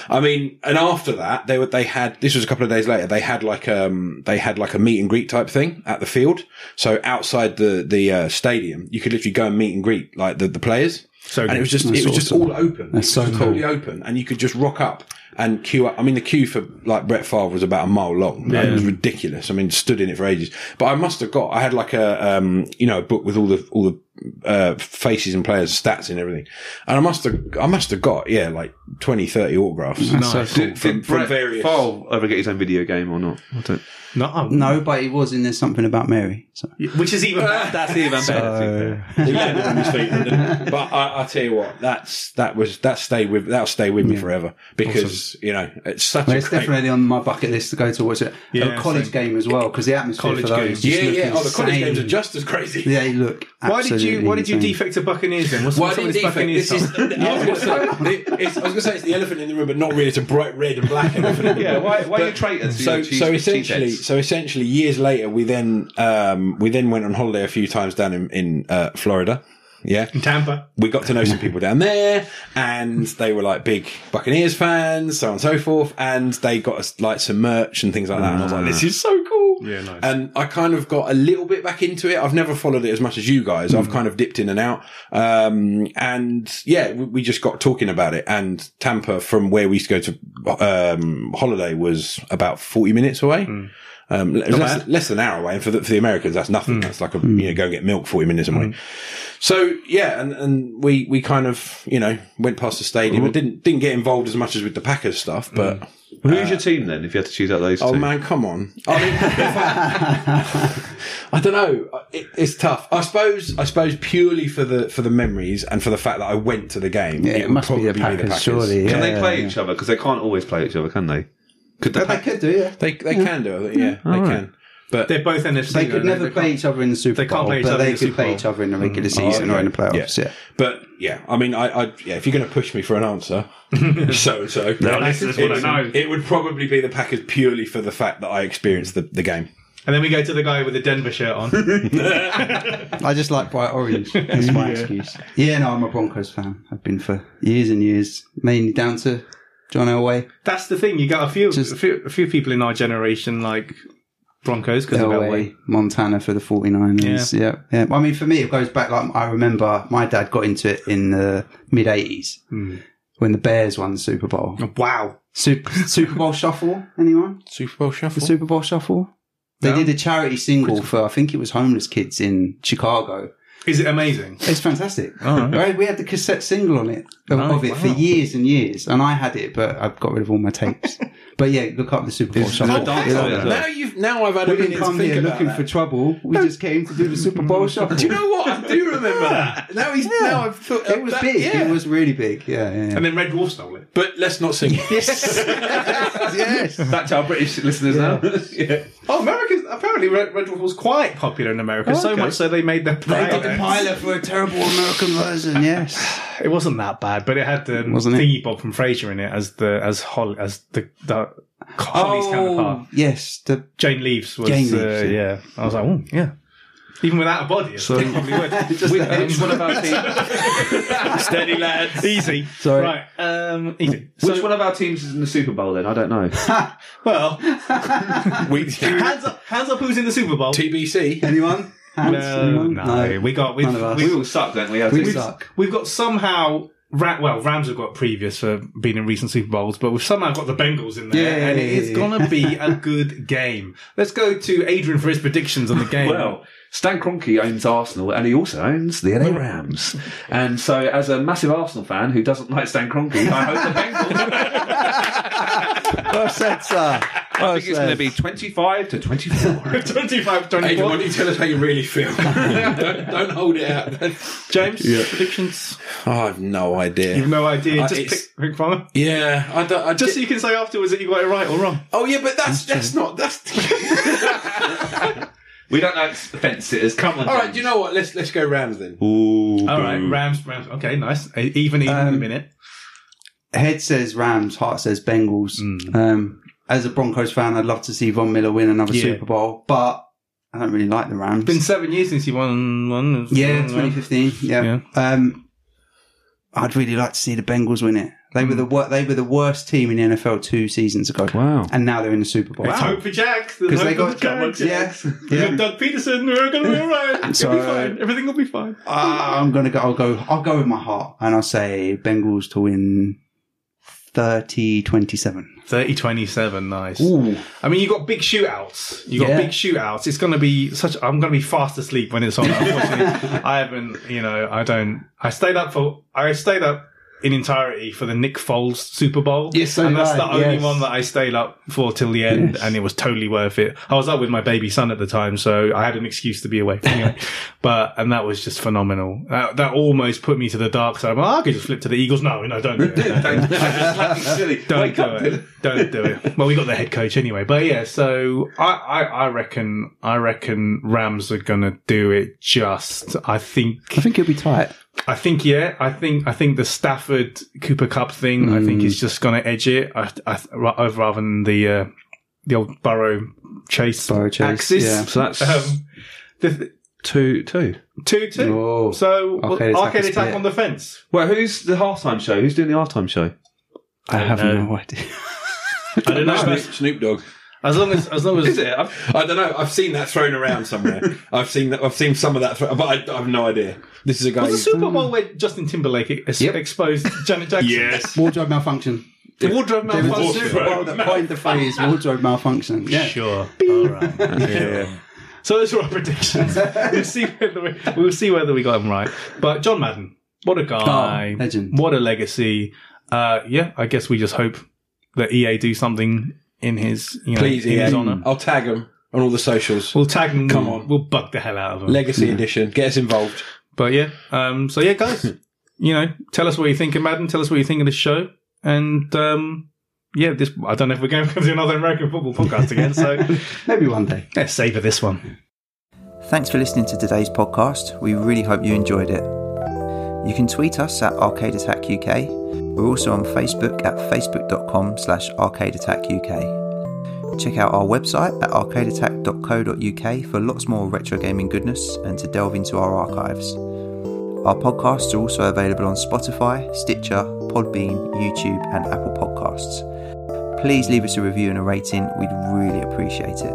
[SPEAKER 5] I mean, and after that, they were they had this was a couple of days later. They had like um they had like a meet and greet type thing at the field. So outside the the uh, stadium, you could literally go and meet and greet like the the players.
[SPEAKER 1] So
[SPEAKER 5] and
[SPEAKER 1] good.
[SPEAKER 5] it was just it was just
[SPEAKER 4] awesome.
[SPEAKER 5] all open.
[SPEAKER 4] That's
[SPEAKER 5] It was
[SPEAKER 4] so
[SPEAKER 5] just
[SPEAKER 4] cool.
[SPEAKER 5] Totally open, and you could just rock up and queue up. I mean, the queue for like Brett Favre was about a mile long. Like, It was ridiculous. I mean, stood in it for ages. But I must have got. I had like a um, you know a book with all the all the uh, faces and players' stats and everything, and I must have I must have got yeah like 20, 30 autographs.
[SPEAKER 4] Nice.
[SPEAKER 7] Did,
[SPEAKER 5] From-
[SPEAKER 7] did
[SPEAKER 5] from
[SPEAKER 7] Brett
[SPEAKER 5] various-
[SPEAKER 7] Favre ever get his own video game or not? I don't.
[SPEAKER 1] No, I'm-
[SPEAKER 4] No, but it was in there something about Mary. So.
[SPEAKER 1] which is even.
[SPEAKER 7] That's even better.
[SPEAKER 5] He landed on his feet, and then- but I, I tell you what, that's that was that stayed with that'll stay with me forever because you know it's such
[SPEAKER 4] Well,
[SPEAKER 5] a
[SPEAKER 4] it's
[SPEAKER 5] great-
[SPEAKER 4] definitely on my bucket list to go to watch it.
[SPEAKER 1] Yeah,
[SPEAKER 4] a college
[SPEAKER 1] same.
[SPEAKER 4] game as well because the atmosphere
[SPEAKER 1] College
[SPEAKER 4] for those.
[SPEAKER 1] games.
[SPEAKER 5] yeah
[SPEAKER 4] just look
[SPEAKER 5] yeah. Oh, the college
[SPEAKER 4] insane.
[SPEAKER 5] games are just as crazy.
[SPEAKER 4] They look.
[SPEAKER 1] Why did you? Why did you defect
[SPEAKER 4] defect?
[SPEAKER 1] to Buccaneers then? What's
[SPEAKER 5] Why
[SPEAKER 1] what's
[SPEAKER 5] do
[SPEAKER 1] on
[SPEAKER 5] you
[SPEAKER 1] this
[SPEAKER 5] defect?
[SPEAKER 1] Buccaneers
[SPEAKER 5] This is,
[SPEAKER 1] stuff?
[SPEAKER 5] I was going to say, it's, I was gonna say it's the elephant in the room, but not really. It's a bright red and black elephant.
[SPEAKER 7] Yeah, why- why are you
[SPEAKER 5] But-
[SPEAKER 7] traitors? You
[SPEAKER 5] So,
[SPEAKER 7] know, cheese-
[SPEAKER 5] so
[SPEAKER 7] cheese
[SPEAKER 5] essentially,
[SPEAKER 7] heads.
[SPEAKER 5] so essentially, years later, we then um, we then went on holiday a few times down in, in uh, Florida. Yeah,
[SPEAKER 1] Tampa.
[SPEAKER 5] we got to know some people down there, and they were like big Buccaneers fans, so on and so forth, and they got us like some merch and things like that. And I was like, this is so cool.
[SPEAKER 1] Yeah, nice.
[SPEAKER 5] And I kind of got a little bit back into it. I've never followed it as much as you guys.
[SPEAKER 1] Mm.
[SPEAKER 5] I've kind of dipped in and out. Um, and yeah, we, we just got talking about it. And Tampa, from where we used to go to um, holiday, was about forty minutes away.
[SPEAKER 1] Mm.
[SPEAKER 5] Um, it was less, less than an hour away, and for the, for the Americans, that's
[SPEAKER 1] Mm.
[SPEAKER 5] nothing. That's like a you know go and get milk forty minutes away. So yeah, and, and we we kind of you know went past the
[SPEAKER 4] Mm-hmm.
[SPEAKER 5] stadium, and didn't didn't get involved as much as with the Packers stuff.
[SPEAKER 4] Mm.
[SPEAKER 5] But
[SPEAKER 7] Who's your team then? If you had to choose out those
[SPEAKER 5] oh
[SPEAKER 7] two,
[SPEAKER 5] man, come on! I mean, if I, I don't know. It, it's tough. I suppose I suppose purely for the for the memories and for the fact that I went to the game.
[SPEAKER 4] Yeah, it,
[SPEAKER 5] would
[SPEAKER 4] must be the
[SPEAKER 5] probably
[SPEAKER 4] Packers, surely. yeah.
[SPEAKER 7] can they play each other? Because they can't always play each other, can they? Could the
[SPEAKER 4] They
[SPEAKER 7] Pack-
[SPEAKER 4] could do. Yeah.
[SPEAKER 5] They they can do it. Yeah, they can. But
[SPEAKER 1] They're both NFC.
[SPEAKER 4] They
[SPEAKER 1] though,
[SPEAKER 4] could
[SPEAKER 1] no?
[SPEAKER 4] never
[SPEAKER 1] They
[SPEAKER 4] play
[SPEAKER 1] can't-
[SPEAKER 4] each other in the Super
[SPEAKER 1] They can't
[SPEAKER 4] Bowl,
[SPEAKER 1] play each
[SPEAKER 4] but
[SPEAKER 1] other in
[SPEAKER 4] they
[SPEAKER 1] the
[SPEAKER 4] could
[SPEAKER 1] Super
[SPEAKER 4] play
[SPEAKER 1] Bowl.
[SPEAKER 4] each other in the regular season or in the playoffs. Yeah.
[SPEAKER 5] Oh, But yeah, I mean, I, I yeah, if you're going to push me for an answer, so so.
[SPEAKER 6] this is what I
[SPEAKER 5] It-
[SPEAKER 6] know.
[SPEAKER 5] It would probably be the Packers purely for the fact that I experienced the, the game.
[SPEAKER 1] And then we go to the guy with the Denver shirt on.
[SPEAKER 4] I just like bright orange. That's my excuse. Yeah, no, I'm a Broncos fan. I've been for years and years, mainly down to John Elway.
[SPEAKER 1] That's the thing. You got a few,
[SPEAKER 4] Just-
[SPEAKER 1] a few, a few people in our generation like Broncos because of Elway.
[SPEAKER 4] Elway, Montana for the 49ers. Yeah. yeah. I mean, for me, it goes back like I remember my dad got into it in the mid 80s when the Bears won the Super Bowl.
[SPEAKER 1] Wow.
[SPEAKER 4] Super, Super Bowl Shuffle, anyone?
[SPEAKER 5] Super Bowl
[SPEAKER 4] The
[SPEAKER 5] shuffle.
[SPEAKER 4] Super Bowl Shuffle? They
[SPEAKER 1] No.
[SPEAKER 4] did a charity single for, I think it was homeless kids in Chicago.
[SPEAKER 1] Is it amazing?
[SPEAKER 4] It's fantastic. Right? We had the cassette single on it of, of it for years and years, and I had it, but I've got rid of all my tapes. but yeah, look up the Super Bowl Shuffle.
[SPEAKER 7] not dance
[SPEAKER 4] You'll
[SPEAKER 7] on
[SPEAKER 4] love
[SPEAKER 7] it.
[SPEAKER 4] it.
[SPEAKER 5] now you've now I've had
[SPEAKER 4] We
[SPEAKER 5] a minute
[SPEAKER 4] didn't
[SPEAKER 5] to
[SPEAKER 4] come
[SPEAKER 5] think
[SPEAKER 4] here
[SPEAKER 5] about
[SPEAKER 4] looking
[SPEAKER 5] that.
[SPEAKER 4] for trouble. We just came to do the Super Bowl Shuffle.
[SPEAKER 5] Do you know what? I do remember that. Now he's now I've thought
[SPEAKER 4] It was
[SPEAKER 5] that-
[SPEAKER 4] big.
[SPEAKER 5] yeah.
[SPEAKER 4] It was really big. Yeah, yeah.
[SPEAKER 1] And then Red Dwarf stole it.
[SPEAKER 5] But let's not sing.
[SPEAKER 4] yes.
[SPEAKER 7] That's our British listeners now. yeah.
[SPEAKER 1] Oh, Americans! Apparently, Red, Red Dwarf was quite popular in
[SPEAKER 4] Oh,
[SPEAKER 1] America. So much so they made the
[SPEAKER 4] They
[SPEAKER 1] pilot.
[SPEAKER 4] did the pilot for a terrible American version. Yes.
[SPEAKER 1] It wasn't that bad, but it had the
[SPEAKER 4] Wasn't it?
[SPEAKER 1] thingy Bob from Frasier in it as the as Holly as the, the Holly's
[SPEAKER 7] Oh.
[SPEAKER 1] counterpart.
[SPEAKER 4] Oh, yes. The
[SPEAKER 1] Jane Leaves was
[SPEAKER 4] Jane
[SPEAKER 1] uh,
[SPEAKER 4] Leaves,
[SPEAKER 1] yeah. I was like, oh yeah. Even without a body, so, probably would.
[SPEAKER 7] Which one of our teams? Steady lads.
[SPEAKER 1] easy.
[SPEAKER 4] Sorry.
[SPEAKER 1] Right. Um, easy.
[SPEAKER 7] Which one of our teams is in the Super Bowl? Then I don't know.
[SPEAKER 1] Well,
[SPEAKER 5] we,
[SPEAKER 1] hands up, hands up who's in the Super Bowl?
[SPEAKER 5] TBC.
[SPEAKER 4] anyone? Hands?
[SPEAKER 1] No,
[SPEAKER 4] Anyone?
[SPEAKER 1] no, we got we've,
[SPEAKER 4] None of us.
[SPEAKER 7] we
[SPEAKER 1] we've,
[SPEAKER 7] all suck, don't we? Our
[SPEAKER 4] We
[SPEAKER 7] teams?
[SPEAKER 4] suck.
[SPEAKER 1] we've got somehow. Ra- well, Rams have got previous for being in recent Super Bowls, but we've somehow got the Bengals in there,
[SPEAKER 4] Yeah,
[SPEAKER 1] and
[SPEAKER 4] yeah,
[SPEAKER 1] it's
[SPEAKER 4] yeah,
[SPEAKER 1] gonna be a good game. Let's go to Adrian for his predictions on the game.
[SPEAKER 7] Well, Stan Kroenke owns Arsenal and he also owns the LA Rams. And so, as a massive Arsenal fan who doesn't like Stan Kroenke, I hope the Bengals.
[SPEAKER 4] Well said, sir.
[SPEAKER 7] I think it's going to be 25 to 24.
[SPEAKER 1] 25
[SPEAKER 5] Adrian, why
[SPEAKER 1] 24.
[SPEAKER 5] don't you tell us how you really feel? don't, don't hold it out.
[SPEAKER 1] James, predictions?
[SPEAKER 5] I have no idea.
[SPEAKER 1] You've no idea.
[SPEAKER 5] Uh,
[SPEAKER 1] Just
[SPEAKER 5] it's-
[SPEAKER 1] pick, pick one.
[SPEAKER 5] Yeah, I don't. I
[SPEAKER 1] Just
[SPEAKER 5] just.
[SPEAKER 1] so you can say afterwards that you got it right or wrong.
[SPEAKER 5] Oh yeah, but that's that's not that's.
[SPEAKER 7] we don't like fence sitters. Come on.
[SPEAKER 5] All right, do you know what? Let's let's go Rams then.
[SPEAKER 7] Ooh,
[SPEAKER 1] All right, Rams, Rams. Okay, nice. E, Even, even in a
[SPEAKER 4] Um,
[SPEAKER 1] minute.
[SPEAKER 4] Head says Rams, heart says Bengals.
[SPEAKER 1] Hmm.
[SPEAKER 4] Um, as a Broncos fan, I'd love to see Von Miller win another
[SPEAKER 1] Yeah.
[SPEAKER 4] Super Bowl, but I don't really like the Rams.
[SPEAKER 1] Been seven years since you won one.
[SPEAKER 4] yeah, 2015. Yeah.
[SPEAKER 1] Mm, Yeah.
[SPEAKER 4] Um, I'd really like to see the Bengals win it. They
[SPEAKER 1] Hmm.
[SPEAKER 4] were the wor- they were the worst team in the NFL two seasons ago.
[SPEAKER 6] Wow.
[SPEAKER 4] And now they're in the Super Bowl.
[SPEAKER 1] It's hope for Jags.
[SPEAKER 4] Because they got
[SPEAKER 1] Jags.
[SPEAKER 4] yeah,
[SPEAKER 1] Yeah.
[SPEAKER 4] yeah.
[SPEAKER 1] Doug Peterson, we're going to be all right.
[SPEAKER 4] So-
[SPEAKER 1] It'll be fine. Everything will be fine.
[SPEAKER 4] Ah, I'm gonna go. I'll go. I'll go with my heart, and I'll say Bengals to win 30-27.
[SPEAKER 1] 30 27, nice.
[SPEAKER 4] Ooh,
[SPEAKER 1] I mean, you got big shootouts. You got
[SPEAKER 4] Yeah.
[SPEAKER 1] big shootouts. It's going to be such. I'm going to be fast asleep when it's on. Unfortunately, I haven't. You know, I don't. I stayed up for. I stayed up in entirety for the Nick Foles Super Bowl.
[SPEAKER 4] Yes, so
[SPEAKER 1] and
[SPEAKER 4] did
[SPEAKER 1] that's the
[SPEAKER 4] I,
[SPEAKER 1] only
[SPEAKER 4] yes.
[SPEAKER 1] one that I stayed up for till the end, and it was totally worth it. I was up with my baby son at the time, so I had an excuse to be away from him. but and that was just phenomenal. That, that almost put me to the dark side. I'm like, I could just flip to the Eagles. No, no, don't do it. No, don't do it.
[SPEAKER 7] silly.
[SPEAKER 1] Don't
[SPEAKER 7] Wake
[SPEAKER 1] do
[SPEAKER 7] up,
[SPEAKER 1] it. Don't do it. Well, we got the head coach anyway, but yeah. So I, I, I reckon, I reckon Rams are gonna do it. Just, I think,
[SPEAKER 4] I think it'll be tight.
[SPEAKER 1] I think, yeah, I think, I think the Stafford Cooper Cup thing, I think
[SPEAKER 4] Mm.
[SPEAKER 1] is just gonna edge it. I, I, ra- rather than the uh, the old Burrow Chase
[SPEAKER 4] Burrow Chase,
[SPEAKER 1] axis.
[SPEAKER 4] yeah.
[SPEAKER 6] So that's
[SPEAKER 1] Um, the, th-
[SPEAKER 6] two, two.
[SPEAKER 1] two two.
[SPEAKER 4] Oh,
[SPEAKER 1] So well, arcade,
[SPEAKER 4] Arcade attack is
[SPEAKER 1] attack
[SPEAKER 4] split.
[SPEAKER 1] on the fence.
[SPEAKER 7] Well, who's the halftime show? Who's doing the halftime show?
[SPEAKER 4] I have
[SPEAKER 1] no.
[SPEAKER 4] no, idea.
[SPEAKER 1] I don't know.
[SPEAKER 5] Snoop, Snoop Dogg.
[SPEAKER 1] As long as, as long as
[SPEAKER 7] Is it? I've-
[SPEAKER 5] I don't know. I've seen that thrown around somewhere. I've seen that. I've seen some of that, thro- but I, I have no idea. This is a guy.
[SPEAKER 1] was the
[SPEAKER 5] who-
[SPEAKER 1] Super Bowl where Justin Timberlake ex-
[SPEAKER 4] Yep.
[SPEAKER 1] exposed Janet Jackson. yes.
[SPEAKER 4] Wardrobe malfunction.
[SPEAKER 1] The wardrobe
[SPEAKER 4] There was a
[SPEAKER 1] malfunction.
[SPEAKER 4] Super Bowl that coined the phrase wardrobe malfunction. Yeah.
[SPEAKER 1] Sure. All right. Yeah. So those were our predictions. we'll see whether we, we'll see whether we got them right. But John Madden, what a guy,
[SPEAKER 4] Oh, legend.
[SPEAKER 1] what a legacy. Uh, yeah, I guess we just hope that EA do something in his you know,
[SPEAKER 5] Please,
[SPEAKER 1] in his
[SPEAKER 5] EA.
[SPEAKER 1] honor.
[SPEAKER 5] I'll tag him on all the socials.
[SPEAKER 1] We'll tag him.
[SPEAKER 5] Come
[SPEAKER 1] we'll-
[SPEAKER 5] on.
[SPEAKER 1] we'll bug the hell out of him.
[SPEAKER 5] Legacy edition. Get us involved.
[SPEAKER 1] But yeah, um, so yeah, guys, you know, tell us what you think of Madden. Tell us what you think of this show. And um, yeah, this I don't know if we're going to do another American football podcast again. So
[SPEAKER 4] Maybe one day.
[SPEAKER 1] let's savor this one.
[SPEAKER 8] Thanks for listening to today's podcast. We really hope you enjoyed it. You can tweet us at Arcade Attack UK. We're also on Facebook at facebook.com slash Arcade Attack UK. Check out our website at arcadeattack.co.uk for lots more retro gaming goodness and to delve into our archives. Our podcasts are also available on Spotify, Stitcher, Podbean, YouTube, and Apple Podcasts. Please leave us a review and a rating, we'd really appreciate it.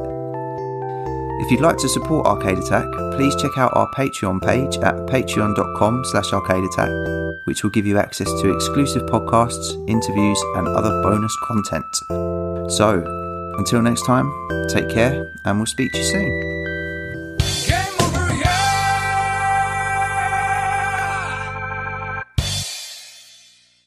[SPEAKER 8] If you'd like to support Arcade Attack, please check out our Patreon page at patreon.com slash arcadeattack, which will give you access to exclusive podcasts, interviews and other bonus content. So, until next time, take care and we'll speak to you soon.